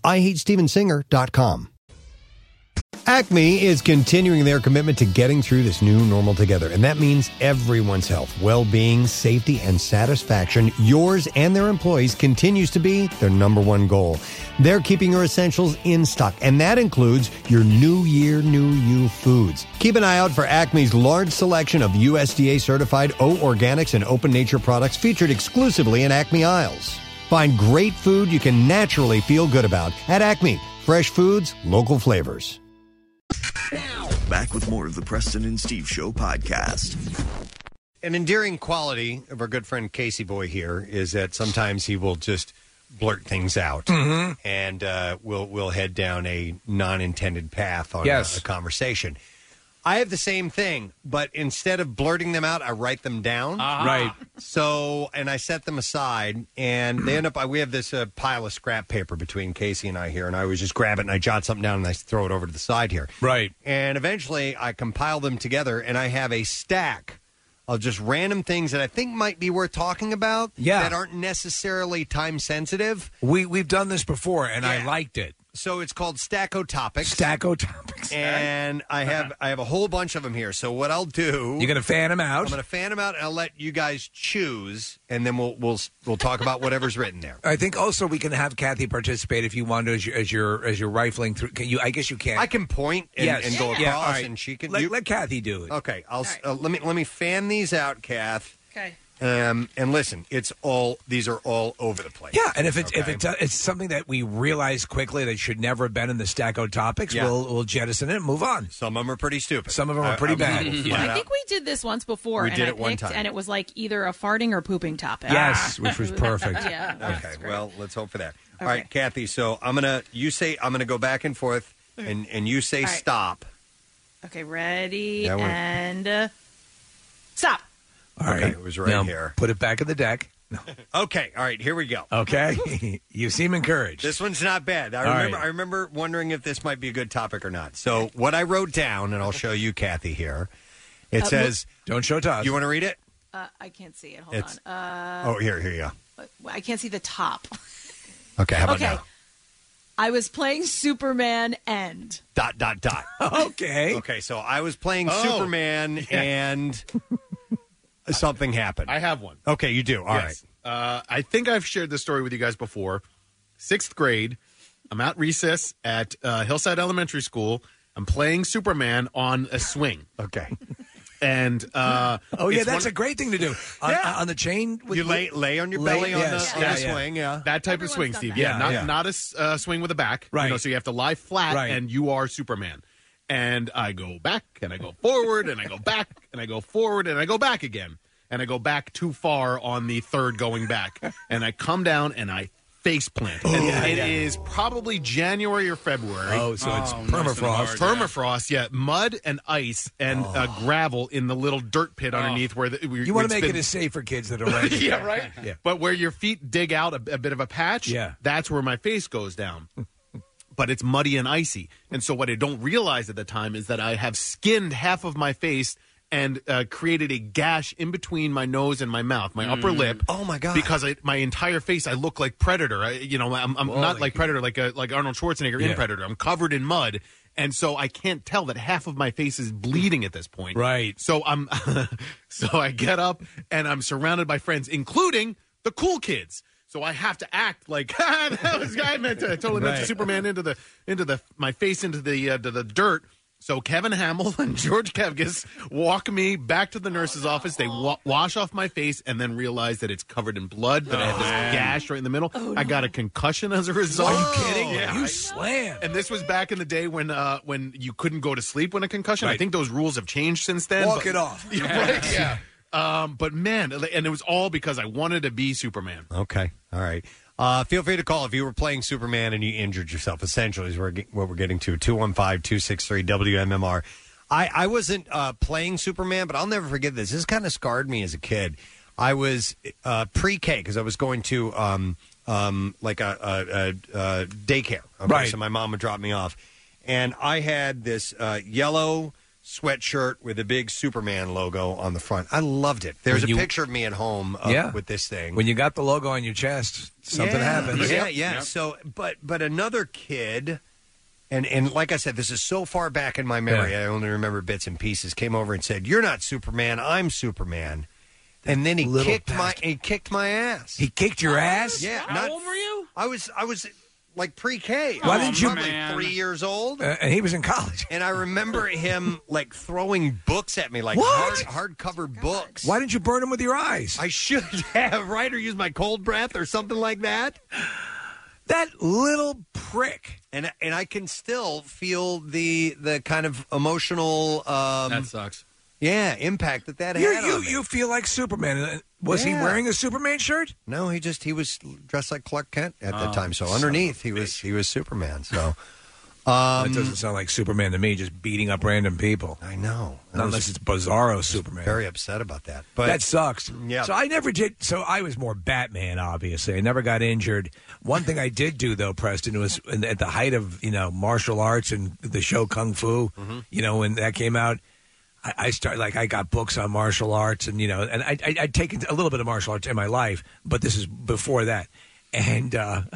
S7: IHateStevensinger.com. Acme is continuing their commitment to getting through this new normal together, and that means everyone's health, well being, safety, and satisfaction, yours and their employees, continues to be their number one goal. They're keeping your essentials in stock, and that includes your New Year, New You foods. Keep an eye out for Acme's large selection of USDA certified O organics and open nature products featured exclusively in Acme aisles. Find great food you can naturally feel good about at Acme. Fresh foods, local flavors.
S6: Back with more of the Preston and Steve Show podcast.
S2: an endearing quality of our good friend Casey Boy here is that sometimes he will just blurt things out,
S3: Mhm.
S2: and uh, we'll we'll head down a non-intended path on a-
S3: Yes.
S2: a, conversation. I have the same thing, but instead of blurting them out, I write them down.
S3: Ah. Right.
S2: So, and I set them aside, and they end up. We have this uh, pile of scrap paper between Casey and I here, and I always just grab it and I jot something down and I throw it over to the side here.
S3: Right.
S2: And eventually I compile them together and I have a stack of just random things that I think might be worth talking about
S3: Yeah.
S2: that aren't necessarily time sensitive.
S3: We we've done this before, and I
S2: Yeah.
S3: liked it.
S2: So it's called Stacko Topics.
S3: Stacko Topics.
S2: And I have I have a whole bunch of them here. So what I'll do
S3: You're gonna Uh-huh. fan 'em out?
S2: I'm going to fan them out and I'll let you guys choose and then we'll we'll we'll talk about whatever's written there.
S3: I think also we can have Kathy participate if you want to as you as you're, as you're rifling through. Can you? I guess you can.
S2: I can point and,
S3: Yes.
S2: and go across
S3: Yeah, all right.
S2: and she can
S3: Let-
S2: you-
S3: let Kathy do it.
S2: Okay, I'll s uh, let me let me fan these out, Kath.
S1: Okay.
S2: Um, and listen, it's all these are all over the place.
S3: Yeah, and if it's if
S2: Okay?
S3: it's, uh, it's something that we realize quickly that should never have been in the Stacko topics,
S2: Yeah.
S3: we'll we'll jettison it and move on.
S2: Some of them are pretty stupid.
S3: Some of them
S2: I-
S3: are pretty
S2: I'm
S3: bad.
S2: gonna flat
S3: Yeah.
S2: out-
S1: I think we did this once before,
S3: We
S1: and
S3: did
S1: I
S3: it one
S1: picked,
S3: time.
S1: and it was like either a farting or pooping topic.
S2: Yes, which was perfect.
S1: Ah. yeah.
S2: okay, well, let's hope for that. All
S1: Okay.
S2: right, Kathy. So I'm gonna you say I'm gonna go back and forth, and and you say
S1: Mm. All right.
S2: stop.
S1: Okay, ready
S2: That one-
S1: and uh, stop.
S3: All right,
S2: it was right
S3: Now,
S2: here.
S3: Put it back in the deck.
S2: Okay, all right, here we go.
S3: Okay, you seem encouraged.
S2: This one's not bad. I
S3: All
S2: remember
S3: right.
S2: I remember wondering if this might be a good topic or not. So what I wrote down, and I'll show you, Kathy. Here, it
S1: Uh,
S2: says,
S3: "Don't show to
S2: You want to read it?
S1: Uh, I can't see it. Hold
S2: It's-
S1: on. Uh,
S2: oh, here, here you go.
S1: I can't see the top.
S2: Okay, how about
S1: okay.
S2: now?
S1: I was playing Superman and
S2: Dot dot dot.
S3: okay.
S2: Okay, so I was playing
S1: Oh.
S2: Superman and something happened. I
S5: have one.
S2: Okay, you do. All right.
S5: Uh, I think I've shared this story with you guys before. Sixth grade, I'm at recess at uh, Hillside Elementary School. I'm playing Superman on a swing.
S2: Okay.
S5: And uh,
S3: Oh yeah,
S5: it's
S3: that's
S5: one-
S3: a great thing to do. On,
S5: Yeah.
S3: on the chain, with-
S5: You lay- lay on your belly on
S3: yes,
S5: the- on the swing,
S2: yeah.
S5: That type of swing, Steve. Yeah,
S3: Yeah,
S5: not
S3: yeah.
S5: not a s- uh, swing with a back.
S3: Right.
S5: You know, so you have to lie flat,
S3: Right.
S5: and you are Superman. And I go back, and I go forward, and I go back, and I go forward, and I go back again, and I go back too far on the third going back, and I come down and I face plant. And it is probably January or February.
S3: Oh, so it's Oh, nice and permafrost. hard, yeah.
S5: permafrost, yeah. Mud and ice and uh, gravel in the little dirt pit underneath where the,
S3: Oh. You want to make it
S5: a
S3: as safe for kids that are right.
S5: yeah, right.
S3: Yeah.
S5: But where your feet dig out a, a bit of a patch,
S3: Yeah.
S5: that's where my face goes down. but it's muddy and icy, and so what I don't realize at the time is that I have skinned half of my face and uh, created a gash in between my nose and my mouth, my upper
S2: Mm.
S5: lip.
S2: Oh, my God.
S5: Because I, my entire face, I look like Predator. I, you know, I'm, I'm not
S2: Holy
S5: like Predator, like a, like Arnold Schwarzenegger
S3: Yeah.
S5: in Predator. I'm covered in mud. And so I can't tell that half of my face is bleeding at this point.
S3: Right.
S5: So I'm so I get up and I'm surrounded by friends, including the cool kids. So I have to act like "Ha, that was I meant to I totally meant to
S3: Right.
S5: Superman into the into the my face into the uh, to the dirt. So Kevin Hamill and George Kevgis walk me back to the nurse's office. They wa- wash off my face and then realize that it's covered in blood. That I have this
S3: Oh,
S5: gash right in the middle. I got a concussion as a result.
S3: Are you kidding?
S5: Yeah,
S3: You
S5: I-
S3: slam.
S5: And this was back in the day when uh, when you couldn't go to sleep when a concussion. I
S3: Right.
S5: think those rules have changed since then.
S3: Walk
S5: but-
S3: it off.
S5: Yeah, right, yeah. Um, but man, and it was all because I wanted to be Superman.
S2: Okay. All right. Uh, feel free to call if you were playing Superman and you injured yourself, essentially, is where- what we're getting to. 215 263 WMMR. I, I wasn't uh, playing Superman, but I'll never forget this. This kind of scarred me as a kid. I was uh, pre K because I was going to um, um, like a, a, a, a daycare. Okay?
S3: Right.
S2: So my mom would drop me off. And I had this uh, yellow sweatshirt with a big Superman logo on the front. I loved it. There's
S3: When
S2: a
S3: you-
S2: picture of me at home uh,
S3: Yeah.
S2: with this thing
S3: When you got the logo on your chest, something
S2: yeah,
S3: happens.
S2: Yeah, yeah. So, but but another kid and and like I said, this is so far back in my memory. I only remember bits and pieces. Came over and said, "You're not Superman. I'm Superman." And then he
S3: Little
S2: kicked my he kicked my ass.
S3: He kicked your ass?
S2: Yeah.
S3: How old
S2: were you? I was I was like pre-K.
S3: Why
S2: I was
S3: didn't you-
S2: probably
S3: Man.
S2: Oh, three years old?
S3: Uh, and he was in college.
S2: And I remember him like throwing books at me, like
S3: What?
S2: hard hardcover books.
S3: Why didn't you burn him with your eyes?
S2: I should have, right? Or use my cold breath or something like that.
S3: That little prick.
S2: And and I can still feel the the kind of emotional um That
S5: sucks.
S2: Yeah, impact that that
S3: You
S2: had
S3: you,
S2: on me.
S3: you feel like Superman. Uh, Was he
S2: Yeah.
S3: wearing a Superman shirt?
S2: No, he just he was dressed like Clark Kent at the
S3: Oh,
S2: time. So
S3: son
S2: underneath he was he was Superman. So um,
S3: that doesn't sound like Superman to me. Just beating up random people.
S2: I know, was-
S3: Not unless it's Bizarro Superman.
S2: very upset about that. But
S3: But that sucks.
S2: Yeah.
S3: So I never did. So I was more Batman, obviously. I never got injured. One thing I did do, though, Preston, was in- at the height of you know martial arts and the show Kung Fu.
S2: Mm-hmm.
S19: Mhm.
S3: You know when that came out, I, I started like I got books on martial arts, and you know, and I, I I'd taken a little bit of martial arts in my life, but this is before that. And uh,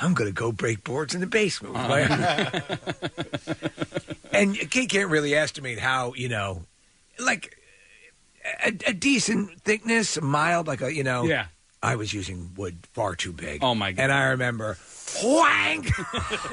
S3: I'm gonna go break boards in the basement. with my- and he can't really estimate how you know, like a, a decent thickness, mild, like a you know.
S4: Yeah.
S3: I was using wood far too big.
S4: Oh, my God.
S3: And I remember whang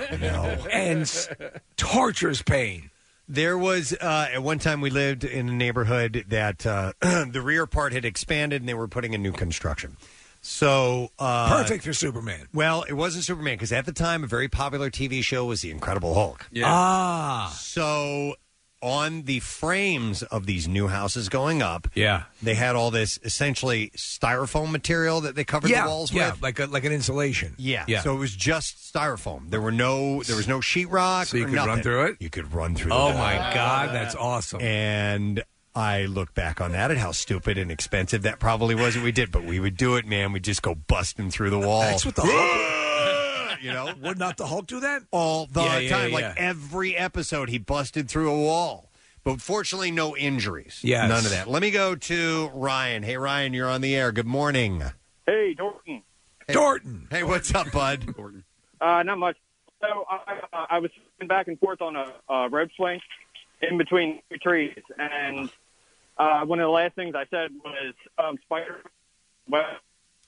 S3: and s- torturous pain.
S2: There was uh, at one time we lived in a neighborhood that uh, the rear part had expanded and they were putting in new construction. So uh,
S3: perfect for Superman.
S2: Well, it wasn't Superman because at the time a very popular TV show was The Incredible Hulk.
S3: Yeah. Ah.
S2: So on the frames of these new houses going up,
S3: Yeah.
S2: they had all this essentially styrofoam material that they covered
S3: yeah,
S2: the walls
S3: yeah,
S2: with.
S3: like a, like an insulation.
S2: Yeah.
S3: yeah.
S2: So it was just styrofoam. There were no there was no sheetrock.
S3: So you
S2: or
S3: could run
S2: nothing.
S3: through it?
S2: You could run through
S3: Oh
S2: that.
S3: my God, that's awesome.
S2: And I look back on that at how stupid and expensive that probably was that we did, but we would do it, man. We'd just go busting through the wall.
S3: That's what the Hulk.
S2: you know,
S3: would not the Hulk do that
S2: all the
S3: Yeah, yeah,
S2: time?
S3: yeah.
S2: Like every episode he busted through a wall. But fortunately no injuries.
S3: Yes.
S2: None of that. Let me go to Ryan. Hey Ryan, you're on the air. Good morning.
S12: Hey, Dorton.
S2: Hey,
S3: Dorton.
S2: Hey, what's up, bud?
S12: Uh, not much. So I, I- I was swinging back and forth on a, a rope swing in between two trees, and uh, one of the last things I said was um, spider. Well,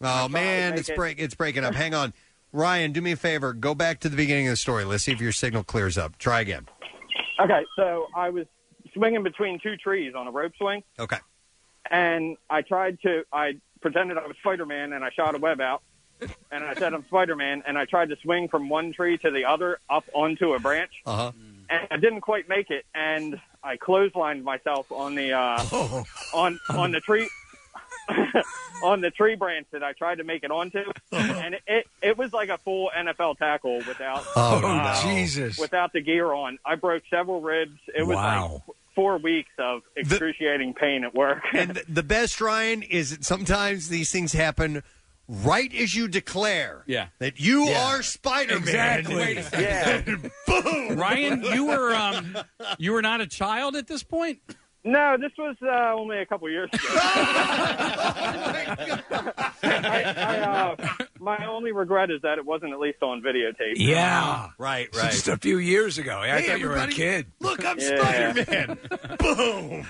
S2: Oh man,
S12: make
S2: it's
S12: it.
S2: break it's breaking up. Hang on. Ryan, do me a favor. Go back to the beginning of the story. Let's see if your signal clears up. Try again.
S12: okay, so I was swinging between two trees on a rope swing,
S2: Okay.
S12: and I tried to. I pretended I was Spider Man, and I shot a web out. And I said I'm Spider Man, and I tried to swing from one tree to the other up onto a branch,
S2: Uh-huh.
S12: and I didn't quite make it, and I clotheslined myself on the uh,
S2: Oh.
S12: on on the tree on the tree branch that I tried to make it onto,
S2: Uh-huh.
S12: and it it was like a full NFL tackle without uh,
S3: Oh, Jesus.
S12: without the gear on. I broke several ribs. It was like
S3: Wow.
S12: four weeks of excruciating pain at work.
S2: And th- the best, Ryan, is that sometimes these things happen right as you declare
S4: Yeah.
S2: that you
S4: Yeah.
S2: are Spider Man.
S4: Exactly. Wait a second.
S2: Boom.
S4: Ryan, you were um, you were not a child at this point.
S12: No, this was uh, only a couple years ago.
S2: Oh
S12: I, uh, my only regret is that it wasn't at least on videotape.
S3: Yeah.
S2: Right,
S3: So Just a few years ago. I
S12: Hey,
S3: thought you were a
S12: everybody.
S3: kid.
S2: Look, I'm
S12: Yeah.
S2: Spider-Man. Boom.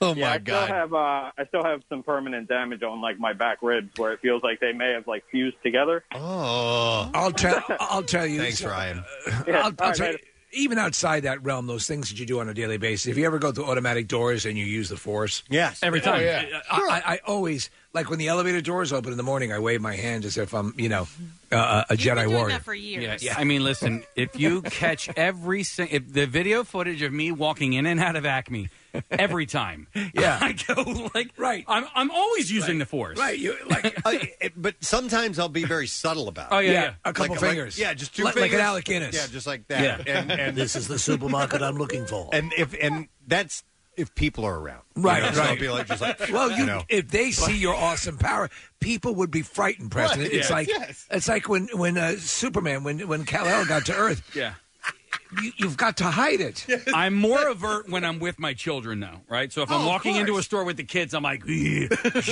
S2: Oh
S12: yeah,
S3: my
S12: I
S3: God.
S12: Still have, uh, I still have some permanent damage on like my back ribs where it feels like they may have like fused together.
S2: Oh.
S3: I'll tell. I'll tell you.
S12: Thanks,
S2: Ryan.
S12: Yeah, all
S3: I'll, I'll
S12: right,
S3: tell you.
S12: later.
S3: Even outside that realm, those things that you do on a daily basis. If you ever go through automatic doors and you use the force,
S2: yes,
S4: Every time.
S3: I, I, I always like when the elevator doors open in the morning. I wave my hand as if I'm, you know, uh, a Jedi warrior.
S4: for years. I mean, listen, if you catch every sing- if the video footage of me walking in and out of Acme every time,
S3: Yeah.
S4: I go like right. I'm I'm always using the force.
S3: Right, you like,
S2: uh, but sometimes I'll be very subtle about. it.
S4: Oh, yeah, Yeah, yeah.
S3: a couple
S2: Like- like-
S3: fingers.
S2: yeah, just two
S3: Like- like
S2: fingers.
S3: an Alec Guinness.
S2: Yeah, just like that.
S3: Yeah.
S2: And, and
S3: This is the supermarket I'm looking for.
S2: And if and that's if people are around, You
S3: Right,
S2: know, so I'll
S3: right.
S2: be like, just like,
S3: well, you,
S2: know.
S3: if they see your awesome power, people would be frightened. President,
S2: Right,
S3: it's
S2: yes,
S3: like
S2: yes.
S3: it's like when when uh, Superman when when Kal El got to Earth,
S4: Yeah.
S3: you, you've got to hide it.
S4: I'm more avert when I'm with my children, though, right? So if
S3: Oh,
S4: I'm
S3: of
S4: walking into a
S3: course.
S4: store with the kids, I'm like, "Ugh."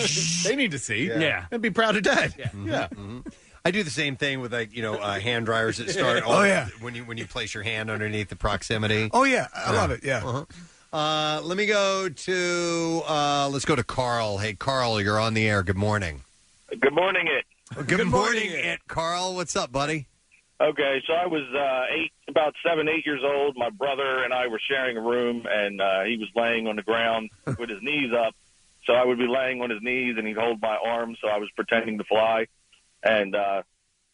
S5: they need to see.
S4: Yeah. Yeah.
S5: And be proud of dad.
S4: Yeah. Mm-hmm.
S5: yeah.
S2: Mm-hmm. I do the same thing with like you know uh, hand dryers that start.
S5: Oh, yeah.
S2: when you when you place your hand underneath the proximity. Uh,
S3: Oh yeah, I love it. Yeah.
S2: Uh-huh. Uh, let me go to uh, let's go to Carl. Hey Carl, you're on the air. Good morning.
S8: Good morning, it.
S2: Good, morning, Aunt Carl. What's up, buddy?
S8: Okay, so I was uh, eight, about seven, eight years old. My brother and I were sharing a room, and uh, he was laying on the ground with his knees up. So I would be laying on his knees, and he'd hold my arm, so I was pretending to fly. And uh,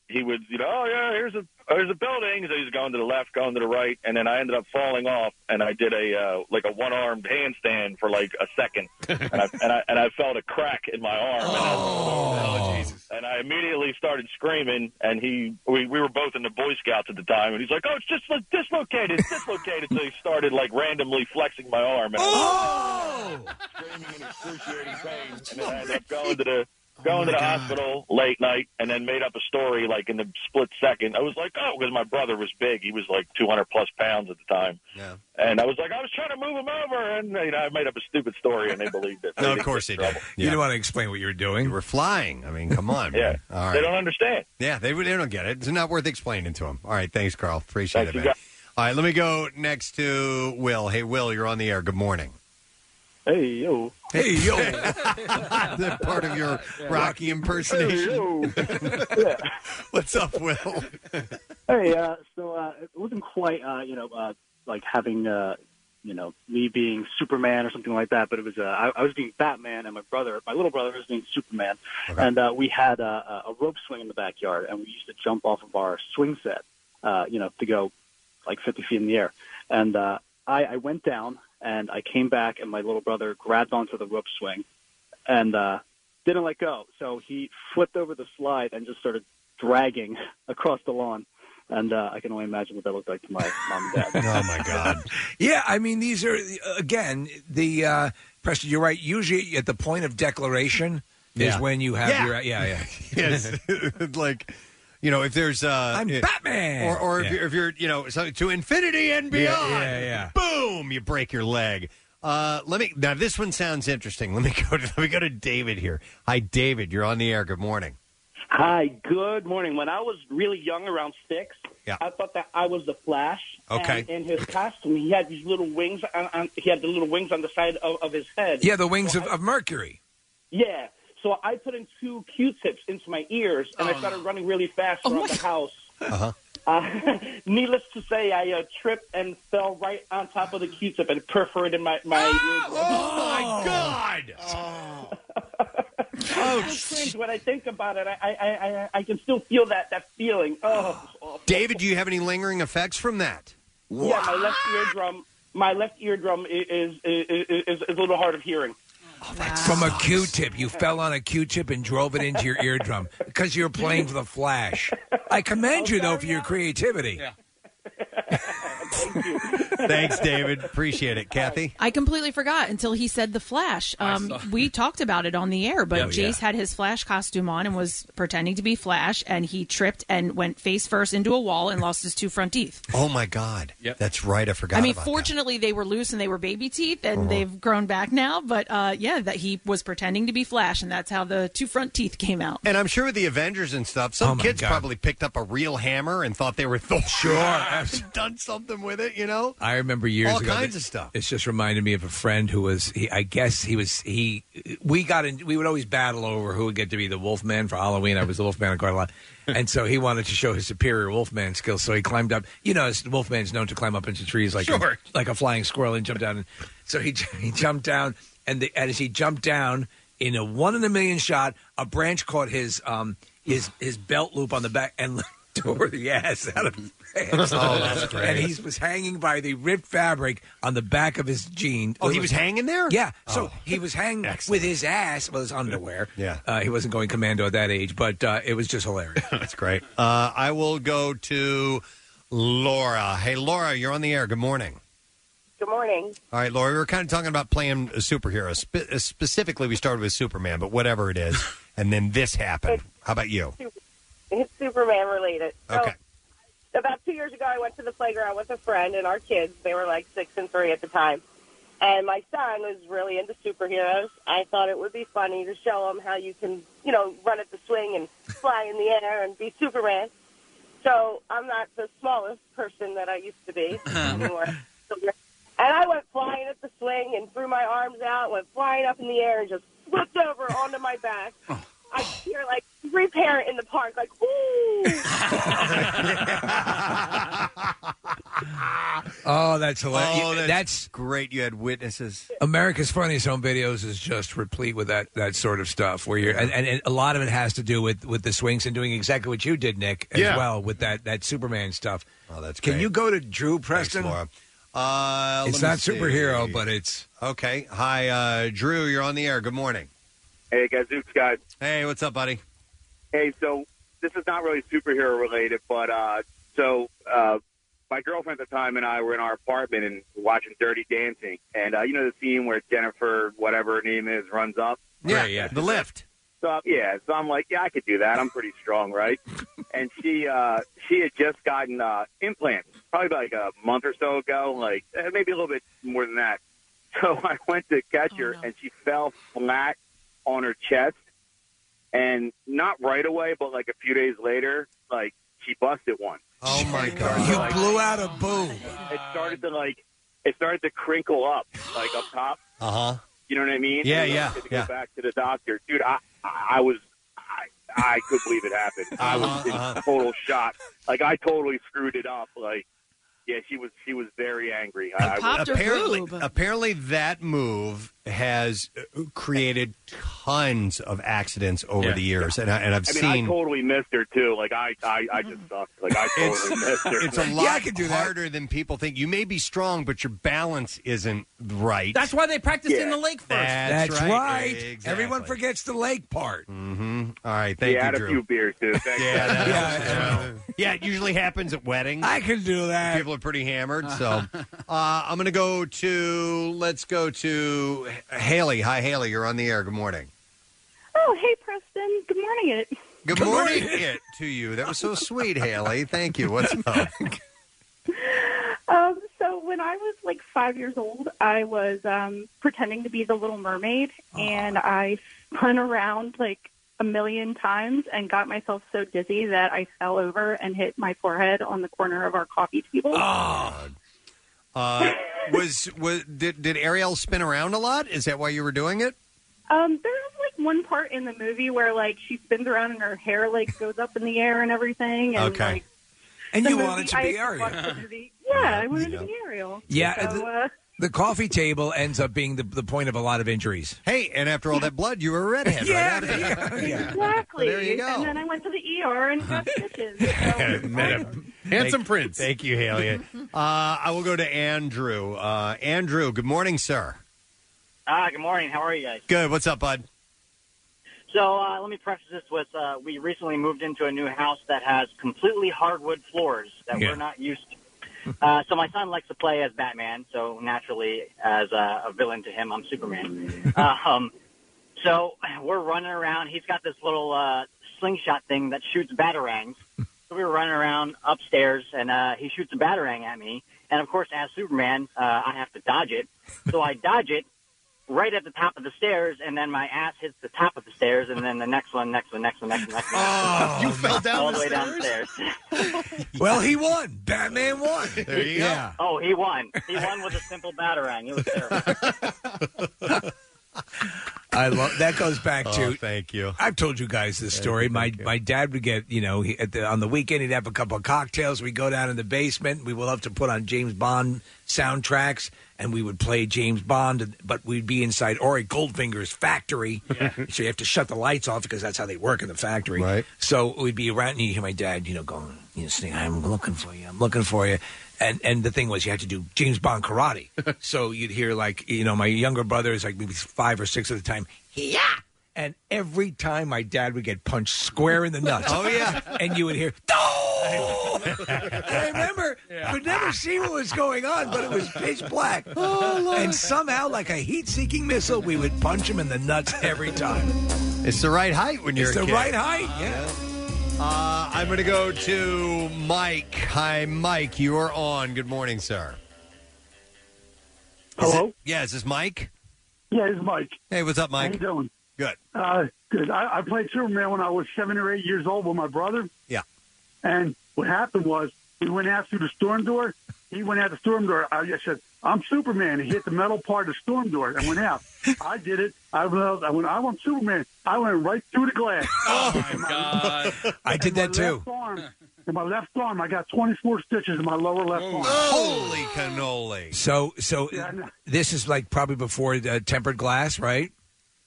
S8: he would, you know, oh yeah, here's a here's a building. So he's going to the left, going to the right, and then I ended up falling off, and I did a uh, like a one armed handstand for like a second, and I, and I and I felt a crack in my arm. and I was- "Oh, And I immediately started screaming, and he, we, we were both in the Boy Scouts at the time, and he's like, "Oh, it's just dis- dislocated, it's dislocated." so he started like randomly flexing my arm, and,
S20: Oh.
S23: Oh!
S8: and then I ended up going to the going to the hospital late night, and then made up a story like in the split second. I was like, "Oh," because my brother was big; he was like 200 plus pounds at the time,
S2: Yeah.
S8: and I was like, "I was trying to move him over," and you know, I made up a stupid story, and they believed it.
S2: No, of course they did.
S3: You didn't want to explain what you were doing. You
S2: were flying. I mean, come on. yeah. All right.
S8: They don't understand.
S2: Yeah, they, they don't get it. It's not worth explaining to them. All right, thanks, Carl. Appreciate
S8: Thank
S2: it,
S8: you,
S2: man. All right, let me go next to Will. Hey, Will, you're on the air. Good morning.
S24: Hey yo.
S2: Hey yo. that part of your Rocky impersonation. What's up, Will?
S24: Hey, uh, so uh, it wasn't quite, uh, you know, uh, like having, uh, you know, me being Superman or something like that. But it was, uh, I, I was being Batman, and my brother, my little brother, was being Superman, and uh, we had a, a rope swing in the backyard, and we used to jump off of our swing set, uh, you know, to go like 50 feet in the air. And uh, I, I went down, and I came back, and my little brother grabbed onto the rope swing, and uh, didn't let go. So he flipped over the slide and just started dragging across the lawn. And uh, I can only imagine what that looked like to my mom and dad.
S2: oh my god!
S3: Yeah, I mean these are again the uh, Preston. You're right. Usually at the point of declaration
S2: Yeah.
S3: is when you have
S2: Yeah.
S3: your yeah yeah.
S2: yes, like you know, if there's uh,
S3: I'm Batman.
S2: or, or if,
S3: Yeah.
S2: you're, if you're you know so- to infinity and
S3: Yeah,
S2: beyond,
S3: yeah, yeah.
S2: boom, you break your leg. Uh, let me now. This one sounds interesting. Let me go. To, let me go to David here. Hi, David. You're on the air. Good morning.
S24: Hi, good morning. When I was really young, around six,
S2: Yeah.
S24: I thought that I was the Flash.
S2: Okay.
S24: And in his costume, he had these little wings. On, on, he had the little wings on the side of, of his head.
S3: Yeah, the wings
S24: So
S3: of,
S24: I-
S3: of Mercury.
S24: Yeah. So I put in two Q-tips into my ears, and I started running really fast around the house.
S2: Oh. Uh-huh.
S24: Uh, needless to say, I uh, tripped and fell right on top of the Q-tip and perforated my my.
S2: Ah! Oh, my God!
S3: Oh.
S24: Oh, it's cringe when I think about it. I I, I, I- I can still feel that that feeling. Oh, it's awful.
S2: David, do you have any lingering effects from that?
S24: yeah, my left eardrum. My left eardrum i- is is, is, is a little hard of hearing.
S3: From a Q-tip, you fell on a Q-tip and drove it into your eardrum because you were playing for the Flash. I commend you though for your creativity.
S2: Thanks, David. Appreciate it, Kathy.
S1: I completely forgot until he said the Flash. Um, we talked about it on the air, but
S2: Oh, Yeah.
S1: Jace had his Flash costume on and was pretending to be Flash, and he tripped and went face first into a wall and lost his two front teeth.
S2: Oh my God! Yep. that's right. I forgot.
S1: I mean,
S2: about
S1: fortunately, they were loose and they were baby teeth, and
S2: Uh-huh.
S1: they've grown back now. But uh, yeah, that he was pretending to be Flash, and that's how the two front teeth came out.
S2: And I'm sure with the Avengers and stuff,
S3: Oh,
S2: some kids probably picked up a real hammer and thought they were Thor.
S3: Sure, abs-
S2: done something with it, you know.
S3: I remember years
S2: All
S3: ago.
S2: kinds
S3: that-
S2: of stuff.
S3: It's just reminded me of a friend who was. He, I guess he was. He we got in. We would always battle over who would get to be the Wolfman for Halloween. I was the Wolfman quite a lot, and so he wanted to show his superior Wolfman skills. So he climbed up. You know, as the Wolfman's known to climb up into trees like
S23: Sure.
S3: a, like a flying squirrel and jump down. And so he he jumped down, and, the, and as he jumped down in a one in a million shot, a branch caught his um his his belt loop on the back and. Tore the ass out of his pants.
S2: Oh, that's great.
S3: And he was hanging by the ripped fabric on the back of his jean.
S2: Oh, he was hanging there? Oh.
S3: Yeah. So he was hanging with his ass, well, his underwear.
S2: Yeah.
S3: Uh, he wasn't going commando at that age, but uh, it was just hilarious.
S2: That's great. Uh, I will go to Laura. Hey, Laura, you're on the air. Good morning.
S25: Good morning.
S2: All right, Laura, we were kind of talking about playing a superhero. Spe- uh, specifically, we started with Superman, but whatever it is. and then this happened. How about you?
S25: It's Superman related. So
S2: Okay.
S18: about two years ago, I went to the playground with a friend and our kids. They were like six and three at the time. And my son was really into superheroes. I thought it would be funny to show him how you can, you know, run at the swing and fly in the air and be Superman. So I'm not the smallest person that I used to be anymore. And I went flying at the swing and threw my arms out, went flying up in the air and just flipped over onto my back. I hear like every parent in the park like, ooh.
S3: Oh, that's hilarious.
S2: Oh,
S3: You-
S2: that's,
S3: that's
S2: great. You had witnesses.
S3: America's Funniest Home Videos is just replete with that, that sort of stuff. Where you're, and, and, and a lot of it has to do with, with the swings and doing exactly what you did, Nick, as
S2: Yeah.
S3: well with that, that Superman stuff.
S2: Oh, that's
S3: Can
S2: great.
S3: you go to Drew Preston?
S2: Laura. Uh,
S3: It's
S2: let me
S3: not
S2: see.
S3: superhero, but it's
S2: okay. Hi, uh, Drew. You're on the air. Good morning.
S9: Hey, Gazooks guys.
S2: Hey, what's up, buddy?
S9: Hey, so this is not really superhero related, but uh, so uh, my girlfriend at the time and I were in our apartment and watching Dirty Dancing, and uh, you know the scene where Jennifer, whatever her name is, runs up.
S3: Yeah, yeah.
S9: The lift. So yeah, so I'm like, yeah, I could do that. I'm pretty strong, right? and she uh, she had just gotten uh, implants, probably about like a month or so ago, like eh, maybe a little bit more than that. So I went to catch her, and she fell flat on her chest, and not right away, but like a few days later, like she busted one.
S2: Oh my god!
S9: You
S3: blew out a boo.
S9: It started to like it started to crinkle up, like up top.
S3: Uh-huh.
S2: Uh huh.
S9: You know what I mean?
S2: Yeah,
S9: And then I
S2: yeah,
S9: had to
S2: yeah.
S9: Go back to the doctor, dude. I, I, I was, I, I could believe it happened. I
S2: Uh-huh,
S9: was in total shock. Like I totally screwed it up. Like, yeah, she was, she was very angry. I, I was,
S2: apparently, apparently that move has uh, created tons of accidents over
S9: Yeah.
S2: the years, and, I, and I've
S9: I mean,
S2: seen
S9: I totally missed her too. Like I, I, I just sucked. Like I totally missed her.
S2: it's a lot harder than people think. You may be strong, but your balance isn't right.
S4: That's why they practiced in the lake first.
S2: That's,
S3: That's right.
S2: Exactly.
S3: Everyone forgets the lake part.
S2: Mm-hmm. All right, thank you,
S3: Yeah, I had a
S2: Drew.
S3: few
S9: beers too.
S2: yeah, that helps. yeah. it usually happens at weddings. I
S3: can do that.
S2: People are pretty hammered, so uh, I'm going to go to. Let's go to Haley. Hi, Haley. You're on the air. Good morning.
S11: Oh, hey, Preston. Good morning. It.
S2: Good, morning, it to you. That was so sweet, Haley. Thank you. What's up?
S11: Um, so when I was like five years old, I was um, pretending to be the Little Mermaid,
S3: Oh.
S11: and I spun around like a million times and got myself so dizzy that I fell over and hit my forehead on the corner of our coffee table.
S2: Oh. Uh, was was did, did Ariel spin around a lot? Is that why you were doing it?
S11: Um, there's like one part in the movie where like she spins around and her hair like goes up in the air and everything. And,
S2: Okay.
S11: like,
S3: And
S11: the
S3: you
S11: movie-
S3: wanted to
S11: I
S3: be
S11: watched
S3: Ariel.
S11: the movie. Yeah, I wanted to be Ariel.
S3: Yeah,
S11: So,
S3: the-
S11: uh,
S3: The coffee table ends up being the, the point of a lot of injuries.
S2: Hey, and after all that blood, you were a redhead.
S3: yeah,
S2: right?
S11: Exactly.
S2: There you go.
S11: And then I went to the ER and got stitches.
S2: Handsome prince. Thank you, Haley. Uh, I will go to Andrew. Uh, Andrew, good morning, sir.
S23: Ah, good morning. How are you guys?
S2: Good. What's up, bud?
S23: So uh, let me preface this with uh, we recently moved into a new house that has completely hardwood floors that
S25: Yeah.
S23: we're not used to. Uh, so my son likes to play as Batman, so naturally, as a, a villain to him, I'm Superman. um, so we're running around. He's got this little uh, slingshot thing that shoots batarangs. So we were running around upstairs, and uh, he shoots a batarang at me. And of course, as Superman, uh, I have to dodge it. So I dodge it, right at the top of the stairs, and then my ass hits the top of the stairs, and then the next one, next one, next one, next one, next one.
S3: Oh,
S23: you fell
S3: down
S23: all
S3: the
S23: the way
S3: stairs?
S23: downstairs.
S3: Well, he won. Batman won. yeah.
S23: Oh, he won. He won with a simple batarang. It was terrible.
S3: I love that goes back to
S2: Oh, thank you.
S3: I've told you guys this story. my my dad would get you know he, at the, on the weekend he'd have a couple of cocktails. We go down in the basement. We would love to put on James Bond soundtracks, and we would play James Bond. But we'd be inside Ori Goldfinger's factory, so you have to shut the lights off because that's how they work in the factory. Right. So we'd be around, and you hear my dad, you know, going, you know, saying, "I'm looking for you. I'm looking for you." and and the thing was you had to do James Bond karate. so you'd hear like you know my younger brother is like maybe five or six at the time. Yeah. And every time my dad would get punched square in the nuts.
S2: Oh, yeah.
S3: And you would hear, "Oh!" I remember, could never see what was going on, but it was pitch black.
S2: Oh,
S3: and somehow, like a heat-seeking missile, we would punch him in the nuts every time.
S2: It's the right height when you're
S3: it's
S2: a
S3: the
S2: kid.
S3: right height. Yeah.
S2: Uh, I I'm going to go to Mike. Hi, Mike. You are on. Good morning, sir. Hello. yeah, is this Mike?
S14: Yeah, it's Mike.
S2: Hey, what's up, Mike?
S14: How you doing?
S2: Good.
S14: Uh, good. I, I played Superman when I was seven or eight years old with my brother.
S2: Yeah.
S14: And what happened was we went out through the storm door. He went out the storm door. I just said, "I'm Superman." He hit the metal part of the storm door and went out. I did it. I went. I went. I want Superman. I went right through the glass.
S2: Oh my god! I did that too.
S14: Arm, in my left arm, I got 24 stitches in my lower left arm.
S2: Oh. Holy cannoli!
S3: So, so this is like probably before the tempered glass, right?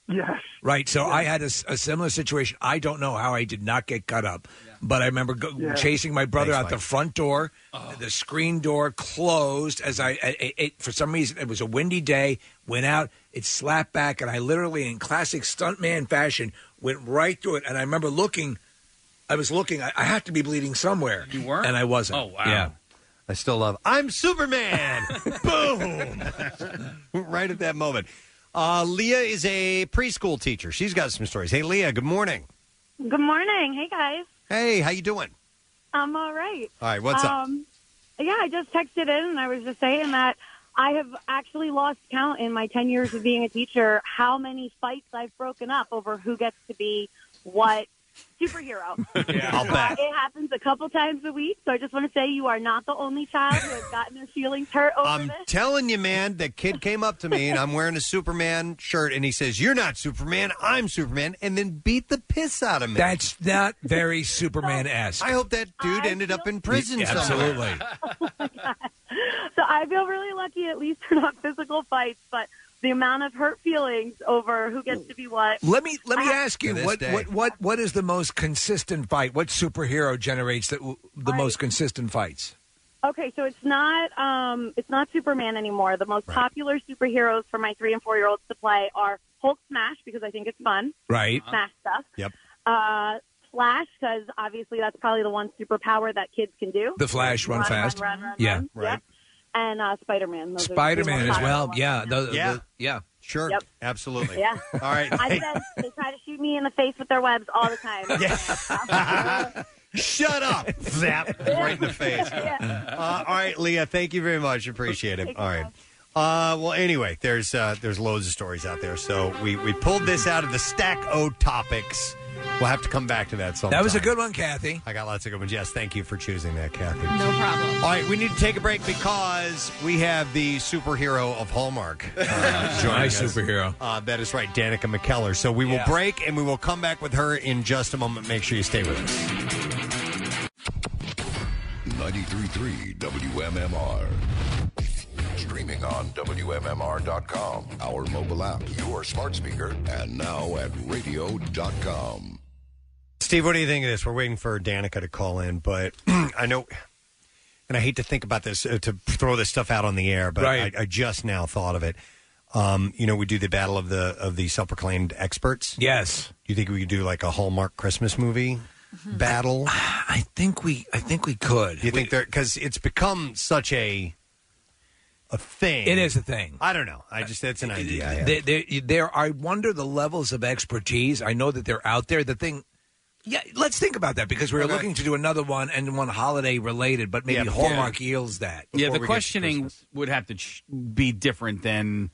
S14: Yes.
S3: Right. So I had a, s- a similar situation. I don't know how I did not get cut up, but I remember go-
S14: Yeah.
S3: chasing my brother
S14: Thanks,
S3: out the
S14: Mike.
S3: front door.
S2: Oh.
S3: The screen door closed as I, I it, it- for some reason, it was a windy day, went out, it slapped back, and I literally, in classic stuntman fashion, went right through it. And I remember looking, I was looking, I, I had to be bleeding somewhere. You weren't? And I wasn't.
S2: Oh, wow.
S3: Yeah.
S2: I still love I'm Superman. Boom! right at that moment. Uh, Leah is a preschool teacher. She's got some stories. Hey, Leah. Good morning.
S15: Good morning. Hey, guys.
S2: Hey, how you doing?
S15: I'm all right.
S2: All right, what's up?
S15: um, up? Yeah, I just texted in and I was just saying that I have actually lost count in my 10 years of being a teacher how many fights I've broken up over who gets to be what superhero. Uh,
S2: I'll bet.
S15: It happens a couple times a week, so I just want to say you are not the only child who has gotten their feelings
S3: Uh,
S15: hurt over
S2: I'm
S15: this.
S2: telling you, man, the kid came up to me and I'm wearing a Superman shirt and he says, You're not Superman, I'm Superman, and then beat the piss out of me.
S3: That's not very Superman esque.
S2: I hope that dude ended up in prison somewhere.
S3: Absolutely.
S15: So I feel really lucky at least they're not physical fights, but the amount of hurt feelings over who gets to be what.
S3: Let me let me
S15: I-
S3: ask you what, what what what is the most consistent fight? What superhero generates the the most consistent fights?
S15: Okay, so it's not um, it's not Superman anymore. The most popular superheroes for my three and four year olds to play are Hulk Smash because I think it's fun,
S3: Right.
S2: Uh-huh.
S15: Smash stuff.
S2: Yep.
S15: Uh, Flash because obviously that's probably the one superpower that kids can do.
S3: The Flash, run fast.
S15: run, run, run,
S3: Yeah.
S15: run.
S3: Right.
S15: Yep. And uh, Spider Man.
S3: Spider Man as well. Yeah. the- the-
S15: Yeah.
S3: yeah.
S2: Sure.
S15: Yep.
S2: Absolutely.
S15: Yeah.
S2: All right.
S15: I
S2: Hey,
S15: said they try to shoot me in the face with their webs all the time.
S2: Shut up. Zap. Right in the face. Uh, all right, Leah, thank you very much. Appreciate it. All right. Uh, well, anyway, there's uh, there's loads of stories out there. So we, we pulled this out of the stack O topics. We'll have to come back to that sometime.
S3: That was a good one, Kathy.
S2: I got lots of good ones. Yes, thank you for choosing that, Kathy.
S1: No problem.
S2: All right, we need to take a break because we have the superhero of Hallmark uh, joining
S3: My
S2: us.
S3: superhero.
S2: Uh, that is right, Danica McKellar. So we will
S3: Yeah.
S2: break and we will come back with her in just a moment. Make sure you stay with us.
S17: 933 WMMR. Streaming on WMMR.com, our mobile app, your smart speaker, and now at radio.com.
S2: Steve, what do you think of this? We're waiting for Danica to call in, but I know, and I hate to think about this, uh, to throw this stuff out on the air, but
S3: Right.
S2: I, I just now thought of it. Um, you know, we do the battle of the of the self proclaimed experts.
S3: Yes. Mm-hmm.
S2: Do you think we could do like a Hallmark Christmas movie battle?
S3: I think we, I think we could.
S2: You think there? Because it's become such a a thing.
S3: It is a thing.
S2: I don't know. I just that's an idea. I had.
S3: There, there, there. I wonder the levels of expertise. I know that they're out there. The thing. Yeah, let's think about that because we were
S4: Okay.
S3: looking to do another one and one holiday related, but maybe
S4: Yeah.
S3: Hallmark yields that.
S4: Yeah,
S3: before
S4: the
S3: we get to
S4: questioning would have to ch- be different than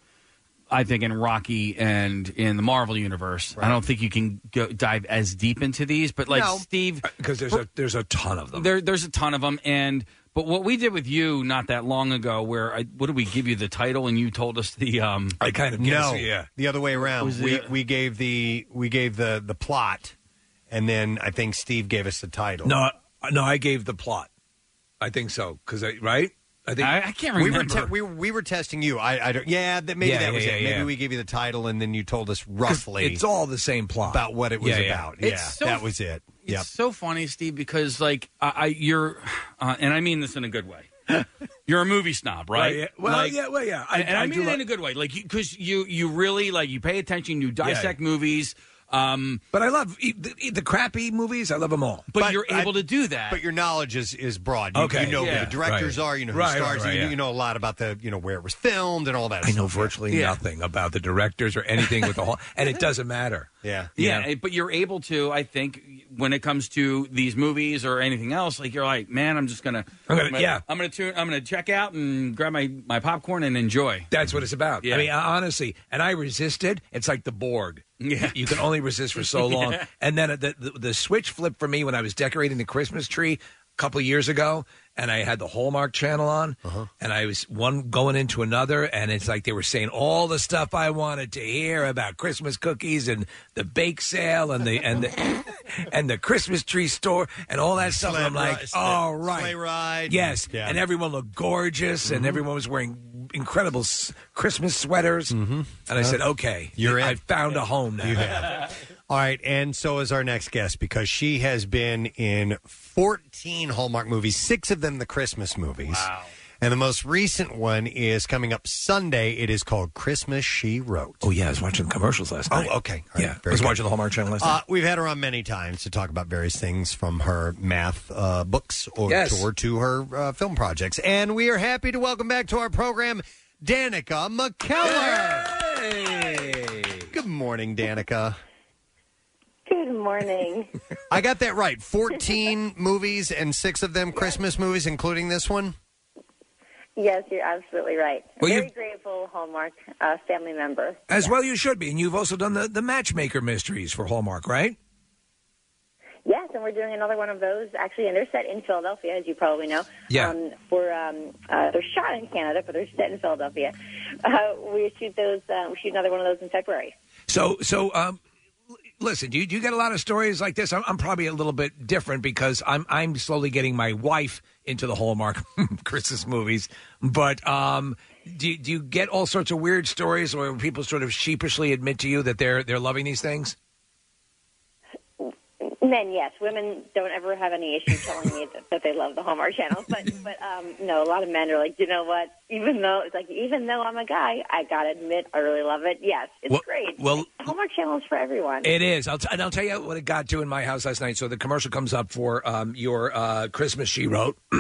S4: I think in Rocky and in the Marvel universe. I don't think you can go, dive as deep into these, but like
S3: No.
S4: Steve,
S3: because there's a there's a ton of them.
S4: There, there's a ton of them, and but what we did with you not that long ago, where I, what did we give you the title and you told us the um
S3: I kind
S2: no, the other way around.
S4: Was
S2: We
S4: it-
S2: we gave the we gave the the plot, and then I think Steve gave us the title.
S3: No, I- no, I gave the plot. I think so because I right. I think
S2: We were, te- we, we were testing you. I, I don't. Yeah, that, maybe
S3: Yeah,
S2: that
S3: yeah,
S2: was
S3: yeah,
S2: it. Maybe
S3: yeah.
S2: we gave you the title, and then you told us roughly.
S3: it's all the same plot
S2: about what it was
S3: Yeah, yeah.
S2: about.
S4: It's
S2: Yeah,
S4: so-
S2: that was it.
S4: It's
S2: Yep.
S4: so funny, Steve, because like I, I you're, uh, and I mean this in a good way. You're a movie snob, right?
S3: Right, yeah. Well, yeah, well, yeah. I-
S4: and I,
S3: I
S4: mean
S3: do
S4: it
S3: like-
S4: in a good way, like because you, you really like you pay attention, you dissect movies. Um,
S3: but I love e- the, e- the crappy movies. I love them all.
S4: But, you're able to do that.
S3: But
S2: your knowledge is is broad. You, you know who the directors are. You know who stars. you, you know a lot about the you know where it was filmed and all that.
S3: I know virtually
S2: Yeah.
S3: nothing about the directors or anything with the whole, and it doesn't matter.
S2: Yeah.
S4: Yeah, eh, but you're able to, I think, when it comes to these movies or anything else, like you're like, man, I'm just gonna,
S3: I'm gonna- yeah.
S4: I'm gonna tune, I'm gonna check out and grab my my popcorn and enjoy.
S3: That's what it's about.
S4: Yeah.
S3: I mean, uh, I- honestly, and I resisted. It's like the Borg.
S4: Yeah.
S3: You can only resist for so long.
S4: Yeah.
S3: And then the, the the switch flipped for me when I was decorating the Christmas tree a couple years ago, and I had the Hallmark Channel on,
S4: Uh-huh.
S3: and I was one going into another, and it's like they were saying all the stuff I wanted to hear about Christmas cookies and the bake sale and the and the and the Christmas tree store and all that stuff. And I'm like, all right,
S2: sleigh ride.
S3: Yes,
S2: Yeah.
S3: and everyone looked gorgeous, and
S2: Mhm.
S3: everyone was wearing incredible s- Christmas sweaters. Mm-hmm. And I said, "Okay,
S2: Uh, You're in.
S3: I found a home now."
S2: You have. All right, and so is our next guest because she has been in 14 Hallmark movies, six of them the Christmas movies. Wow. And the most recent one is coming up Sunday. It is called Christmas She Wrote.
S3: Oh yeah, I was watching the commercials last
S2: night. Oh, okay. yeah,
S3: I was watching the Hallmark Channel last
S2: Uh, we've had her on many times to talk about various things from her math uh, books or,
S3: Yes.
S2: or to her uh, film projects. And we are happy to welcome back to our program Danica McKellar. Good morning, Danica.
S13: Good morning.
S2: I got that right. 14 movies and six of them Christmas movies, including this one.
S13: yes, you're absolutely right.
S3: Well,
S13: Very
S3: you-
S13: grateful Hallmark uh, family member.
S3: night. As well, you should be, and you've also done the the Matchmaker mysteries for Hallmark, right?
S13: Yes, and we're doing another one of those. Actually, and they're set in Philadelphia, as you probably know.
S3: Yeah.
S13: Um, for um, uh, they're shot in Canada, but they're set in Philadelphia. Uh, we shoot those. Uh, we shoot another one of those in February.
S3: So, so um, l- listen, do you, do you get a lot of stories like this? I'm, I'm probably a little bit different because I'm I'm slowly getting my wife into the Hallmark Christmas movies. But um, do you- do you get all sorts of weird stories where people sort of sheepishly admit to you that they're they're loving these things?
S13: Men, yes. Women don't ever have any issue telling me that, that they love the Hallmark Channel, but but um, no, a lot of men are like, you know what? Even though it's like, even though I'm a guy, I gotta admit, I really love it. Yes, it's
S3: Well-
S13: great.
S3: well-
S13: Hallmark Channel is for everyone.
S3: It is. I'll t- and I'll tell you what it got to in my house last night. So the commercial comes up for um, your uh, Christmas she wrote.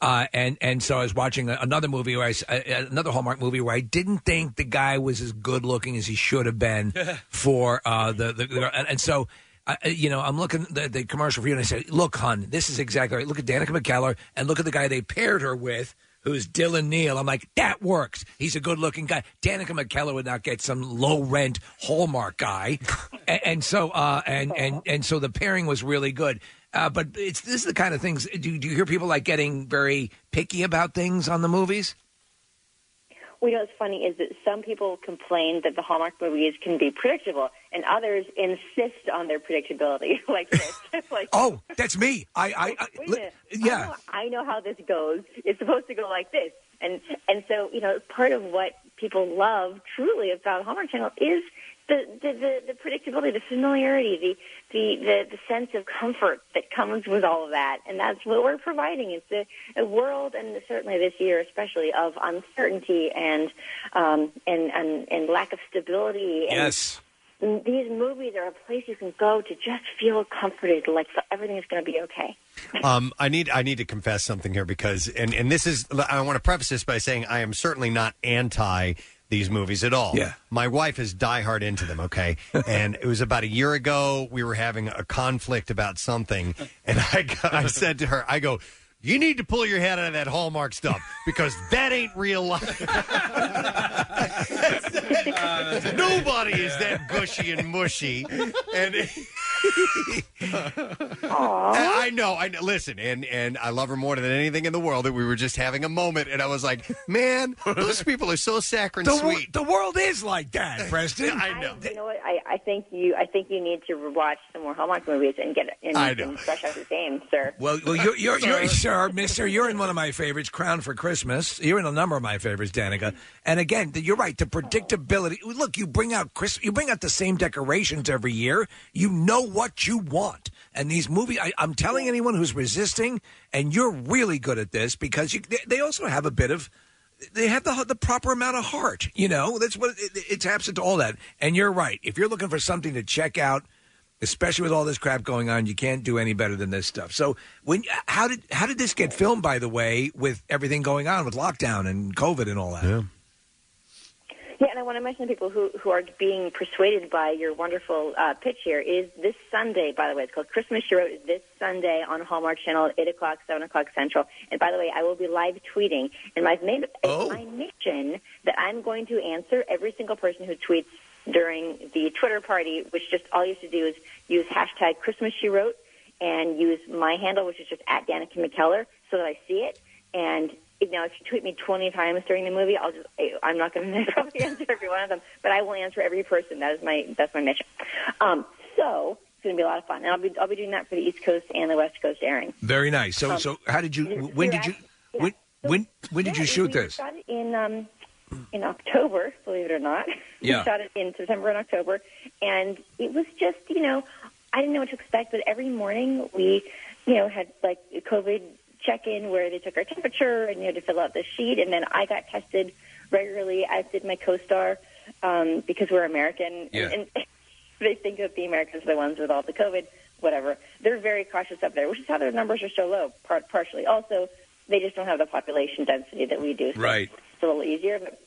S3: Uh, and and so I was watching a- another movie where I s- uh, uh, another Hallmark movie where I didn't think the guy was as good looking as he should have been for uh, the the, the and, and so I, I- you know I'm looking the, the commercial for you and I said look hun this is exactly right look at Danica McKellar and look at the guy they paired her with who's Dylan Neal I'm like that works he's a good looking guy Danica McKellar would not get some low rent Hallmark guy and, and so uh, and and and so the pairing was really good. Uh, but it's this is the kind of things. Do, do you hear people like getting very picky about things on the movies?
S13: Well, you know what's funny is that some people complain that the Hallmark movies can be predictable, and others insist on their predictability like this. like,
S3: oh, that's me. I, I, I
S13: wait a minute. Oh,
S3: yeah.
S13: I know, I know how this goes. It's supposed to go like this, and and so you know, part of what people love truly about Hallmark Channel is the the, the, the predictability, the familiarity, the, the the the sense of comfort that comes with all of that, and that's what we're providing. It's a, a world, and certainly this year, especially of uncertainty and um, and, and and lack of stability. And
S3: Yes.
S13: These movies are a place you can go to just feel comforted, like everything is going to be okay.
S2: Um, I need I need to confess something here because and and this is I want to preface this by saying I am certainly not anti these movies at all. Yeah. My wife is diehard into them, okay? and it was about a year ago we were having a conflict about something and I got- I said to her, I go, "You need to pull your head out of that Hallmark stuff because that ain't real life." Nobody is that gushy and mushy. And I know, I know. Listen, and and I love her more than anything in the world. That we were just having a moment, and I was like, man, those people are so saccharine
S3: The, wor-
S2: sweet.
S3: the world is like that, Preston.
S2: I know.
S13: You know what? I, I think you I think you need to watch some more Hallmark movies and get and,
S3: I know.
S13: and fresh out the game, sir.
S3: Well, well, you're, you're, you're sir, Mister, you're in one of my favorites, Crown for Christmas. You're in a number of my favorites, Danica. And again, th- you're right. The predictability. Look, you bring out Chris. You bring out the same decorations every year. You know what you want. And these movies, I, I'm telling anyone who's resisting, and you're really good at this because you, they, they also have a bit of they have the the proper amount of heart. You know, that's what it, it's absent to all that. And you're right. If you're looking for something to check out, especially with all this crap going on, you can't do any better than this stuff. So when how did how did this get filmed? By the way, with everything going on with lockdown and COVID and all that. Yeah.
S13: Yeah, and I want to mention to people who, who are being persuaded by your wonderful uh, pitch here is this Sunday, by the way, it's called Christmas She Wrote this Sunday on Hallmark Channel at 8 o'clock, 7 o'clock Central. And by the way, I will be live tweeting. And my, ma-
S3: Oh.
S13: it's my mission that I'm going to answer every single person who tweets during the Twitter party, which just all you have to do is use hashtag Christmas She Wrote and use my handle, which is just at Danica McKellar, so that I see it. And you know, if you tweet me 20 times during the movie, I'll just, I- I'm not going to probably answer every one of them, but I will answer every person. That is my, that's my mission. Um, so it's going to be a lot of fun. And I'll be, I'll be doing that for the East Coast and the West Coast airing.
S3: Very nice. So
S13: Um,
S3: so how did you? When did you? When when when did
S13: Yeah,
S3: you
S13: we-
S3: shoot
S13: we
S3: this?
S13: Shot it in um, in October, believe it or not.
S3: Yeah.
S13: We shot it in September and October, and it was just you know I didn't know what to expect, but every morning we you know had like a COVID check in where they took our temperature and you had to fill out the sheet, and then I got tested regularly, as did my co-star um, because we're American,
S10: Yeah.
S13: and, and they think that the Americans are the ones with all the COVID, whatever. They're very cautious up there, which is how their numbers are so low, par- partially. Also, they just don't have the population density that we do. so
S3: Right.
S13: It's a little easier. But,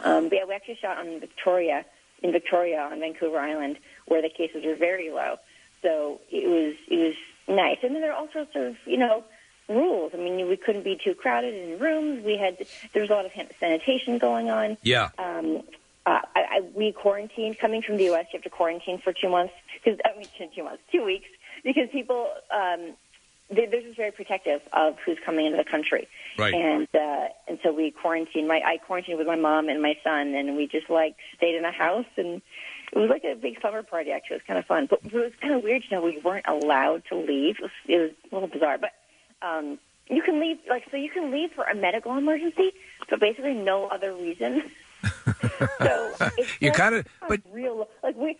S13: um, but yeah, we actually shot on Victoria, in Victoria on Vancouver Island, where the cases were very low. So it was it was nice. And then there are all sorts of you know rules. I mean, we couldn't be too crowded in rooms. We had there was a lot of hand sanitation going on
S10: Yeah.
S13: um, uh, I, I, we quarantined. Coming from the U.S., you have to quarantine for two months because I mean two- two months, two weeks, because people um, they, they're just very protective of who's coming into the country.
S10: Right.
S13: And uh, and so we quarantined. My I quarantined with my mom and my son, and we just like stayed in a house, and it was like a big summer party. Actually, it was kind of fun, but it was kind of weird. You know, we weren't allowed to leave. It was, it was a little bizarre, but. Um, you can leave, like, so you can leave for a medical emergency, but basically no other reason.
S3: You kind of
S13: but real like we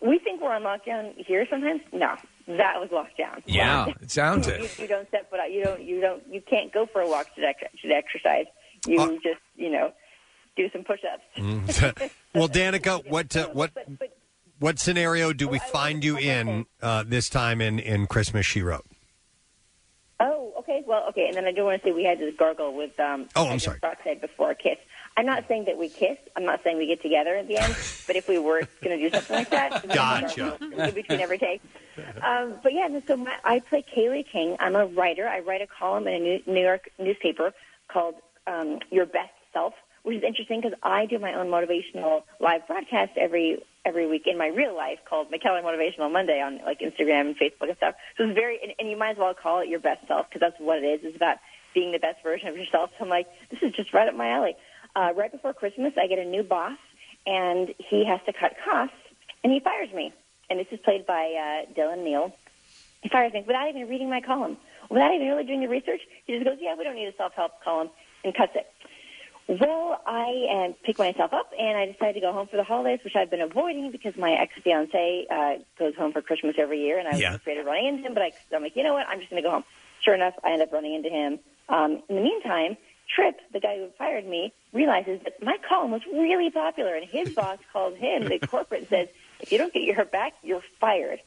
S13: we think we're on lockdown here sometimes. No, that was lockdown.
S3: yeah. It sounds
S13: You,
S3: it.
S13: you don't step foot out. You don't. You don't. You can't go for a walk to, dec- to exercise. You
S2: Uh,
S13: just you know do some push-ups.
S2: well, Danica, what uh, what what scenario do we find you in uh, this time in in Christmas She Wrote?
S13: Oh, okay. Well, okay. And then I do want to say we had this gargle with um,
S2: Oh, I'm
S13: hydrogen
S2: sorry.
S13: peroxide before a kiss. I'm not saying that we kiss. I'm not saying we get together at the end. but if we were going to do something like that, we
S10: Gotcha.
S13: in between every take. Um, but yeah, so my, I play Kaylee King. I'm a writer. I write a column in a New, New York newspaper called um, Your Best Self, which is interesting because I do my own motivational live broadcast every every week in my real life called McKellar Motivational Monday on like Instagram and Facebook and stuff. So it's very, and, and you might as well call it Your Best Self because that's what it is. It's about being the best version of yourself. So I'm like, this is just right up my alley. Uh, right before Christmas, I get a new boss, and he has to cut costs, and he fires me and this is played by uh, Dylan Neal. He fires me without even reading my column, without even really doing the research. He just goes, "Yeah, we don't need a self-help column," and cuts it. Well, I uh, pick myself up and I decide to go home for the holidays, which I've been avoiding because my ex fiance uh, goes home for Christmas every year, and I was
S10: Yeah.
S13: afraid of running into him. But I, I'm like, you know what? I'm just going to go home. Sure enough, I end up running into him. Um, in the meantime, Tripp, the guy who fired me, realizes that my column was really popular, and his boss calls him, the corporate, and says, "If you don't get your back, you're fired."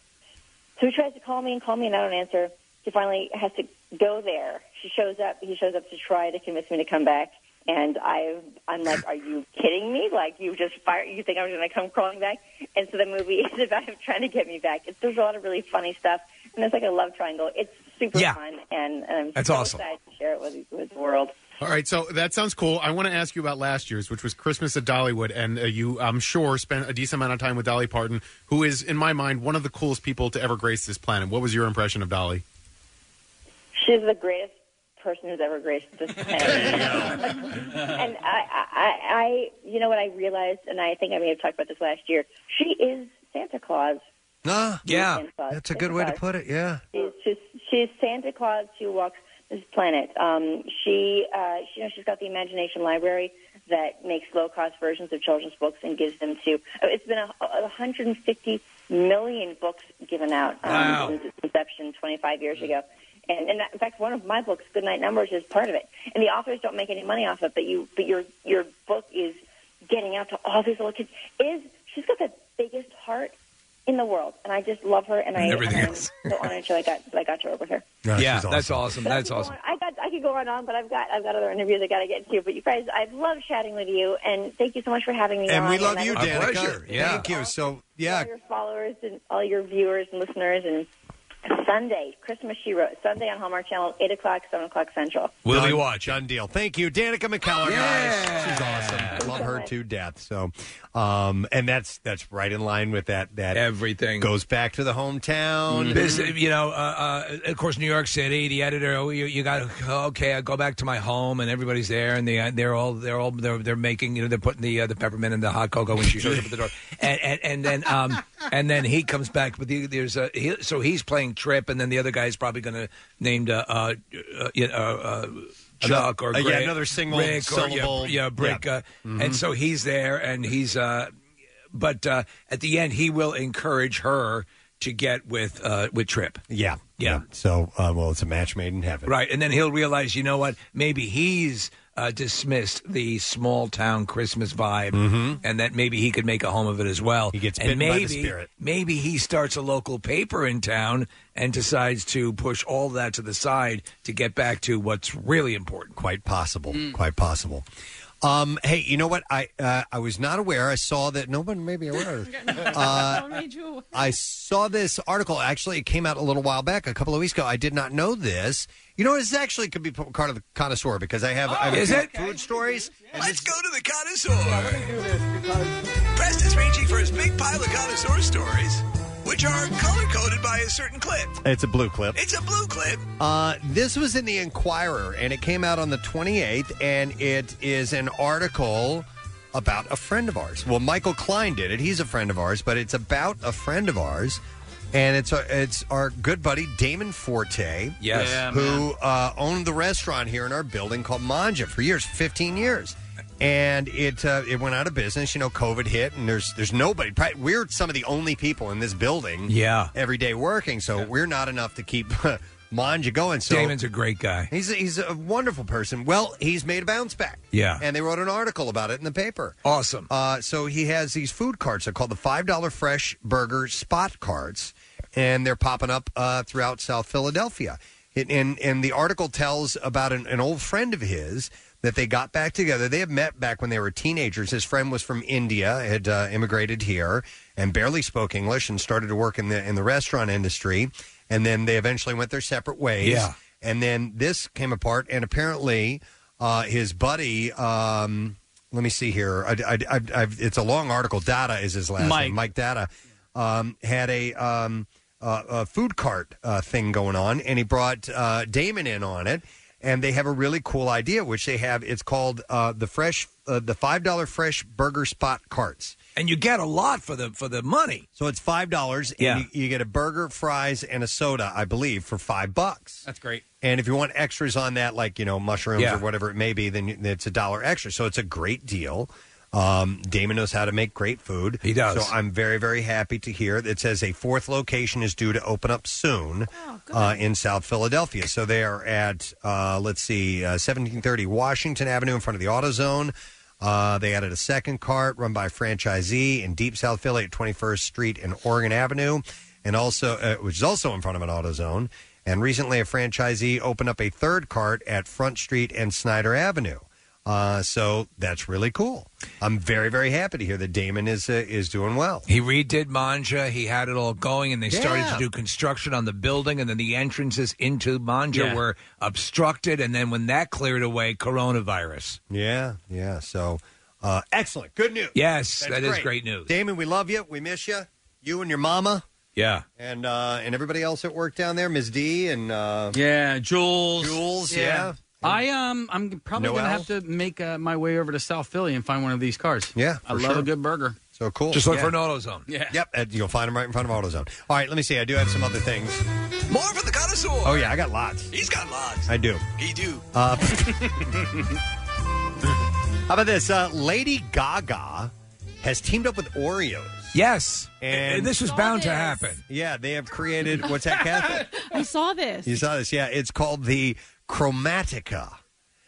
S13: So he tries to call me and call me, and I don't answer. He finally has to go there. She shows up. He shows up to try to convince me to come back. And I, I'm like, are you kidding me? Like, you just fired? You think I'm going to come crawling back? And so the movie is about him trying to get me back. It's, there's a lot of really funny stuff, and it's like a love triangle. It's super
S5: Yeah.
S13: fun, and, and I'm
S5: That's
S13: so
S5: awesome.
S13: excited to share it with, with the world.
S5: All right, so that sounds cool. I want to ask you about last year's, which was Christmas at Dollywood, and uh, you, I'm sure, spent a decent amount of time with Dolly Parton, who is, in my mind, one of the coolest people to ever grace this planet. What was your impression of Dolly?
S13: She's the greatest person who's ever graced this planet. and I, I, I, you know what I realized, and I think I may have talked about this last year. She is Santa Claus.
S2: Ah,
S13: yeah.
S2: that's a good way to put it. Yeah.
S13: She's she's, she's Santa Claus who walks this planet. Um, she, uh, she, you know, she's got the imagination library that makes low-cost versions of children's books and gives them to. oh, It's been a, a 150 million books given out um,
S10: Wow.
S13: since its inception 25 years ago, And, and that, in fact, one of my books, Goodnight Numbers, is part of it. And the authors don't make any money off it, but you, but your your book is getting out to all these little kids. Is she's got the biggest heart in the world, and I just love her. And I
S3: Everything
S13: and I'm
S3: else.
S13: so honored that I got that I got to work with her.
S3: yeah, that's awesome. That's awesome.
S13: I got I could go on and on, but I've got I've got other interviews I got to get to. But you guys, I've loved chatting with you, and thank you so much for having me.
S2: And
S13: on,
S2: we love
S13: I
S2: you,
S13: look
S2: Danica.
S13: forward to
S2: Yeah. Thank you. So, yeah,
S13: All your followers and all your viewers and listeners, and Sunday, Christmas She Wrote, Sunday on Hallmark Channel, eight o'clock, seven o'clock Central.
S2: Will done, you watch? Done deal. Thank you, Danica McKellar. Guys, she's awesome. Love her to death. So, um, and that's that's right in line with that. That
S3: everything Mm-hmm.
S2: goes back to the hometown.
S3: This, you know, uh, uh, of course, New York City. The editor, oh, you, you got okay. I go back to my home, and everybody's there, and they uh, they're all they're all they're, they're making you know they're putting the uh, the peppermint and the hot cocoa when she shows up at the door, and and, and then um and then he comes back, but the, there's a he, so he's playing Trip, and then the other guy's probably going to named uh uh, uh, you know, uh, uh Chuck or
S2: Uh, yeah,
S3: Greg-
S2: another single
S3: Rick or, yeah,
S2: syllable.
S3: yeah, Brick,
S2: Yeah.
S3: uh,
S2: Mhm.
S3: and so he's there, and he's uh but uh, at the end, he will encourage her to get with uh, with Trip.
S2: Yeah,
S3: yeah,
S2: So, uh, well, it's a match made in heaven.
S3: right. And then he'll realize, you know what? Maybe he's uh, dismissed the small town Christmas vibe, and that maybe he could make a home of it as well. He gets and
S2: Mm-hmm. bitten by the
S3: maybe,
S2: spirit.
S3: Maybe he starts a local paper in town and decides to push all that to the side to get back to what's really important.
S2: Quite possible.
S3: Mm.
S2: Quite possible. Um, hey, you know what? I uh, I was not aware. I saw that no one may be aware. of this. Uh, I saw this article. Actually, it came out a little while back, a couple of weeks ago. I did not know this. You know, what? this actually could be part of the connoisseur because I have. I have
S19: Oh, is
S2: a few
S19: it?
S2: food stories?
S19: Let's go to the connoisseur. Preston's reaching for his big pile of connoisseur stories, which are color coded by a certain clip.
S2: It's a blue clip.
S19: It's a blue clip.
S2: Uh, this was in the Enquirer, and it came out on the 28th, and it is an article about a friend of ours. Well, Michael Klein did it. He's a friend of ours, but it's about a friend of ours, and it's our, it's our good buddy Damon Forte,
S3: Yes. Yeah,
S2: who uh, owned the restaurant here in our building called Manja for years, 15 years. And it uh, it went out of business. You know, COVID hit, and there's there's nobody. Probably, we're some of the only people in this building,
S3: Yeah.
S2: every day working. So we're not enough to keep Manja going. So
S3: Damon's a great guy.
S2: He's a, he's a wonderful person. Well, he's made a bounce back.
S3: Yeah.
S2: And they wrote an article about it in the paper.
S3: Awesome.
S2: Uh, so he has these food carts. They're called the $5 Fresh Burger Spot Cards, and they're popping up uh, throughout South Philadelphia. It, and, and the article tells about an, an old friend of his that they got back together. They had met back when they were teenagers. His friend was from India, had uh, immigrated here, and barely spoke English and started to work in the, in the restaurant industry. And then they eventually went their separate ways
S3: Yeah.
S2: and then this came apart and apparently uh, his buddy um, let me see here I, I, I, I've, it's a long article data is his last
S10: Mike.
S2: name mike data um, had a, um, uh, a food cart uh, thing going on and he brought uh, damon in on it and they have a really cool idea which they have it's called uh, the fresh uh, the five dollar fresh burger spot carts
S3: and you get a lot for the for the money
S2: so it's five dollars
S3: Yeah.
S2: and you, you get a burger fries and a soda i believe for five bucks
S3: That's great.
S2: and if you want extras on that, like you know mushrooms
S3: Yeah.
S2: or whatever it may be, then you- it's a dollar extra. So it's a great deal. Um, Damon knows how to make great food. He
S3: does.
S2: So I'm very very happy to hear it says a fourth location is due to open up soon uh, in South Philadelphia. So they are at uh, let's see, uh, 1730 Washington Avenue in front of the AutoZone. Uh, they added a second cart run by a franchisee in Deep South Philly at 21st Street and Oregon Avenue, and also uh, which is also in front of an AutoZone. And recently, a franchisee opened up a third cart at Front Street and Snyder Avenue. Uh, so that's really cool. I'm very very happy to hear that Damon is uh, is doing well.
S3: He redid Manja. He had it all going, and they started
S2: Yeah.
S3: to do construction on the building, and then the entrances into Manja
S2: Yeah.
S3: were obstructed. And then when that cleared away, coronavirus.
S2: Yeah, yeah. So uh, excellent, good news.
S3: Yes,
S2: That's
S3: that is great news.
S2: Damon, we love you. We miss you. You and your mama.
S3: Yeah.
S2: and uh, and everybody else at work down there, Ms. D and uh,
S10: yeah, Jules.
S2: Jules, yeah.
S10: I um, I'm probably
S2: Noel?
S10: gonna have to make uh, my way over to South Philly and find one of these cars.
S2: Yeah,
S10: I
S2: for
S10: love
S2: sure.
S10: a good burger.
S2: So cool.
S10: Just look for
S3: an AutoZone.
S10: Yeah.
S2: Yep. uh, You'll find them right in front of AutoZone. All right. Let me see. I do have some other things.
S19: More for the connoisseur.
S2: Oh yeah, I got lots.
S19: He's got lots.
S2: I do.
S19: He do.
S2: Uh, how about this? Uh, Lady Gaga has teamed up with Oreos.
S3: Yes,
S2: and,
S3: and this was bound to happen.
S2: Yeah, they have created what's that, Kath?
S1: I saw this.
S2: You saw this, yeah. It's called the Chromatica.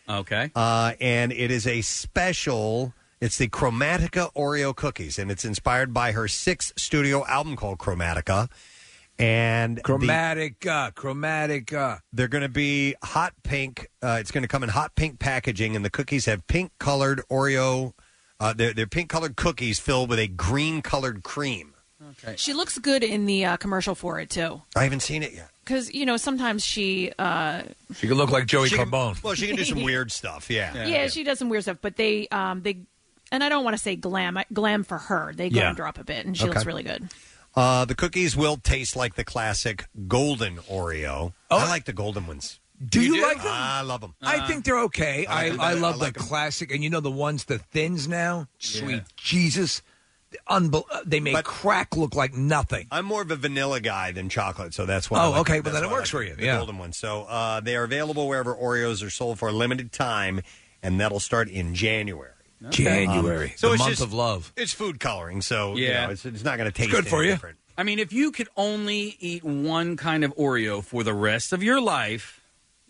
S4: Okay.
S2: Uh, and it is a special. It's the Chromatica Oreo cookies, and it's inspired by her sixth studio album called Chromatica. And the-
S3: Chromatica, Chromatica.
S2: they're going to be hot pink. Uh, it's going to come in hot pink packaging, and the cookies have pink colored Oreo. Uh, they're, they're pink colored cookies filled with a green colored cream.
S1: She looks good in the uh, commercial for it too,
S2: I haven't seen it yet.
S1: because you know sometimes she, uh,
S3: She could look like Joey
S2: She can-
S3: Carbone.
S2: Well, she can do some weird stuff. Yeah.
S1: yeah, she does some weird stuff. But they, um, they, and I don't want to say glam, glam for her. They go
S2: Yeah.
S1: and drop a bit, and she
S2: Okay.
S1: looks really good.
S2: Uh, the cookies will taste like the classic golden Oreo.
S3: Oh,
S2: I like the golden ones.
S3: Do you, like them?
S2: I love them.
S3: I think they're okay.
S2: I
S3: I,
S2: like
S3: I,
S2: them.
S3: love
S2: I like
S3: the classic, and you know the ones the thins now. Sweet Jesus, Unbel- uh, they make crack look like nothing.
S2: I'm more of a vanilla guy than chocolate, so that's why. I
S3: Oh,
S2: like-
S3: okay, but
S2: that's
S3: then it
S2: why I
S3: works
S2: like
S3: for you,
S2: The
S3: yeah.
S2: golden ones. So uh, they are available wherever Oreos are sold for a limited time, and that'll start in January. Um,
S3: January,
S2: so
S3: the
S2: it's
S3: month
S2: just-
S3: of love.
S2: It's food coloring, so you
S4: Yeah.
S2: know, it's, it's not going to taste
S4: good for
S2: any
S4: you.
S2: Different.
S4: I mean, if you could only eat one kind of Oreo for the rest of your life,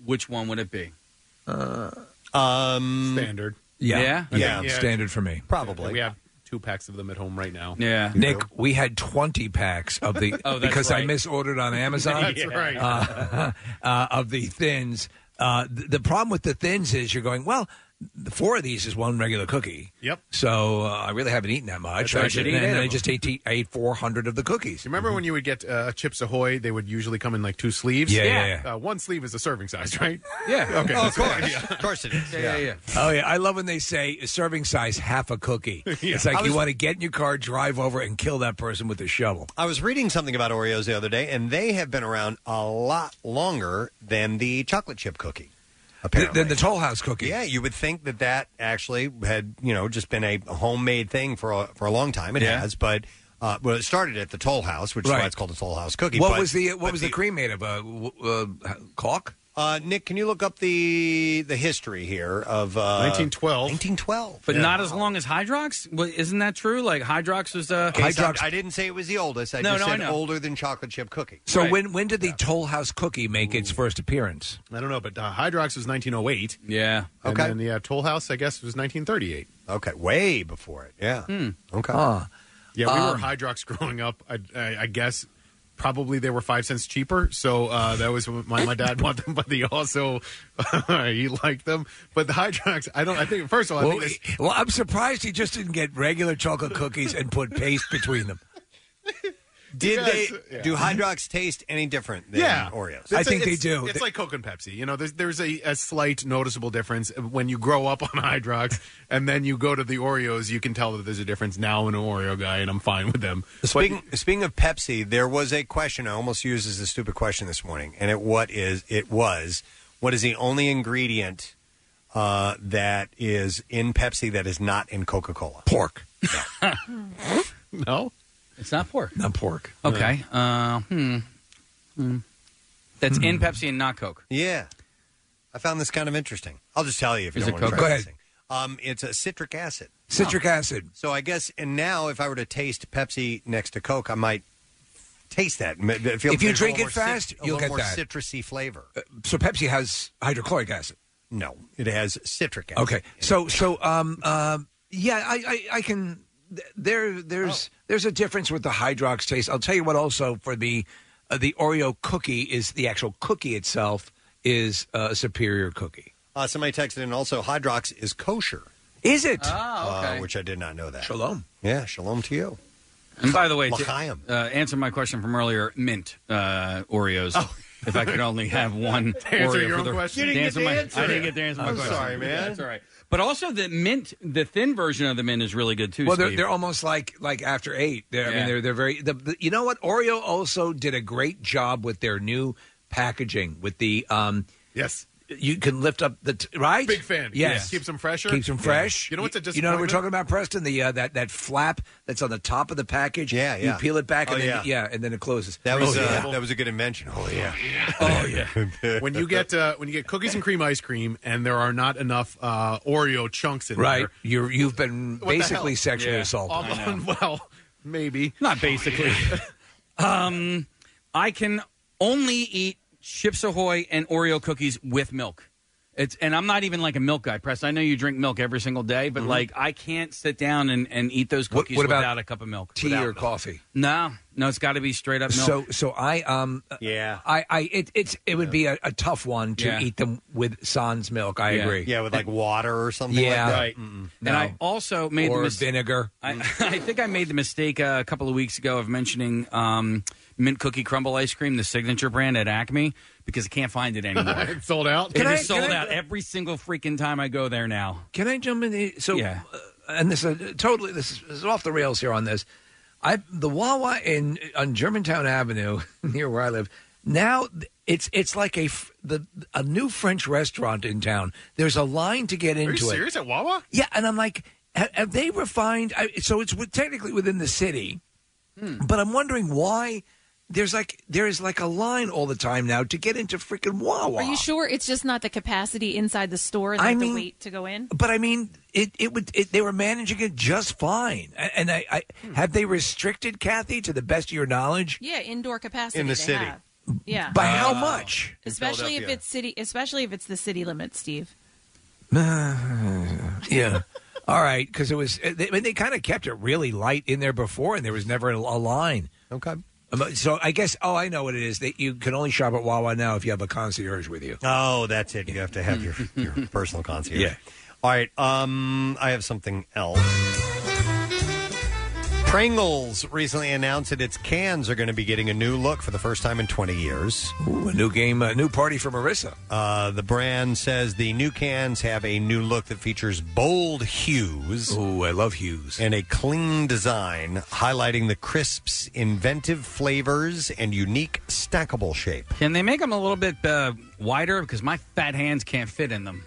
S4: which one would it be?
S3: Uh,
S2: um,
S5: standard.
S3: Yeah,
S4: Yeah?
S3: I think standard for me.
S2: Probably.
S5: We have two packs of them at home right now.
S4: Yeah.
S3: Nick, we had 20 packs of the
S5: Oh, that's
S3: because I
S5: right.
S3: misordered on Amazon.
S5: That's Yeah. right.
S3: Uh, uh, of the thins. Uh, th- the problem with the thins is you're going, well, the four of these is one regular cookie.
S5: Yep.
S3: So uh, I really haven't eaten that much.
S5: That's right. Should eat
S3: and
S5: eight
S3: then
S5: of
S3: I
S5: them.
S3: just ate, I ate 400 of the cookies.
S5: You remember when you would get uh, Chips Ahoy? They would usually come in like two sleeves.
S3: Yeah, yeah,
S5: Uh, one sleeve is a serving size, right?
S3: Yeah.
S5: Okay.
S3: Oh,
S5: that's-
S3: of course.
S2: Of course it is.
S3: Yeah, yeah, Oh, yeah. I love when they say serving size half a cookie. It's like
S2: I
S3: you
S2: was-
S3: want to get in your car, drive over, and kill that person with a shovel.
S2: I was reading something about Oreos the other day, and they have been around a lot longer than the chocolate chip cookie. Apparently,
S3: Than the Toll House cookie.
S2: Yeah, you would think that that actually had you know just been a homemade thing for a, for a long time. It
S3: Yeah.
S2: has, but uh, well, it started at the Toll House, which is
S3: Right.
S2: why it's called the Toll House cookie.
S3: What
S2: but-
S3: was the what
S2: but
S3: was the, cream made of? Uh, w- uh, caulk.
S2: Uh, Nick, can you look up the the history here of uh,
S4: 1912.
S2: 1912,
S4: But not as long as Hydrox? Well, isn't that true? Like, Hydrox was uh,
S2: Okay, so I didn't say it was the oldest. I
S4: No,
S2: just
S4: no, I
S2: said
S4: know.
S2: older than chocolate chip cookie.
S3: So when when did the Toll House cookie make its first appearance?
S5: I don't know, but uh, Hydrox was 1908.
S4: Yeah.
S5: And
S3: Okay.
S5: then the uh, Toll House, I guess, was 1938.
S2: Okay, way before it. Yeah.
S4: Hmm.
S2: Okay.
S5: Yeah, we
S2: Um,
S5: were Hydrox growing up. I, I, I guess probably they were five cents cheaper. So uh, that was my my dad bought them, but he also he liked them. But the Hydrox, I don't. I think first of all, I
S3: Well,
S5: think this,
S3: he- well, I'm surprised he just didn't get regular chocolate cookies and put paste between them.
S2: Did
S5: Yes,
S2: they
S5: yeah.
S2: do Hydrox taste any different than
S5: yeah,
S2: Oreos?
S5: It's- it's- It's like Coke and Pepsi. You know, there's there's a, a slight noticeable difference when you grow up on Hydrox and then you go to the Oreos. You can tell that there's a difference. Now I'm an Oreo guy, and I'm fine with them.
S2: Speaking, speaking of Pepsi, there was a question I almost used as a stupid question this morning, and it what is it was what is the only ingredient uh, that is in Pepsi that is not in Coca Cola?
S3: Pork.
S5: no,
S4: it's not pork.
S3: Not pork.
S4: Okay. Uh, hmm. Hmm. That's in Pepsi and not Coke.
S2: Yeah, I found this kind of interesting. I'll just tell you if you
S4: Is
S2: don't
S4: it
S2: want to
S4: Coke?
S2: try
S4: Go
S2: this thing.
S4: ahead.
S2: Um, it's a citric acid.
S3: Citric acid.
S2: So I guess, and now if I were to taste Pepsi next to Coke, I might taste that. M- feel
S3: If you
S2: there's a
S3: drink
S2: little
S3: it
S2: more
S3: fast,
S2: cit- a
S3: you'll
S2: little more
S3: get that. Uh,
S2: citrusy flavor.
S3: So Pepsi has hydrochloric acid.
S2: No, it has citric acid.
S3: Okay. So so um um yeah, I I, I can th- there there's there's a difference with the Hydrox taste. I'll tell you what. Also for the uh, the Oreo cookie is the actual cookie itself is uh, a superior cookie.
S2: Uh, somebody texted in also Hydrox is kosher.
S3: Is it?
S4: Oh, okay.
S2: Uh, which I did not know that.
S3: Shalom.
S2: Yeah, shalom to you.
S4: And by the way, to,
S2: L'chaim.
S4: uh, answer my question from earlier: mint uh, Oreos. If I could only have one
S19: Oh. To answer
S4: Oreo
S19: your
S4: for
S19: own
S4: the
S19: question?
S4: to
S19: You didn't
S4: answer
S19: get to
S4: my-
S19: answer
S4: I didn't
S19: it.
S4: get to answer my
S19: I'm
S4: question.
S19: sorry, man.
S4: That's all right. But also the mint, the thin version of the mint is really good too.
S3: Well, they're,
S4: Steve.
S3: they're almost like like after eight. They're, I
S4: Yeah.
S3: mean, they're they're very. The, the, you know what? Oreo also did a great job with their new packaging with the um.
S5: Yes.
S3: You can lift up the t- right.
S5: Big fan.
S3: Yes,
S5: Keeps them fresher.
S3: Keeps them
S5: Yeah.
S3: fresh.
S5: You know what's a
S3: You know what we're
S5: disappointment?
S3: talking about, Preston? The uh, that that flap that's on the top of the package. Yeah,
S2: yeah.
S3: You peel it back,
S2: Oh,
S3: and then,
S2: yeah.
S3: yeah, and then it closes.
S2: That was
S3: Oh,
S2: uh,
S3: yeah.
S2: that was a good invention. Oh yeah.
S3: Oh yeah.
S5: when you get uh, when you get cookies and cream ice cream, and there are not enough uh, Oreo chunks in
S3: right.
S5: there.
S3: You you've been
S5: What the
S3: basically
S5: hell?
S3: sexually
S5: Yeah.
S3: assaulted.
S5: Um, well, maybe
S4: not basically. um, I can only eat Ships Ahoy and Oreo cookies with milk. It's and I'm not even like a milk guy, Press. I know you drink milk every single day, but
S3: Mhm.
S4: like I can't sit down and, and eat those
S3: What-
S4: cookies
S3: what about
S4: without a cup of milk.
S3: tea
S4: without
S3: or
S4: milk.
S3: coffee?
S4: No, no, it's got to be straight up milk.
S3: So so I um yeah I I it, it's it would be a, a tough one to
S4: Yeah.
S3: eat them with sans milk. I
S4: Yeah.
S3: agree.
S4: Yeah, with, like,
S2: water or something like
S3: Yeah,
S4: that? Right. And I also made
S3: or
S4: the mis-
S3: vinegar.
S4: I, I think I made the mistake uh, a couple of weeks ago of mentioning um, mint cookie crumble ice cream, the signature brand at Acme, because I can't find it anymore.
S5: It's sold out.
S4: It is sold out every single freaking time I go there now.
S3: Can I jump in? here? So,
S4: Yeah.
S3: uh, and this uh, totally this is, this is off the rails here on this. I the Wawa in on Germantown Avenue near where I live now. It's it's like a f- the a new French restaurant in town. There's a line to get
S5: Are you
S3: into it.
S5: serious at Wawa?
S3: Yeah, and I'm like, have, have they refined? I, so it's with, technically within the city,
S5: Hmm.
S3: but I'm wondering why there's like there is like a line all the time now to get into freaking Wawa.
S16: Are you sure it's just not the capacity inside the store and
S3: I
S16: they have
S3: mean-
S16: to wait to go in?
S3: But I mean, it it would it, they were managing it just fine. A- And I, I
S2: Hmm.
S3: have they restricted Kathy to the best of your knowledge
S16: Yeah, indoor capacity
S3: In the
S16: they
S3: city.
S16: have. Yeah.
S3: by how much?
S16: Especially if it's city, especially if it's the city limit, Steve.
S3: yeah. All right, because it was. I mean, they kind of kept it really light in there before, and there was never a, a line. Um,
S2: Okay.
S3: So I guess. Oh, I know what it is. That you can only shop at Wawa now if you have a concierge with you. Hmm.
S2: Oh, that's it. You have to have your your personal concierge.
S3: Yeah.
S2: All right. Um, I have something else. Pringles recently announced that its cans are going to be getting a new look for the first time in 20 years.
S3: Ooh, a new game, a new party for Marissa.
S2: Uh, the brand says the new cans have a new look that features bold hues.
S3: Ooh, I love hues.
S2: And a clean design, highlighting the crisp's inventive flavors and unique stackable shape.
S4: Can they make them a little bit uh, wider? Because my fat hands can't fit in them.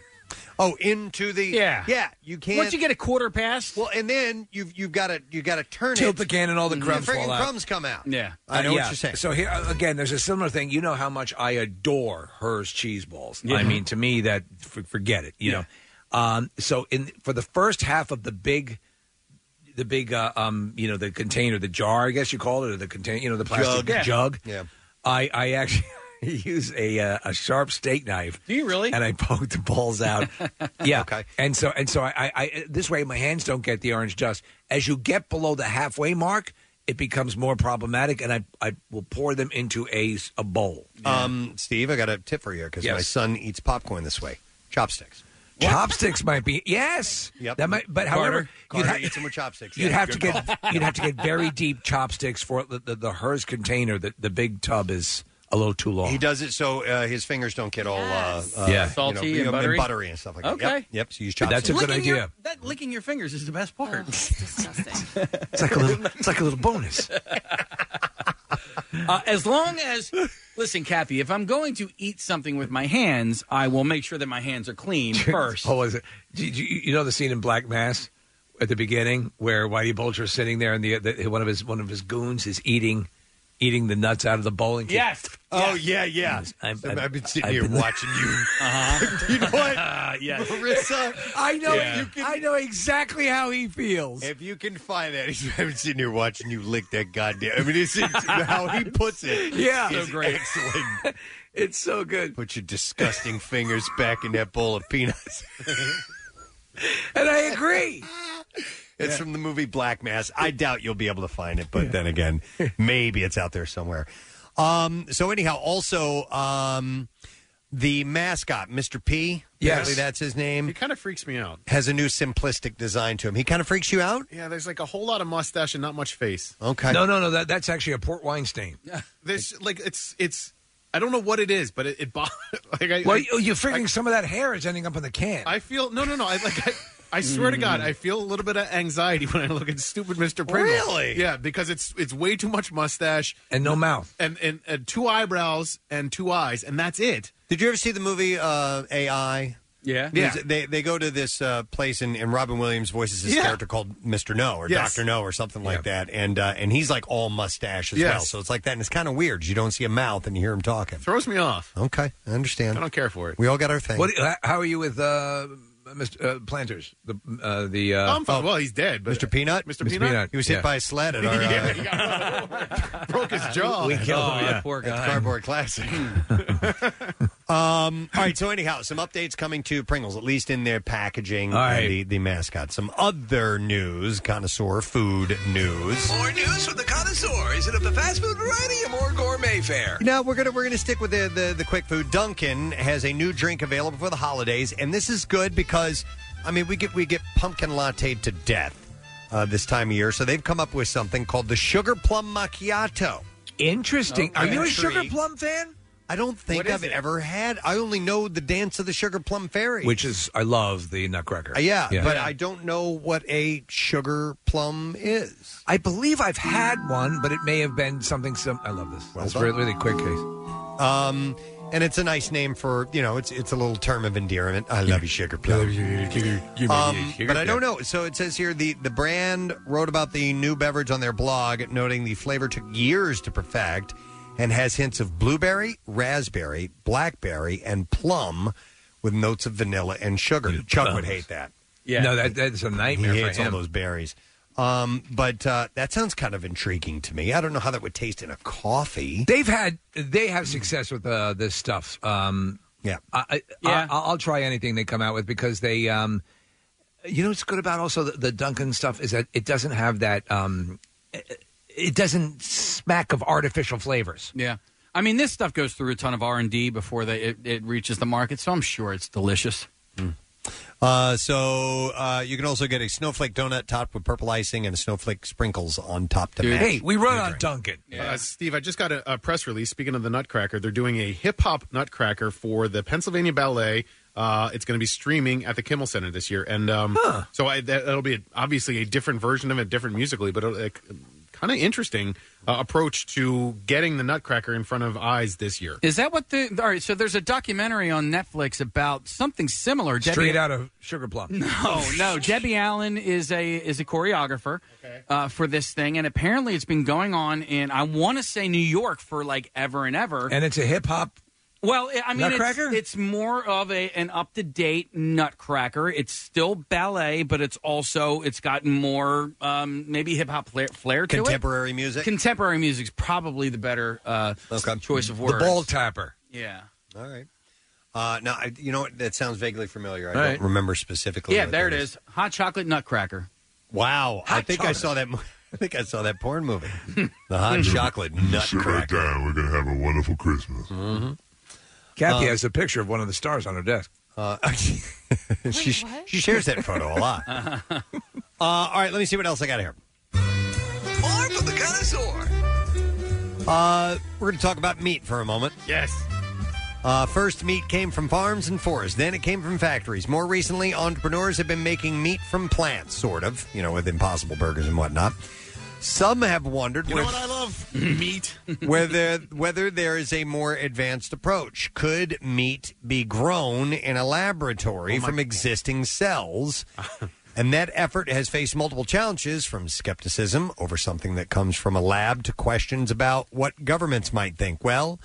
S2: Oh, into the
S4: yeah,
S2: yeah. You can't.
S4: Once you get a quarter pass,
S2: well, and then you've you've got to you got to turn
S3: Tilt
S2: it.
S3: the can and all the
S2: Mhm.
S3: crumbs
S2: The friggin'
S3: fall out.
S2: crumbs come out.
S4: Yeah.
S2: I know
S3: Uh,
S2: what
S3: yeah.
S2: you're saying.
S3: So here uh, again, there's a similar thing. You know how much I adore hers cheese balls.
S4: Yeah.
S3: I mean, to me, that for, forget it. You know. Um, so in for the first half of the big, the big, uh, um, you know, the container, the jar, I guess you call it, or the container, you know, the plastic
S4: Jug. Yeah.
S3: jug.
S2: Yeah.
S3: I I actually use a uh, a sharp steak knife.
S4: Do you really?
S3: And I poke the balls out. yeah. Okay. And so and so I, I, I this way my hands don't get the orange dust. As you get below the halfway mark, it becomes more problematic, and I I will pour them into a s- a bowl.
S2: Um, Steve, I got a tip for you because my
S3: Yes.
S2: son eats popcorn this way. Chopsticks.
S3: Chopsticks might be yes.
S2: Yep.
S3: That might, but
S2: Carter-
S3: however,
S2: Carter eats them with chopsticks.
S3: You'd
S2: Yeah,
S3: have to
S2: good
S3: get
S2: call.
S3: you'd have to get very deep chopsticks for it. the the, the hers container. The the big tub is a little too long.
S2: He does it so uh, his fingers don't get all uh, uh,
S3: Yeah.
S2: you know,
S3: Salty and
S2: you know,
S3: buttery?
S2: buttery and stuff like that. Yep.
S4: Okay.
S2: yep. So use
S3: That's a
S2: chopsticks.
S3: good Licking your- idea.
S4: that licking your fingers is the best part.
S3: It's like a little it's like a little bonus.
S4: Uh, as long as, listen, Kathy, if I'm going to eat something with my hands, I will make sure that my hands are clean first.
S3: Oh, is it? Do you, you know the scene in Black Mass at the beginning where Whitey Bulger's sitting there and the, the one of his one of his goons is eating eating the nuts out of the bowling. kit?
S2: Oh yeah, yeah. I've, I've been sitting here watching you.
S3: Uh-huh.
S2: you know what?
S4: yes.
S2: Marissa,
S3: I know
S2: Yeah.
S3: you can, I know exactly how he feels.
S2: If you can find that, I've been sitting here watching you lick that goddamn. I mean, it's, it's how he puts it.
S3: Yeah.
S2: is
S3: So great.
S2: Excellent.
S3: it's so good.
S2: Put your disgusting fingers back in that bowl of peanuts.
S3: and I agree.
S2: It's from the movie Black Mass. I doubt you'll be able to find it, but then again, maybe it's out there somewhere. Um, so anyhow, also um, the mascot, Mr. P. Apparently that's his name.
S5: He kind of freaks me out.
S2: has a new simplistic design to him. He kind of freaks you out.
S5: Yeah, there's like a whole lot of mustache and not much face.
S2: Okay.
S3: No, no, no. That that's actually a port wine stain.
S5: This like it's it's I don't know what it is, but it, it bo- like I,
S3: well,
S5: I-
S3: you- you're figuring some of that hair is ending up in the can.
S5: I feel no, no, no. I like. I, I swear to
S3: Mm.
S5: God, I feel a little bit of anxiety when I look at stupid Mr. Pringle.
S3: Really?
S5: Yeah, because it's it's way too much mustache
S3: and no mouth,
S5: and and, and two eyebrows and two eyes, and that's it.
S2: Did you ever see the movie uh, AI?
S4: Yeah.
S5: yeah.
S2: There's- They they go to this uh, place and, and Robin Williams voices his
S5: Yeah.
S2: character called Mr. No or
S5: Yes.
S2: Dr. No or something like that. And uh, and he's like all mustache as
S5: Yes.
S2: well. So it's like that and it's kind of weird. You don't see a mouth and you hear him talking.
S5: Throws me off.
S2: Okay, I understand.
S5: I don't care for it.
S2: We all got our thing.
S3: What? How are you with uh, Mr. Uh, Planters, the uh, the uh,
S5: Tom Fo- well, he's dead, but-
S3: Mr. Peanut,
S5: Mr. Peanut?
S2: He was hit by a sled at our, uh,
S5: broke his jaw.
S2: We killed
S19: Oh,
S2: him. yeah, at the Cardboard Classic. um, all right. So anyhow, some updates coming to Pringles, at least in their packaging.
S19: All right.
S2: and the, the mascot. Some other news, connoisseur food news.
S19: More news from the connoisseur. Is it up to fast food variety or more gourmet fare?
S2: No, we're gonna we're gonna stick with the, the the quick food. Dunkin' has a new drink available for the holidays, and this is good because I mean we get we get pumpkin latte to death uh, this time of year, so they've come up with something called the sugar plum macchiato.
S3: Interesting. Are you a sugar plum fan?
S2: I don't think
S3: What is
S2: I've
S3: it?
S2: ever had. I only know the dance of the sugar plum fairy,
S3: which is I love the Nutcracker.
S2: Uh, yeah, but I don't know what a sugar plum is.
S3: I believe I've had one, but it may have been something. Some I love this.
S2: Well
S3: That's
S2: done.
S3: really, really quick. Case.
S2: Um, and it's a nice name for you know it's it's a little term of endearment. I love you, sugar plum. Um, but I don't know. So it says here the the brand wrote about the new beverage on their blog, noting the flavor took years to perfect and has hints of blueberry, raspberry, blackberry, and plum, with notes of vanilla and sugar. Chuck would
S3: plums.
S2: hate that.
S3: Yeah. No, that- that's a nightmare
S2: He
S3: for
S2: hates
S3: him.
S2: all those berries. Um, but uh, that sounds kind of intriguing to me. I don't know how that would taste in a coffee.
S3: They've had they have success with uh, this stuff. Um,
S2: yeah,
S3: I, I, I, I'll I'll try anything they come out with because they. Um, you know what's good about also the, the Dunkin' stuff is that it doesn't have that. Um, it- it doesn't smack of artificial flavors.
S7: Yeah. I mean, this stuff goes through a ton of R and D before they it, it reaches the market, so I'm sure it's delicious.
S2: Mm. Uh, so uh, you can also get a snowflake donut topped with purple icing and snowflake sprinkles on top to match.
S3: run on Duncan.
S5: Uh, Steve, I just got a, a press release. Speaking of the Nutcracker, they're doing a hip hop Nutcracker for the Pennsylvania Ballet. Uh, it's going to be streaming at the Kimmel Center this year, and um, so I, that, that'll be obviously a different version of it, different musically, but a, kind of interesting uh, approach to getting the Nutcracker in front of eyes this year.
S7: Is that what the? All right, so there's a documentary on Netflix about something similar. Debbie-
S3: Straight out of Sugar Plum.
S7: No, Oh, no. Debbie Allen is a is a choreographer uh, for this thing, and apparently it's been going on in I want to say New York for like ever and ever.
S3: And it's a hip hop.
S7: Well, I- I mean, it's,
S3: Nutcracker?
S7: it's more of a an up to date Nutcracker. It's still ballet, but it's also it's gotten more um, maybe hip hop flair, flair to it.
S2: Contemporary music?
S7: Contemporary music's probably the better uh, choice of
S2: The
S7: words.
S2: ball tapper.
S7: Yeah.
S2: All right. Uh, now, I, you know what? That sounds vaguely familiar. I
S7: All
S2: don't
S7: right.
S2: remember specifically.
S7: Yeah,
S2: what
S7: there it
S2: that
S7: is. Hot chocolate Nutcracker.
S2: Wow, I think I saw that. mo- I think I saw that porn movie, The Hot
S7: Mm-hmm.
S2: Chocolate Nutcracker.
S20: down. We're gonna have a wonderful Christmas. Mm-hmm.
S3: Kathy
S7: Uh,
S2: Um,
S3: has a picture of one of the stars on her desk.
S2: Uh, she, she shares that photo a lot. uh, all right, let me see what else I got here.
S19: More from the connoisseur.
S2: Uh, we're going to talk about meat for a moment.
S5: Yes.
S2: Uh, first, meat came from farms and forests. Then it came from factories. More recently, entrepreneurs have been making meat from plants, sort of, you know, with impossible burgers and whatnot. Some have wondered
S5: You know
S2: whether,
S5: what I love? Meat.
S2: whether whether there is a more advanced approach. Could meat be grown in a laboratory from existing cells? And that effort has faced multiple challenges from skepticism over something that comes from a lab to questions about what governments might think. Well,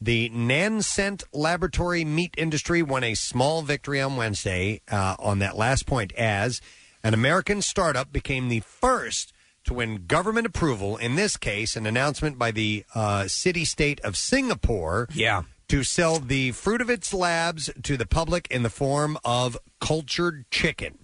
S2: the Nansent laboratory meat industry won a small victory on Wednesday uh, on that last point as an American startup became the first to win government approval, in this case, an announcement by the uh, city state of Singapore
S3: Yeah.
S2: to sell the fruit of its labs to the public in the form of cultured chicken.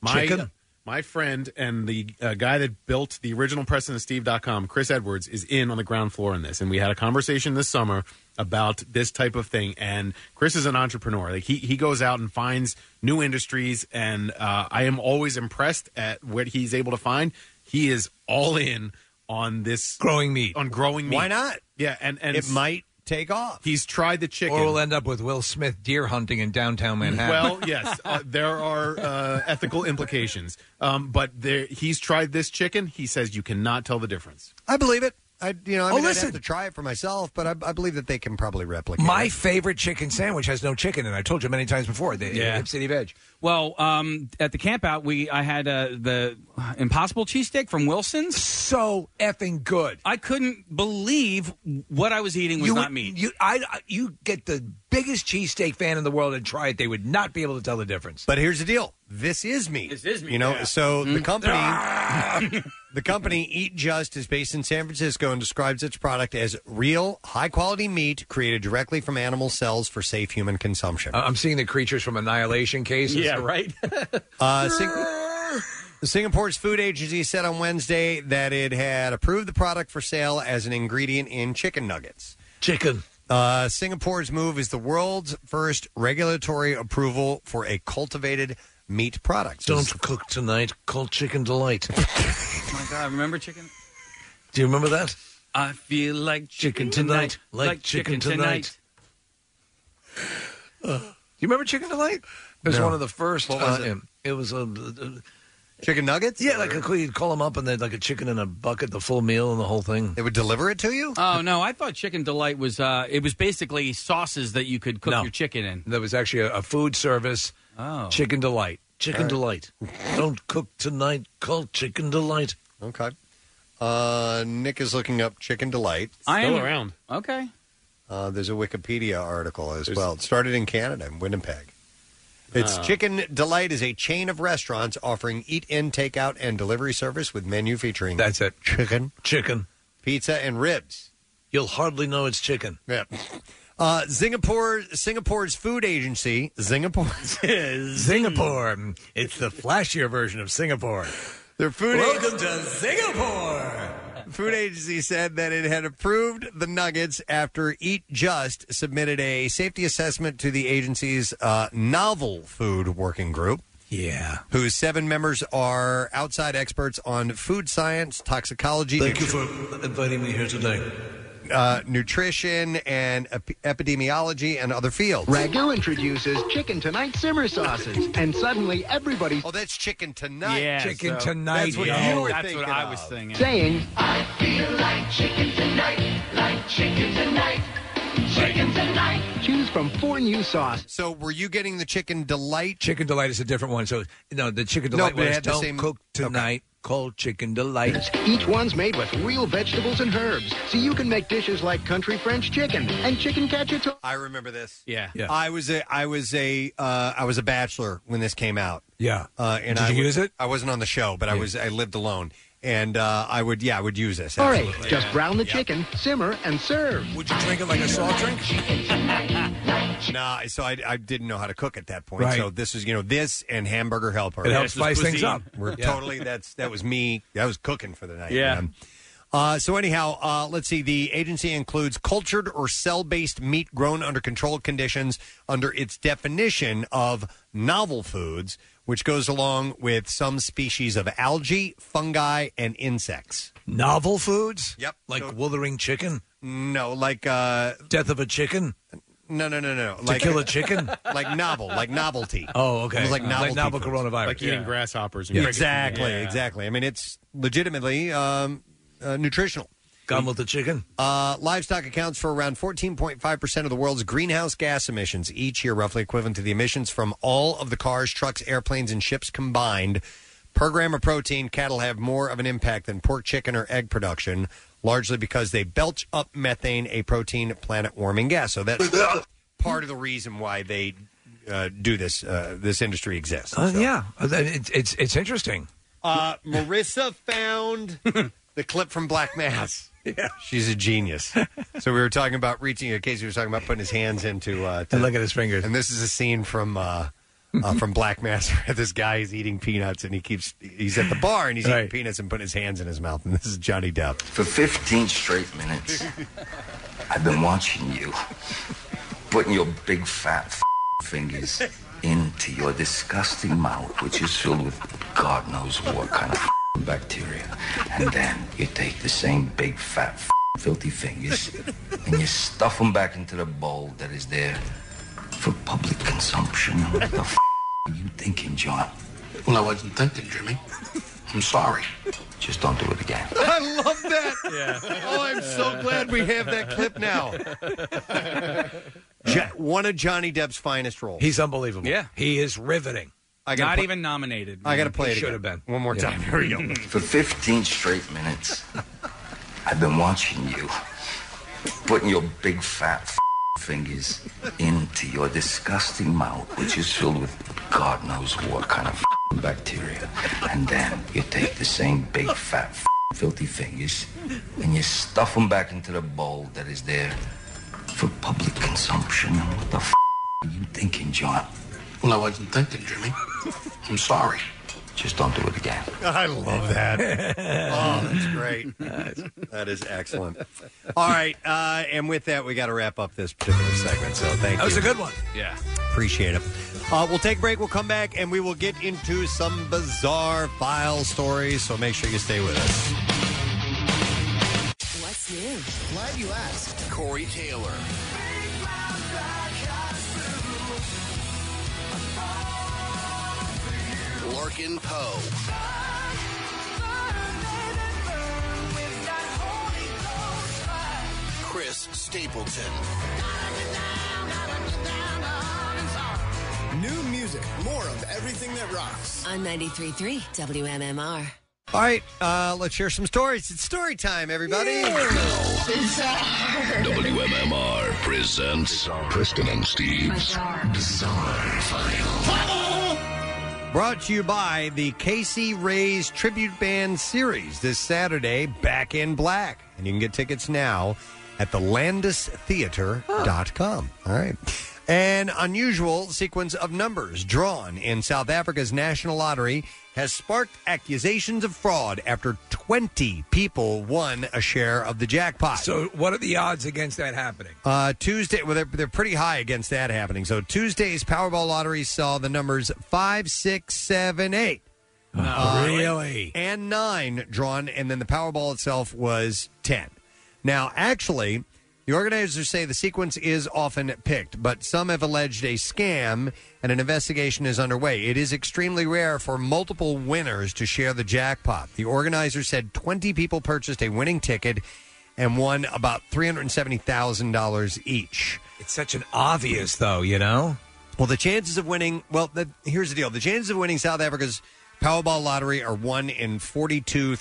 S5: My
S2: Chicken?
S5: my friend and the uh, guy that built the original PresidentSteve.com, Chris Edwards, is in on the ground floor in this, and we had a conversation this summer about this type of thing. And Chris is an entrepreneur; like he he goes out and finds new industries, and uh, I am always impressed at what he's able to find. He is all in on this
S3: growing meat,
S5: on growing meat.
S3: Why not?
S5: Yeah, and and
S3: It might
S2: take off.
S5: He's tried the chicken.
S3: Or we'll end up with Will Smith deer hunting in downtown
S2: Mm.
S3: Manhattan.
S5: Well, yes, uh, there are uh, ethical implications. Um, but there, he's tried this chicken. He says you cannot tell the difference.
S2: I believe it. I you know I
S3: Oh,
S2: mean, I'd
S3: listen.
S2: have to try it for myself, but I, I believe that they can probably replicate.
S3: My favorite chicken sandwich has no chicken, and I told you many times before. The
S7: Yeah.
S3: Hip City Veg.
S7: Well, um, at the camp out, we I had uh, the Impossible cheesesteak from Wilson's.
S3: So effing good!
S7: I couldn't believe what I was eating was
S3: you,
S7: not meat.
S3: You, I, I- you get the biggest cheesesteak fan in the world and try it, they would not be able to tell the difference.
S2: But here's the deal: this is meat. This
S4: is
S3: meat,
S2: You know,
S3: yeah.
S2: so the
S3: Mm. Ah!
S2: company, the company Eat Just is based in San Francisco and describes its product as real, high quality meat created directly from animal cells for safe human consumption.
S3: I- Uh, I'm seeing the creatures from Annihilation cases.
S2: Yeah,
S3: right.
S2: Uh, Sing- Singapore's food agency said on Wednesday that it had approved the product for sale as an ingredient in chicken nuggets.
S3: Chicken.
S2: Uh, Singapore's move is the world's first regulatory approval for a cultivated meat product.
S3: Don't cook tonight. Call Chicken Delight.
S4: Oh my God, remember chicken?
S3: Do you remember that?
S4: I feel like
S3: Chicken tonight, like chicken tonight. Uh, do you remember Chicken Delight? It was
S4: No.
S3: one of the first.
S4: What was
S3: uh,
S4: it?
S3: um, it? was a, a-
S2: chicken nuggets.
S3: Yeah, like a, you'd call them up and they like a chicken in a bucket, the full meal and the whole thing.
S2: They would deliver it to you.
S4: Oh no, I thought chicken delight was uh it was basically sauces that you could cook
S3: No.
S4: your chicken in.
S3: That was actually a, a food service. Oh. Chicken Delight. Chicken
S4: All right.
S3: Delight. Don't cook tonight. Call Chicken Delight.
S2: Okay. Uh, Nick is looking up Chicken Delight.
S4: I am- Okay.
S2: Uh, there's a Wikipedia article as well. It started in Canada, in Winnipeg. It's
S4: Ah.
S2: Chicken Delight is a chain of restaurants offering eat-in, takeout, and delivery service with menu featuring
S3: that's it
S2: chicken,
S3: chicken,
S2: pizza, and ribs.
S3: You'll hardly know it's chicken.
S2: Yeah. Uh, Singapore, Singapore's food agency, Singapore,
S3: Singapore. It's the flashier version of Singapore.
S2: Their food.
S3: Welcome to Singapore.
S2: Food agency said that it had approved the nuggets after Eat Just submitted a safety assessment to the agency's uh, novel food working group.
S3: Yeah.
S2: Whose seven members are outside experts on food science, toxicology,
S3: Thank you
S2: nutri-
S3: for inviting me here today.
S2: uh, nutrition, and ep- epidemiology, and other fields.
S20: Ragu introduces chicken tonight simmer sauces, and suddenly everybody's
S2: Oh, that's chicken tonight.
S20: Yeah,
S3: Chicken so tonight,
S2: That's what
S3: yeah.
S2: you were
S3: That's what
S2: thinking
S3: I was
S2: of.
S3: thinking.
S20: saying,
S26: I feel like chicken tonight, like chicken tonight, chicken tonight.
S20: choose from four new sauces.
S2: So, were you getting the chicken delight?
S3: Chicken delight is a different one. So no, the chicken
S20: No,
S3: delight
S20: but it
S3: was
S20: had the
S3: don't
S20: same-
S3: cook tonight. Call chicken delight.
S20: Each one's made with real vegetables and herbs, so you can make dishes like country French chicken and chicken cacciatore.
S2: I remember this.
S4: Yeah.
S2: I was a I was a uh, I was a bachelor when this came out.
S3: Yeah.
S2: Uh, and
S3: Did
S2: I
S3: you
S2: would-
S3: use it?
S2: I wasn't on the show, but I was I lived alone, and uh, I would yeah I would use this.
S20: All right,
S2: absolutely.
S20: just brown the chicken, simmer, and serve.
S3: Would you drink it like a soft drink?
S2: Nah, so I, I didn't know how to cook at that point.
S3: Right.
S2: So this is you know this and hamburger helper.
S3: It helps This is spice things cuisine. up.
S2: We're
S3: Yeah.
S2: totally that's that was me. That was cooking for the night.
S3: Yeah.
S2: man. Uh, so anyhow, uh, let's see. The agency includes cultured or cell-based meat grown under controlled conditions under its definition of novel foods, which goes along with some species of algae, fungi, and insects.
S3: Novel foods?
S2: Yep.
S3: Like withering chicken?
S2: No, like uh
S3: Death of a chicken?
S2: No, no, no, no.
S3: To kill a chicken?
S2: like novel, like novelty.
S3: Oh, okay.
S2: Almost like
S3: Like
S2: novelty
S3: novel
S2: foods.
S3: coronavirus.
S27: Like eating Yeah. grasshoppers and
S2: Yeah.
S27: crickets.
S2: Exactly,
S27: Yeah.
S2: exactly. I mean, it's legitimately um, uh, nutritional.
S3: Gone with the chicken?
S2: Uh, livestock accounts for around 14.5% of the world's greenhouse gas emissions each year, roughly equivalent to the emissions from all of the cars, trucks, airplanes, and ships combined. Per gram of protein, cattle have more of an impact than pork, chicken, or egg production, largely because they belch up methane, a protein planet warming gas. So that's part of the reason why they uh, do this. Uh, this industry exists.
S3: Uh, yeah. Uh, It's, it's, it's interesting.
S2: Uh, Marissa found the clip from Black Mass. Yeah. She's a genius. so we were talking about reaching. In case we were talking about putting his hands into. Uh, to,
S3: And look at his fingers.
S2: And this is a scene from. Uh, uh, from Black Mass, where this guy is eating peanuts and he keeps he's at the bar and he's eating peanuts and putting his hands in his mouth. And this is Johnny Depp.
S28: For 15 straight minutes, I've been watching you putting your big fat f- fingers into your disgusting mouth, which is filled with God knows what kind of f- bacteria. And then you take the same big fat f- filthy fingers and you stuff them back into the bowl that is there for public consumption. What the f- are you thinking, John? Well, I wasn't thinking, Jimmy. I'm sorry. Just don't do it again.
S2: I love that. Oh, I'm so glad we have that clip now. Jo- one of Johnny Depp's finest roles.
S3: He's unbelievable.
S2: Yeah.
S3: He is riveting.
S2: I gotta
S4: Not
S2: put-
S4: even nominated.
S2: I got to play
S3: He
S2: it.
S3: should
S2: again.
S3: have been.
S2: One more
S3: Yeah.
S2: time. Here we go.
S28: For 15 straight minutes, I've been watching you putting your big fat f-
S12: fingers into your disgusting mouth, which is filled with God knows what kind of bacteria. And then you take the same big, fat, filthy fingers and you stuff them back into the bowl that is there for public consumption. And what the f- are you thinking, John? Well, I wasn't thinking, Jimmy. I'm sorry. Just don't do it again.
S2: I love that. oh, that's great. That is excellent. All right, uh, and with that, we got to wrap up this particular segment. So thank you.
S3: That was a good one.
S2: Yeah, appreciate it. Uh, we'll take a break. We'll come back, and we will get into some bizarre file stories. So make sure you stay with us.
S8: What's new? Glad you asked. Corey Taylor. Larkin Poe. Chris Stapleton.
S18: New music, more of everything that rocks.
S8: On 93.3 WMMR.
S2: All right, uh, let's share some stories. It's story time, everybody.
S17: WMMR presents Preston and Steve's Bizarre File.
S2: Brought to you by the Casey Ray's Tribute Band Series this Saturday, Back in Black. And you can get tickets now at thelandistheater.com. All right. An unusual sequence of numbers drawn in South Africa's national lottery has sparked accusations of fraud after 20 people won a share of the jackpot.
S3: So, what are the odds against that happening?
S2: Uh, Tuesday, well, they're, they're pretty high against that happening. So Tuesday's Powerball lottery saw the numbers five, six, seven, eight. Uh,
S3: really?
S2: And nine drawn, and then the Powerball itself was 10. Now, actually, the organizers say the sequence is often picked, but some have alleged a scam, and an investigation is underway. It is extremely rare for multiple winners to share the jackpot. The organizer said 20 people purchased a winning ticket and won about $370,000 each.
S3: It's such an obvious, though, you know?
S2: Well, the chances of winning, well, the, here's the deal. The chances of winning South Africa's Powerball lottery are 1 in 42,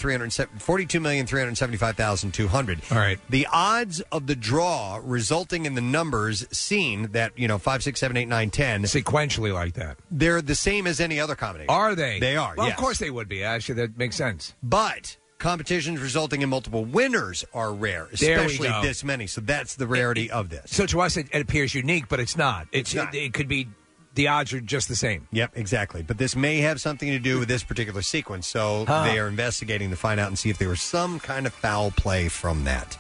S2: 42,375,200.
S3: All right.
S2: The odds of the draw resulting in the numbers seen that, you know, 5, 6, 7, 8, 9, 10.
S3: Sequentially like that.
S2: They're the same as any other combination.
S3: Are they?
S2: They are,
S3: Well,
S2: yes.
S3: of course they would be. Actually, that makes sense.
S2: But competitions resulting in multiple winners are rare,
S3: There we
S2: especially
S3: go.
S2: this many. So that's the rarity of this.
S3: So to us, it, it appears unique, but it's not. It's, It, it could be the odds are just the same.
S2: Yep, exactly. But this may have something to do with this particular sequence. So
S3: Huh.
S2: they are investigating to find out and see if there was some kind of foul play from that.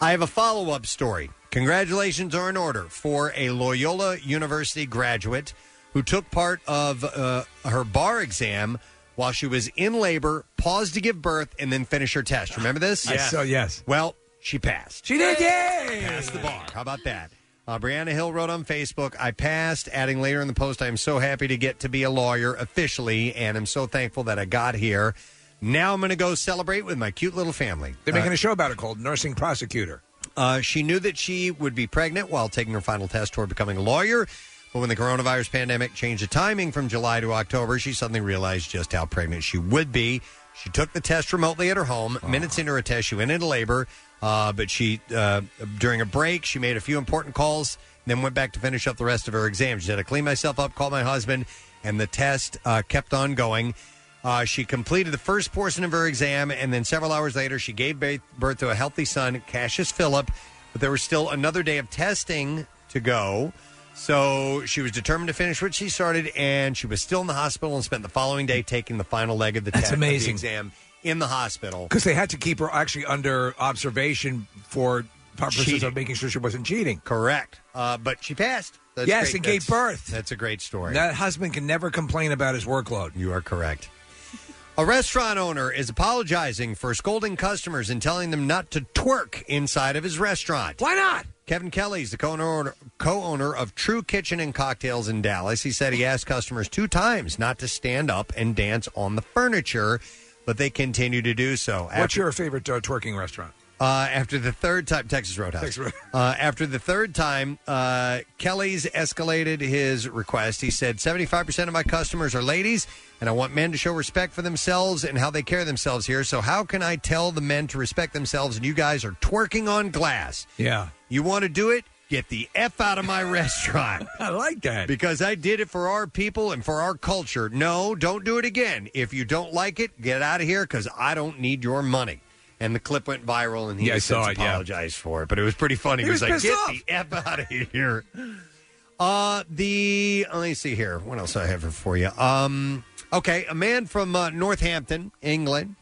S2: I have a follow up story. Congratulations are in order for a Loyola University graduate who took part of uh, her bar exam while she was in labor, paused to give birth, and then finish her test. Remember this?
S3: I Yes. saw- yes.
S2: Well, she passed.
S3: She did, yay!
S2: Passed the bar. How about that? Uh, Brianna Hill wrote on Facebook, I passed, adding later in the post, I am so happy to get to be a lawyer officially, and I'm so thankful that I got here. Now I'm going to go celebrate with my cute little family.
S3: They're making a show about it called Nursing Prosecutor.
S2: Uh, she knew that she would be pregnant while taking her final test toward becoming a lawyer. But when the coronavirus pandemic changed the timing from July to October, she suddenly realized just how pregnant she would be. She took the test remotely at her home.
S3: Oh.
S2: Minutes into her test, she went into labor. Uh, but she, uh, during a break, she made a few important calls, and then went back to finish up the rest of her exam. She said, "I cleaned myself up, called my husband, and the test uh, kept on going." Uh, she completed the first portion of her exam, and then several hours later, she gave ba- birth to a healthy son, Cassius Phillip. But there was still another day of testing to go. So she was determined to finish what she started, and she was still in the hospital and spent the following day taking the final leg of the
S3: That's
S2: test. of the
S3: amazing.
S2: exam in the hospital.
S3: Because they had to keep her actually under observation for purposes of making sure she wasn't cheating.
S2: Correct. Uh, but she passed. That's
S3: yes,
S2: great.
S3: and gave
S2: That's-
S3: birth.
S2: That's a great story.
S3: That husband can never complain about his workload.
S2: You are correct. A restaurant owner is apologizing for scolding customers and telling them not to twerk inside of his restaurant.
S3: Why not?
S2: Kevin Kelly's the co-owner, co-owner of True Kitchen and Cocktails in Dallas. He said he asked customers two times not to stand up and dance on the furniture, but they continue to do so.
S3: What's
S2: After-
S3: your favorite uh, twerking restaurant?
S2: uh, after the third time, Texas Roadhouse.
S3: Texas Road-
S2: Uh, after the third time, uh, Kelly's escalated his request. He said, 75% of my customers are ladies, and I want men to show respect for themselves and how they carry themselves here. So, how can I tell the men to respect themselves and you guys are twerking on glass?
S3: Yeah.
S2: You want to do it? Get the F out of my restaurant.
S3: I like that.
S2: Because I did it for our people and for our culture. No, don't do it again. If you don't like it, get out of here because I don't need your money. And the clip went viral and he
S3: Yeah, I
S2: has since
S3: saw it, yeah.
S2: apologized for it. But it was pretty funny.
S3: He
S2: He was,
S3: was
S2: like,
S3: pissed
S2: get
S3: off."
S2: the F out of here. Uh, the let me see here. What else I have here for you? Um, okay, a man from uh, Northampton, England,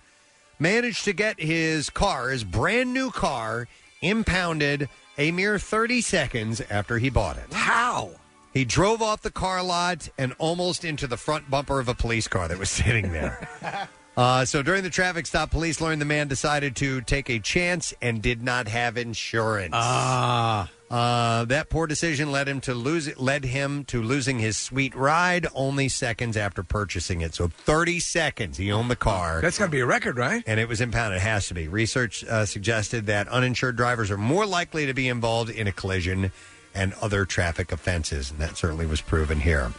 S2: managed to get his car, his brand new car, impounded a mere 30 seconds after he bought it.
S3: How?
S2: He drove off the car lot and almost into the front bumper of a police car that was sitting there. Uh, so during the traffic stop, police learned the man decided to take a chance and did not have insurance. Ah. Uh, that poor decision led him to lose led him to losing his sweet ride only seconds after purchasing it. So 30 seconds he owned the car.
S3: That's got to be a record, right?
S2: And it was impounded. It has to be. Research uh, suggested that uninsured drivers are more likely to be involved in a collision and other traffic offenses, and that certainly was proven here.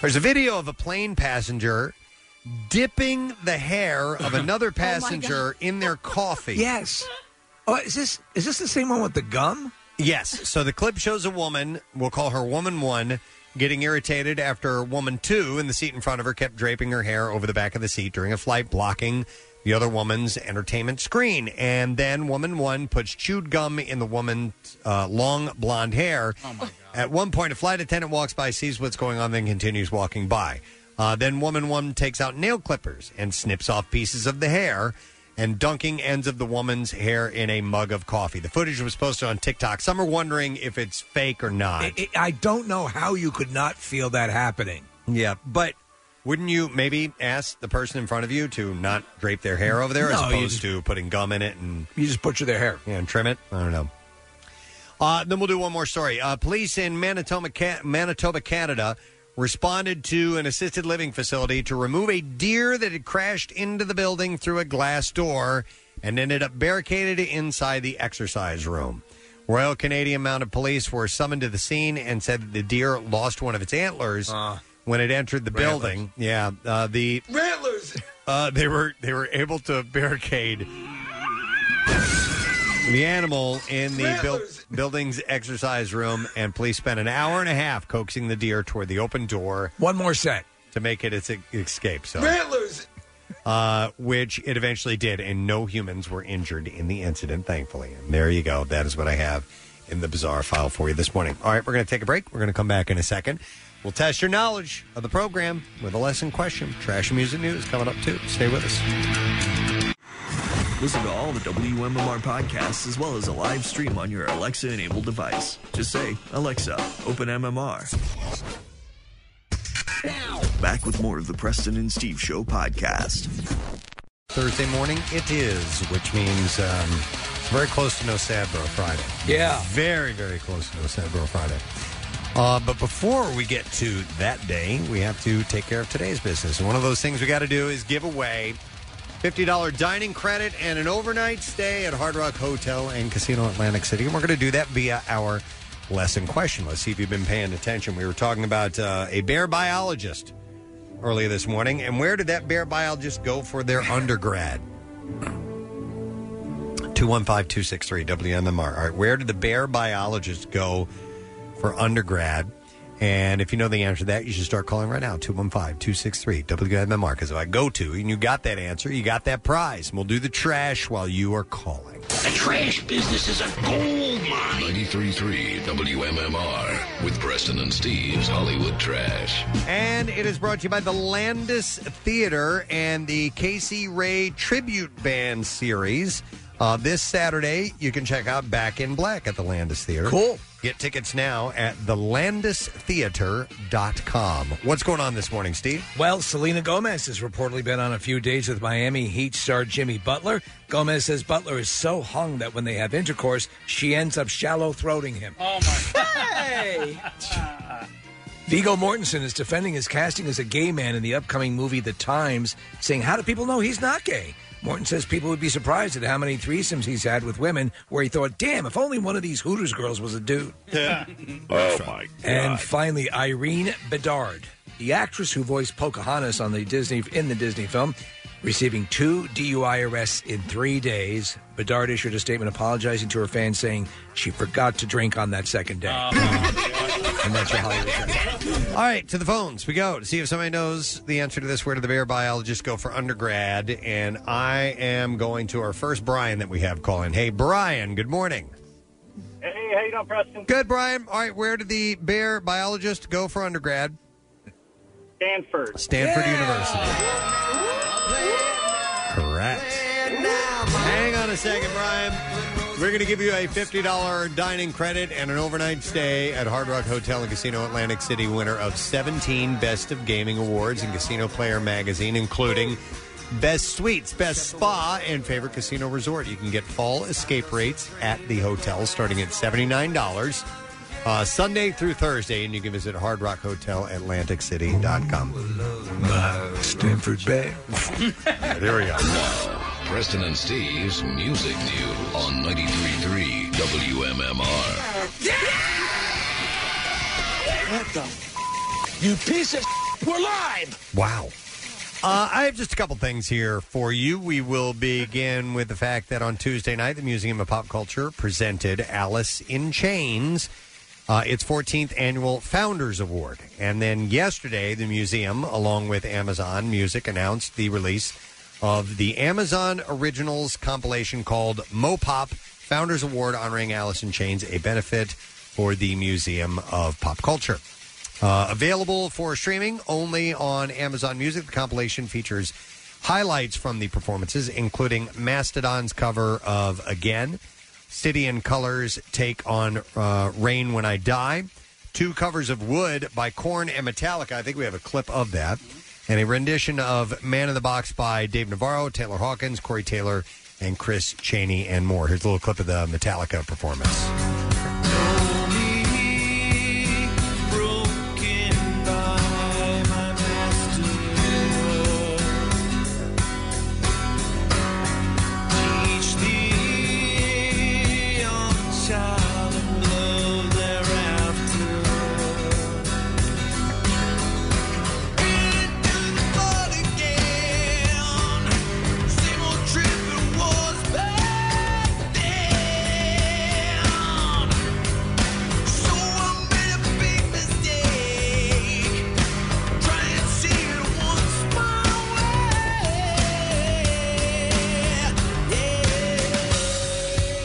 S2: There's a video of a plane passenger dipping the hair
S3: Oh
S2: of another passenger in their coffee.
S3: Yes. Oh, is this is this the same one with the gum?
S2: Yes. So the clip shows a woman, we'll call her Woman One, getting irritated after Woman Two in the seat in front of her kept draping her hair over the back of the seat during a flight, blocking the other woman's entertainment screen. And then Woman One puts chewed gum in the woman's uh, long blonde hair. Oh my God. At one point, a flight attendant walks by, sees what's going on, then continues walking by. Uh, then Woman One takes out nail clippers and snips off pieces of the hair and dunking ends of the woman's hair in a mug of coffee. The footage was posted on TikTok. Some are wondering if it's fake or not.
S3: I, I I don't know how you could not feel that happening.
S2: yeah, but wouldn't you maybe ask the person in front of you to not drape their hair over there as
S3: No, you
S2: opposed
S3: just-
S2: to putting gum in it and
S3: you just butcher their hair?
S2: Yeah, and trim it. I don't know. Uh, then we'll do one more story. Uh, police in Manitoba, Ca- Manitoba, Canada, responded to an assisted living facility to remove a deer that had crashed into the building through a glass door and ended up barricaded inside the exercise room. Royal Canadian Mounted Police were summoned to the scene and said that the deer lost one of its antlers
S3: Uh,
S2: when it entered the building. Yeah, uh, the
S3: Rattlers.
S2: uh, they were they were able to barricade the animal in the buil- building's exercise room, and police spent an hour and a half coaxing the deer toward the open door.
S3: One more set
S2: to make it its e- escape. So
S3: Rattlers.
S2: uh, which it eventually did, and no humans were injured in the incident, thankfully. And there you go. That is what I have in the bizarre file for you this morning. All right, we're going to take a break. We're going to come back in a second. We'll test your knowledge of the program with a lesson question. Trash and music news coming up, too. Stay with us.
S9: Listen to all the WMMR podcasts as well as a live stream on your Alexa enabled device. Just say, Alexa, open MMR. Back with more of the Preston and Steve Show podcast.
S2: Thursday morning it is, which means um, very close to No Sad Bro Friday.
S3: Yeah.
S2: Very, very close to No Sad Bro Friday. Uh, but before we get to that day, we have to take care of today's business. And one of those things we got to do is give away $50 dining credit and an overnight stay at Hard Rock Hotel and Casino Atlantic City. And we're going to do that via our lesson question. Let's see if you've been paying attention. We were talking about uh, a bear biologist earlier this morning. And where did that bear biologist go for their undergrad? 215 263 WMMR. All right, where did the bear biologist go for undergrad? And if you know the answer to that, you should start calling right now 215 263 WMMR. Because if I go to and you got that answer, you got that prize. And we'll do the trash while you are calling.
S17: The trash business is a gold mine. 93.3 WMMR with Preston and Steve's Hollywood Trash.
S2: And it is brought to you by the Landis Theater and the Casey Ray Tribute Band Series. Uh, this Saturday, you can check out Back in Black at the Landis Theater. Cool. Get tickets now at thelandistheater.com. What's going on this morning, Steve?
S3: Well, Selena Gomez has reportedly been on a few dates with Miami Heat star Jimmy Butler. Gomez says Butler is so hung that when they have intercourse, she ends up shallow throating him.
S21: Oh my! Hey!
S3: Vigo Mortensen is defending his casting as a gay man in the upcoming movie The Times, saying, How do people know he's not gay? Morton says people would be surprised at how many threesomes he's had with women where he thought, Damn, if only one of these Hooters girls was a dude.
S21: oh my!
S3: And finally, Irene Bedard, the actress who voiced Pocahontas on the Disney in the Disney film, receiving two DUI arrests in three days. Bedard issued a statement apologizing to her fans, saying she forgot to drink on that second day.
S21: Oh,
S3: and that's your Hollywood
S2: All right, to the phones we go to see if somebody knows the answer to this. Where did the bear biologist go for undergrad? And I am going to our first Brian that we have calling. Hey, Brian, good morning.
S11: Hey, how you doing, Preston?
S2: Good, Brian. All right, where did the bear biologist go for undergrad?
S11: Stanford.
S2: Stanford University. Correct. Hang on a second, Brian. We're going to give you a $50 dining credit and an overnight stay at Hard Rock Hotel and Casino Atlantic City, winner of 17 Best of Gaming Awards in Casino Player Magazine, including Best Suites, Best Spa, and Favorite Casino Resort. You can get fall escape rates at the hotel starting at $79 uh, Sunday through Thursday, and you can visit Hard Rock Hotel AtlanticCity.com.
S3: Stanford Bay.
S2: there we go.
S17: Preston and Steve's Music News on 93.3 WMMR.
S21: What the? You piece of. We're live.
S2: Wow. Uh, I have just a couple things here for you. We will begin with the fact that on Tuesday night, the Museum of Pop Culture presented Alice in Chains, uh, its 14th annual Founders Award. And then yesterday, the museum, along with Amazon Music, announced the release of the Amazon Originals compilation called Mopop Founders Award, honoring Alice in Chains, a benefit for the Museum of Pop Culture. Uh, available for streaming only on Amazon Music. The compilation features highlights from the performances, including Mastodon's cover of Again, City and Colors' take on uh, Rain When I Die, two covers of Wood by Korn and Metallica. I think we have a clip of that. And a rendition of Man in the Box by Dave Navarro, Taylor Hawkins, Corey Taylor, and Chris Cheney, and more. Here's a little clip of the Metallica performance.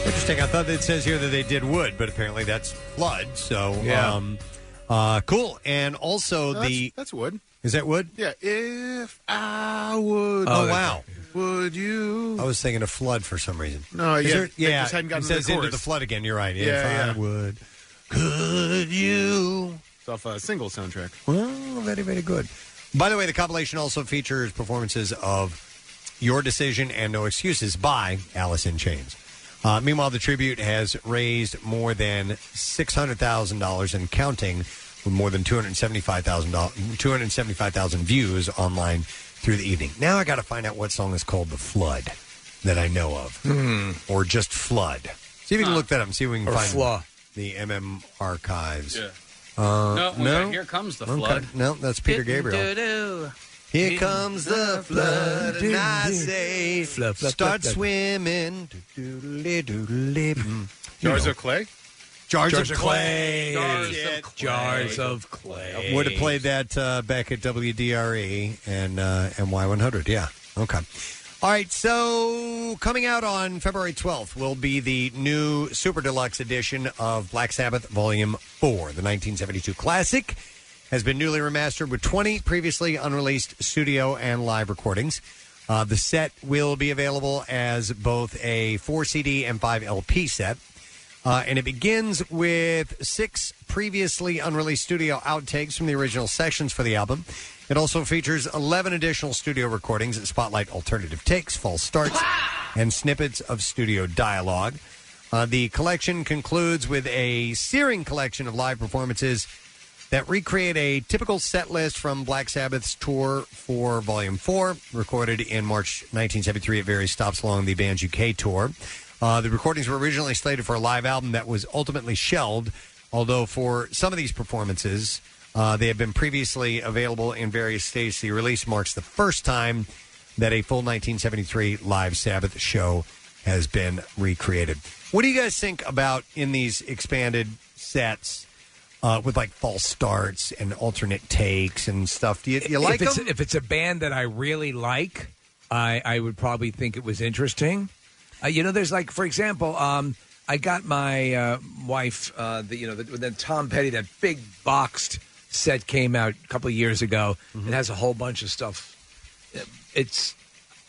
S2: Interesting. I thought it says here that they did wood, but apparently that's flood. So,
S5: Yeah.
S2: um, uh, cool. And also
S5: No,
S2: Oh, the
S5: that's, that's wood.
S2: is that wood?
S5: Yeah. If I would.
S2: Oh, wow.
S5: Would you?
S2: I was thinking of flood for some reason.
S5: No,
S2: Is
S5: yeah,
S2: there-
S5: they
S2: yeah.
S5: just hadn't gotten
S2: it
S5: to the
S2: says into
S5: chorus.
S2: the flood again. You're right.
S5: Yeah,
S2: if I
S5: yeah.
S2: would, could you?
S5: It's off a single soundtrack.
S2: Well, very, very good. By the way, the compilation also features performances of Your Decision and No Excuses by Alice in Chains. Uh, meanwhile, the tribute has raised more than $600,000 and counting, with more than 275,000 275,000 views online through the evening. Now I got to find out what song is called The Flood that I know of,
S3: Hmm.
S2: or just Flood. See if you can look that up and see if we can
S3: Or
S2: find
S3: Flaw.
S2: the MM archives.
S7: Yeah.
S2: Uh,
S7: No, we
S2: no,
S7: got Here Comes the
S2: Okay.
S7: Flood.
S2: No, that's Peter Gabriel.
S7: Doo-doo.
S2: Here comes the flood, and I say,
S3: Fluff, fluff,
S2: start
S3: fluff, fluff.
S2: swimming. Doodly, doodly,
S7: Mm-hmm.
S2: mm. You
S5: Jars
S2: know.
S5: of clay.
S2: Jars, of clay.
S3: Jars of clay.
S2: Would have played that uh, back at WDRE and uh, MY100. Yeah. Okay. All right. So coming out on February 12th will be the new Super Deluxe edition of Black Sabbath Volume 4, the 1972 classic. Has been newly remastered with 20 previously unreleased studio and live recordings. Uh, the set will be available as both a 4 CD and 5 LP set. Uh, and it begins with six previously unreleased studio outtakes from the original sessions for the album. It also features 11 additional studio recordings that spotlight alternative takes, false starts, and snippets of studio dialogue. Uh, the collection concludes with a searing collection of live performances that recreate a typical set list from Black Sabbath's tour for Volume 4, recorded in March 1973 at various stops along the band's UK tour. Uh, the recordings were originally slated for a live album that was ultimately shelved, although for some of these performances, uh, they have been previously available in various states. The release marks the first time that a full 1973 live Sabbath show has been recreated. What do you guys think about in these expanded sets uh, with like false starts and alternate takes and stuff? Do you, you like
S3: if it's,
S2: them?
S3: if it's a band that I really like, I, I would probably think it was interesting. Uh, you know, there's like, for example, um, I got my uh, wife, uh, the, you know, the, the Tom Petty, that big boxed set came out a couple of years ago.
S2: Mm-hmm.
S3: It has a whole bunch of stuff. It's,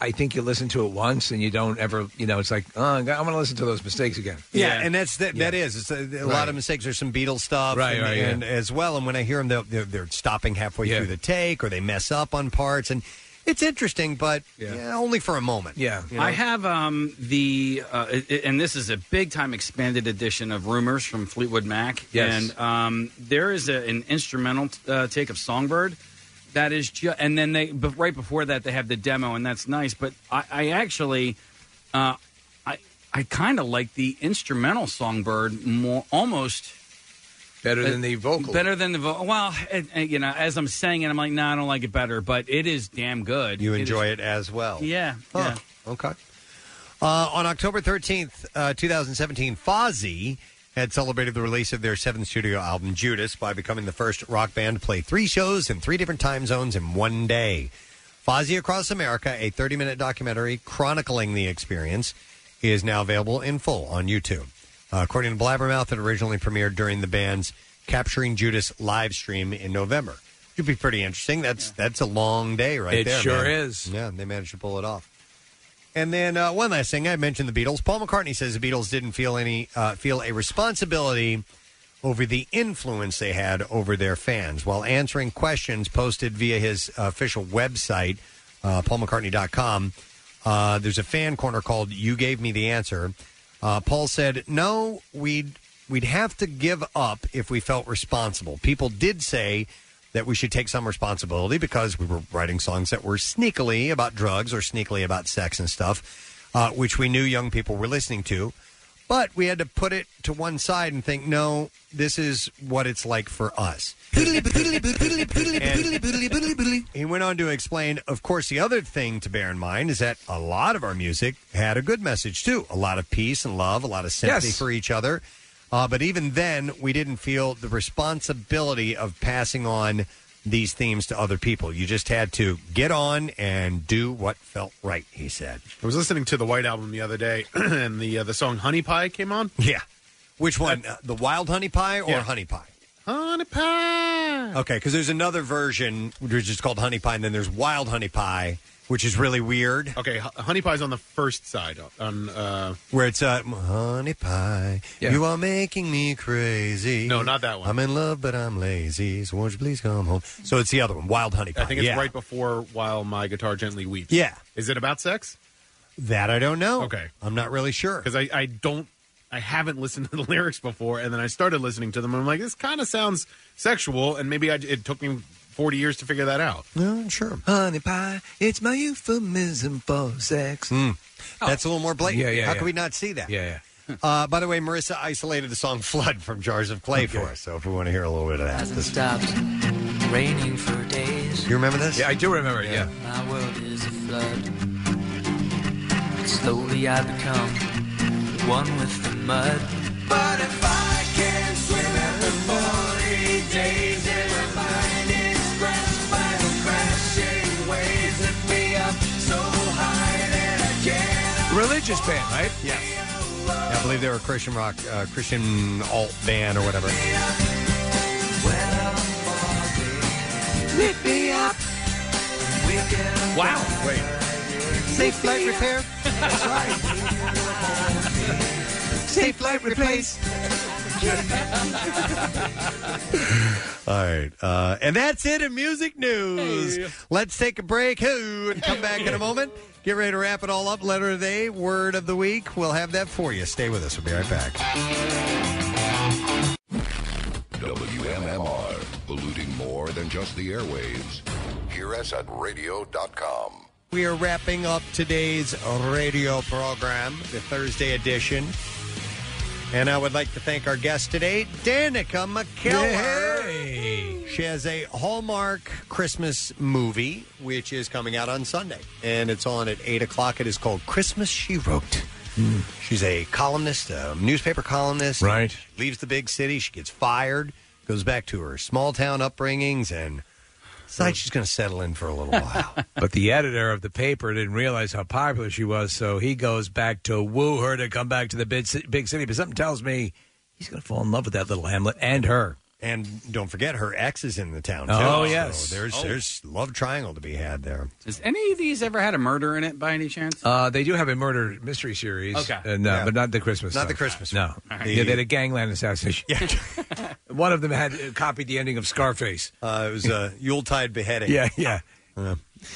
S3: I think you listen to it once and you don't ever, you know, it's like, oh, I want to listen to those mistakes again.
S2: Yeah, and that's that. That is it's a, a lot
S3: Right.
S2: of mistakes. There's some Beatles stuff,
S3: Right,
S2: and,
S3: right, yeah.
S2: and as well. And when I hear them, they're, they're, they're stopping halfway
S3: Yeah.
S2: through the take, or they mess up on parts, and it's interesting, but yeah, only for a moment. Yeah,
S7: I have um, the, uh, i- i- and this is a big time expanded edition of Rumors from Fleetwood Mac.
S3: Yes.
S7: And um, there is a, an instrumental uh, take of Songbird that is just, and then they, but right before that, they have the demo, and that's nice. But I, I actually, uh, I, I kind of like the instrumental Songbird more, almost.
S3: Better
S7: uh,
S3: than the vocal.
S7: Better than the vocal. Well, and, and, you know, as I'm saying it, I'm like, no, I don't like it better, but it is damn good.
S2: You
S7: is-
S2: enjoy it as well.
S7: Yeah.
S2: Huh.
S7: Yeah.
S2: Okay. Uh, on October 13th, uh, 2017, Fozzy had celebrated the release of their seventh studio album, Judas, by becoming the first rock band to play three shows in three different time zones in one day. Fozzy Across America, a 30 minute documentary chronicling the experience, is now available in full on YouTube. Uh, according to Blabbermouth, it originally premiered during the band's Capturing Judas live stream in November. Should be pretty interesting. That's that's a long day, right
S3: It
S2: there.
S3: sure
S2: man.
S3: is.
S2: Yeah, they managed to pull it off. And then uh, one last thing, I mentioned the Beatles. Paul McCartney says the Beatles didn't feel any uh, feel a responsibility over the influence they had over their fans. While answering questions posted via his official website, uh, paulmccartney.com, uh, there's a fan corner called "You Gave Me the Answer." Uh, Paul said, "No, we'd we'd have to give up if we felt responsible." People did say that we should take some responsibility because we were writing songs that were sneakily about drugs or sneakily about sex and stuff, uh, which we knew young people were listening to. But we had to put it to one side and think, no, this is what it's like for us. He went on to explain, of course, the other thing to bear in mind is that a lot of our music had a good message, too. A lot of peace and love, a lot of sympathy
S3: Yes.
S2: for each other. Uh, but even then, we didn't feel the responsibility of passing on these themes to other people. You just had to get on and do what felt right, he said.
S5: I was listening to the White Album the other day, and the uh, the song "Honey Pie" came on.
S2: Yeah, which one? Uh, the Wild Honey Pie or
S5: Yeah.
S2: Honey Pie?
S5: Honey Pie.
S2: Okay, because there's another version which is called Honey Pie, and then there's Wild Honey Pie, which is really weird.
S5: Okay, H- Honey Pie's on the first side. On uh,
S2: Where it's uh, honey pie, you are making me crazy.
S5: No, not that one.
S2: I'm in love, but I'm lazy. So won't you please come home? So it's the other one, wild honey pie.
S5: I think it's
S2: yeah.
S5: right before "While My Guitar Gently Weeps."
S2: Yeah.
S5: Is it about sex?
S2: That I don't know.
S5: Okay.
S2: I'm not really sure
S5: because I, I don't I haven't listened to the lyrics before, and then I started listening to them. And I'm like, this kind of sounds sexual, and maybe I, it took me 40 years to figure that out.
S2: No, sure.
S3: Honey pie, it's my euphemism for sex.
S2: That's a little more blatant.
S3: Yeah, yeah,
S2: How
S3: yeah.
S2: can we not see that?
S3: Yeah,
S2: yeah. uh, by the way, Marissa isolated the song "Flood" from Jars of Clay for us. So if we want to hear a little bit of that, this
S21: stopped raining for days.
S2: You remember this?
S3: Yeah, I do remember it, yeah.
S21: My world is a flood. Slowly I become one with the mud. But if I can swim after 40 days and my mind is scratched by the crashing waves that be up so high that I can't.
S3: Religious band, right?
S2: Yeah. I believe they were a Christian rock, uh, Christian alt band or whatever.
S21: Lift me up.
S2: Wow. Wait. Safe flight repair.
S21: That's right.
S2: Safe flight replace. All right. Uh, and that's it in music news. Let's take a break hoo, and come back in a moment. Get ready to wrap it all up. Letter of the day, word of the week. We'll have that for you. Stay with us. We'll be right back.
S17: WMMR, polluting more than just the airwaves. Hear us at radio.com.
S2: We are wrapping up today's radio program, the Thursday edition. And I would like to thank our guest today, Danica McKellar. She has a Hallmark Christmas movie, which is coming out on Sunday, and it's on at 8 o'clock. It is called Christmas She Wrote. She's a columnist, a newspaper columnist. Right. She leaves the big city. She gets fired, goes back to her small town upbringings, and it's like she's going to settle in for a little while.
S3: But the editor of the paper didn't realize how popular she was, so he goes back to woo her to come back to the big, ci- big city. But something tells me he's going to fall in love with that little hamlet and her.
S2: And don't forget, her ex is in the town.
S3: Oh,
S2: too.
S3: yes.
S2: So there's
S3: Oh.
S2: there's love triangle to be had there.
S4: Has any of these ever had a murder in it by any chance?
S3: Uh, they do have a murder mystery series.
S4: Okay.
S3: Uh, no,
S4: Yeah.
S3: but not the Christmas.
S4: Not
S3: stuff.
S4: the Christmas one.
S3: No.
S4: All
S3: Yeah,
S4: right.
S3: they had a gangland assassination. One of them had uh, copied the ending of Scarface.
S2: Uh, it was a Yuletide beheading. Um,
S3: yeah, yeah.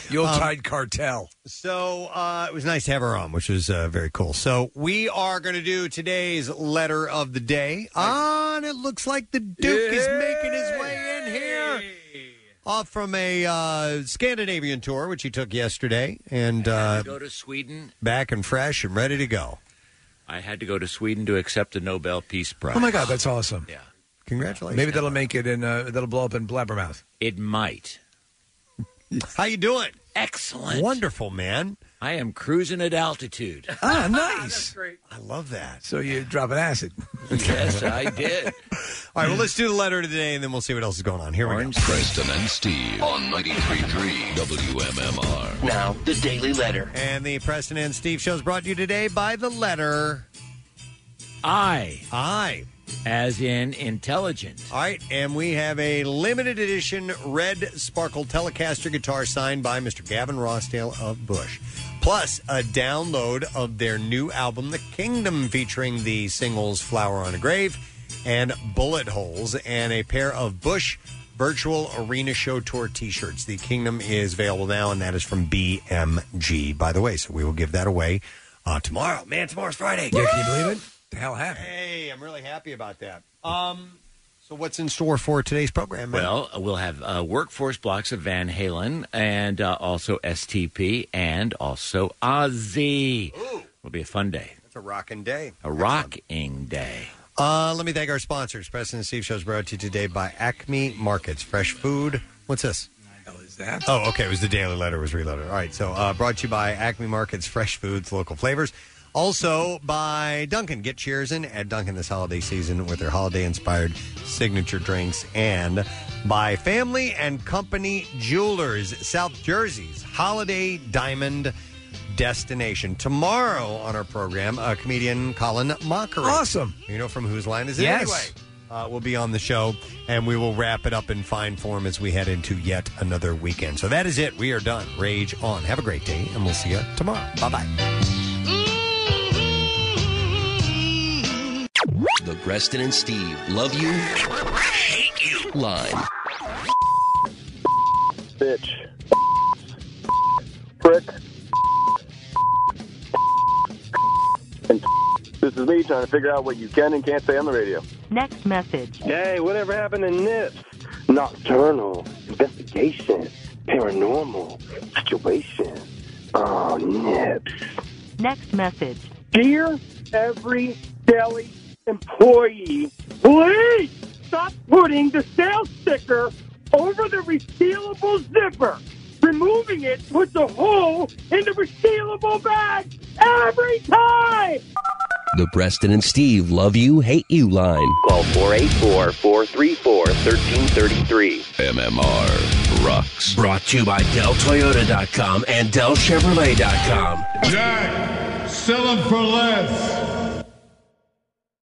S3: Yuletide cartel.
S2: So uh, it was nice to have her on, which was uh, very cool. So we are going to do today's letter of the day. Ah, and it looks like the Duke is making his way in here. Off from a uh, Scandinavian tour, which he took yesterday, and uh,
S29: go to Sweden.
S2: back and fresh and ready to go.
S29: I had to go to Sweden to accept a Nobel Peace Prize.
S3: Oh my God, that's awesome. Yeah.
S2: Congratulations.
S3: Maybe that'll make it in. Uh, that'll blow up in Blabbermouth.
S29: It might.
S2: How you doing?
S29: Excellent.
S2: Wonderful, man.
S29: I am cruising at altitude.
S3: Ah, nice.
S2: I love that.
S3: So you drop an acid.
S29: yes, I did.
S2: All right, well, let's do the letter today, and then we'll see what else is going on. Here we go.
S30: Preston and Steve on 93.3 WMMR.
S29: Now, the Daily Letter.
S2: And the Preston and Steve show is brought to you today by the letter
S29: I.
S2: I.
S29: As in intelligent.
S2: All right, and we have a limited edition red sparkle Telecaster guitar signed by Mr. Gavin Rossdale of Bush. Plus, a download of their new album, The Kingdom, featuring the singles Flower on a Grave and Bullet Holes, and a pair of Bush Virtual Arena Show Tour t shirts. The Kingdom is available now, and that is from BMG, by the way. So we will give that away uh, tomorrow. Man, tomorrow's Friday.
S3: Yeah, can you believe it? The hell happened?
S2: Hey, I'm really happy about that. Um, so what's in store for today's program? man?
S29: Well, we'll have uh, workforce blocks of Van Halen and uh, also STP and also Ozzy. It'll be a fun day,
S2: it's a rocking day.
S29: a rocking day.
S2: Uh, let me thank our sponsors. Preston and Steve shows brought to you today by Acme Markets, fresh food. What's this?
S3: Is that?
S2: Oh, okay. It was the Daily Letter was reloaded. All right. So uh, brought to you by Acme Markets, fresh foods, local flavors. Also by Duncan. Get cheers in at Duncan this holiday season with their holiday-inspired signature drinks, and by Family and Company Jewelers, South Jersey's holiday diamond destination. Tomorrow on our program, uh, comedian Colin Mockery. Awesome. You know from whose line is it
S3: Yes.
S2: anyway? uh, will be on the show, and we will wrap it up in fine form as we head into yet another weekend. So that is it. We are done. Rage on. Have a great day, and we'll see you tomorrow. Bye bye.
S20: The Preston and Steve love you, hate you line.
S24: bitch, prick, and this is me trying to figure out what you can and can't say on the radio.
S25: Next message.
S24: Hey, whatever happened to NIPS? Nocturnal, investigation, paranormal, situation. Oh, NIPS.
S25: Next message.
S24: Dear every deli employee, please stop putting the sales sticker over the resealable zipper. Removing it puts a hole in the resealable bag every time.
S20: The Preston and Steve love you, hate you line.
S17: Call 484 434 1333.
S20: MMR rocks. Brought to you by DellToyota.com and DellChevrolet.com.
S14: Jack, sell them for less.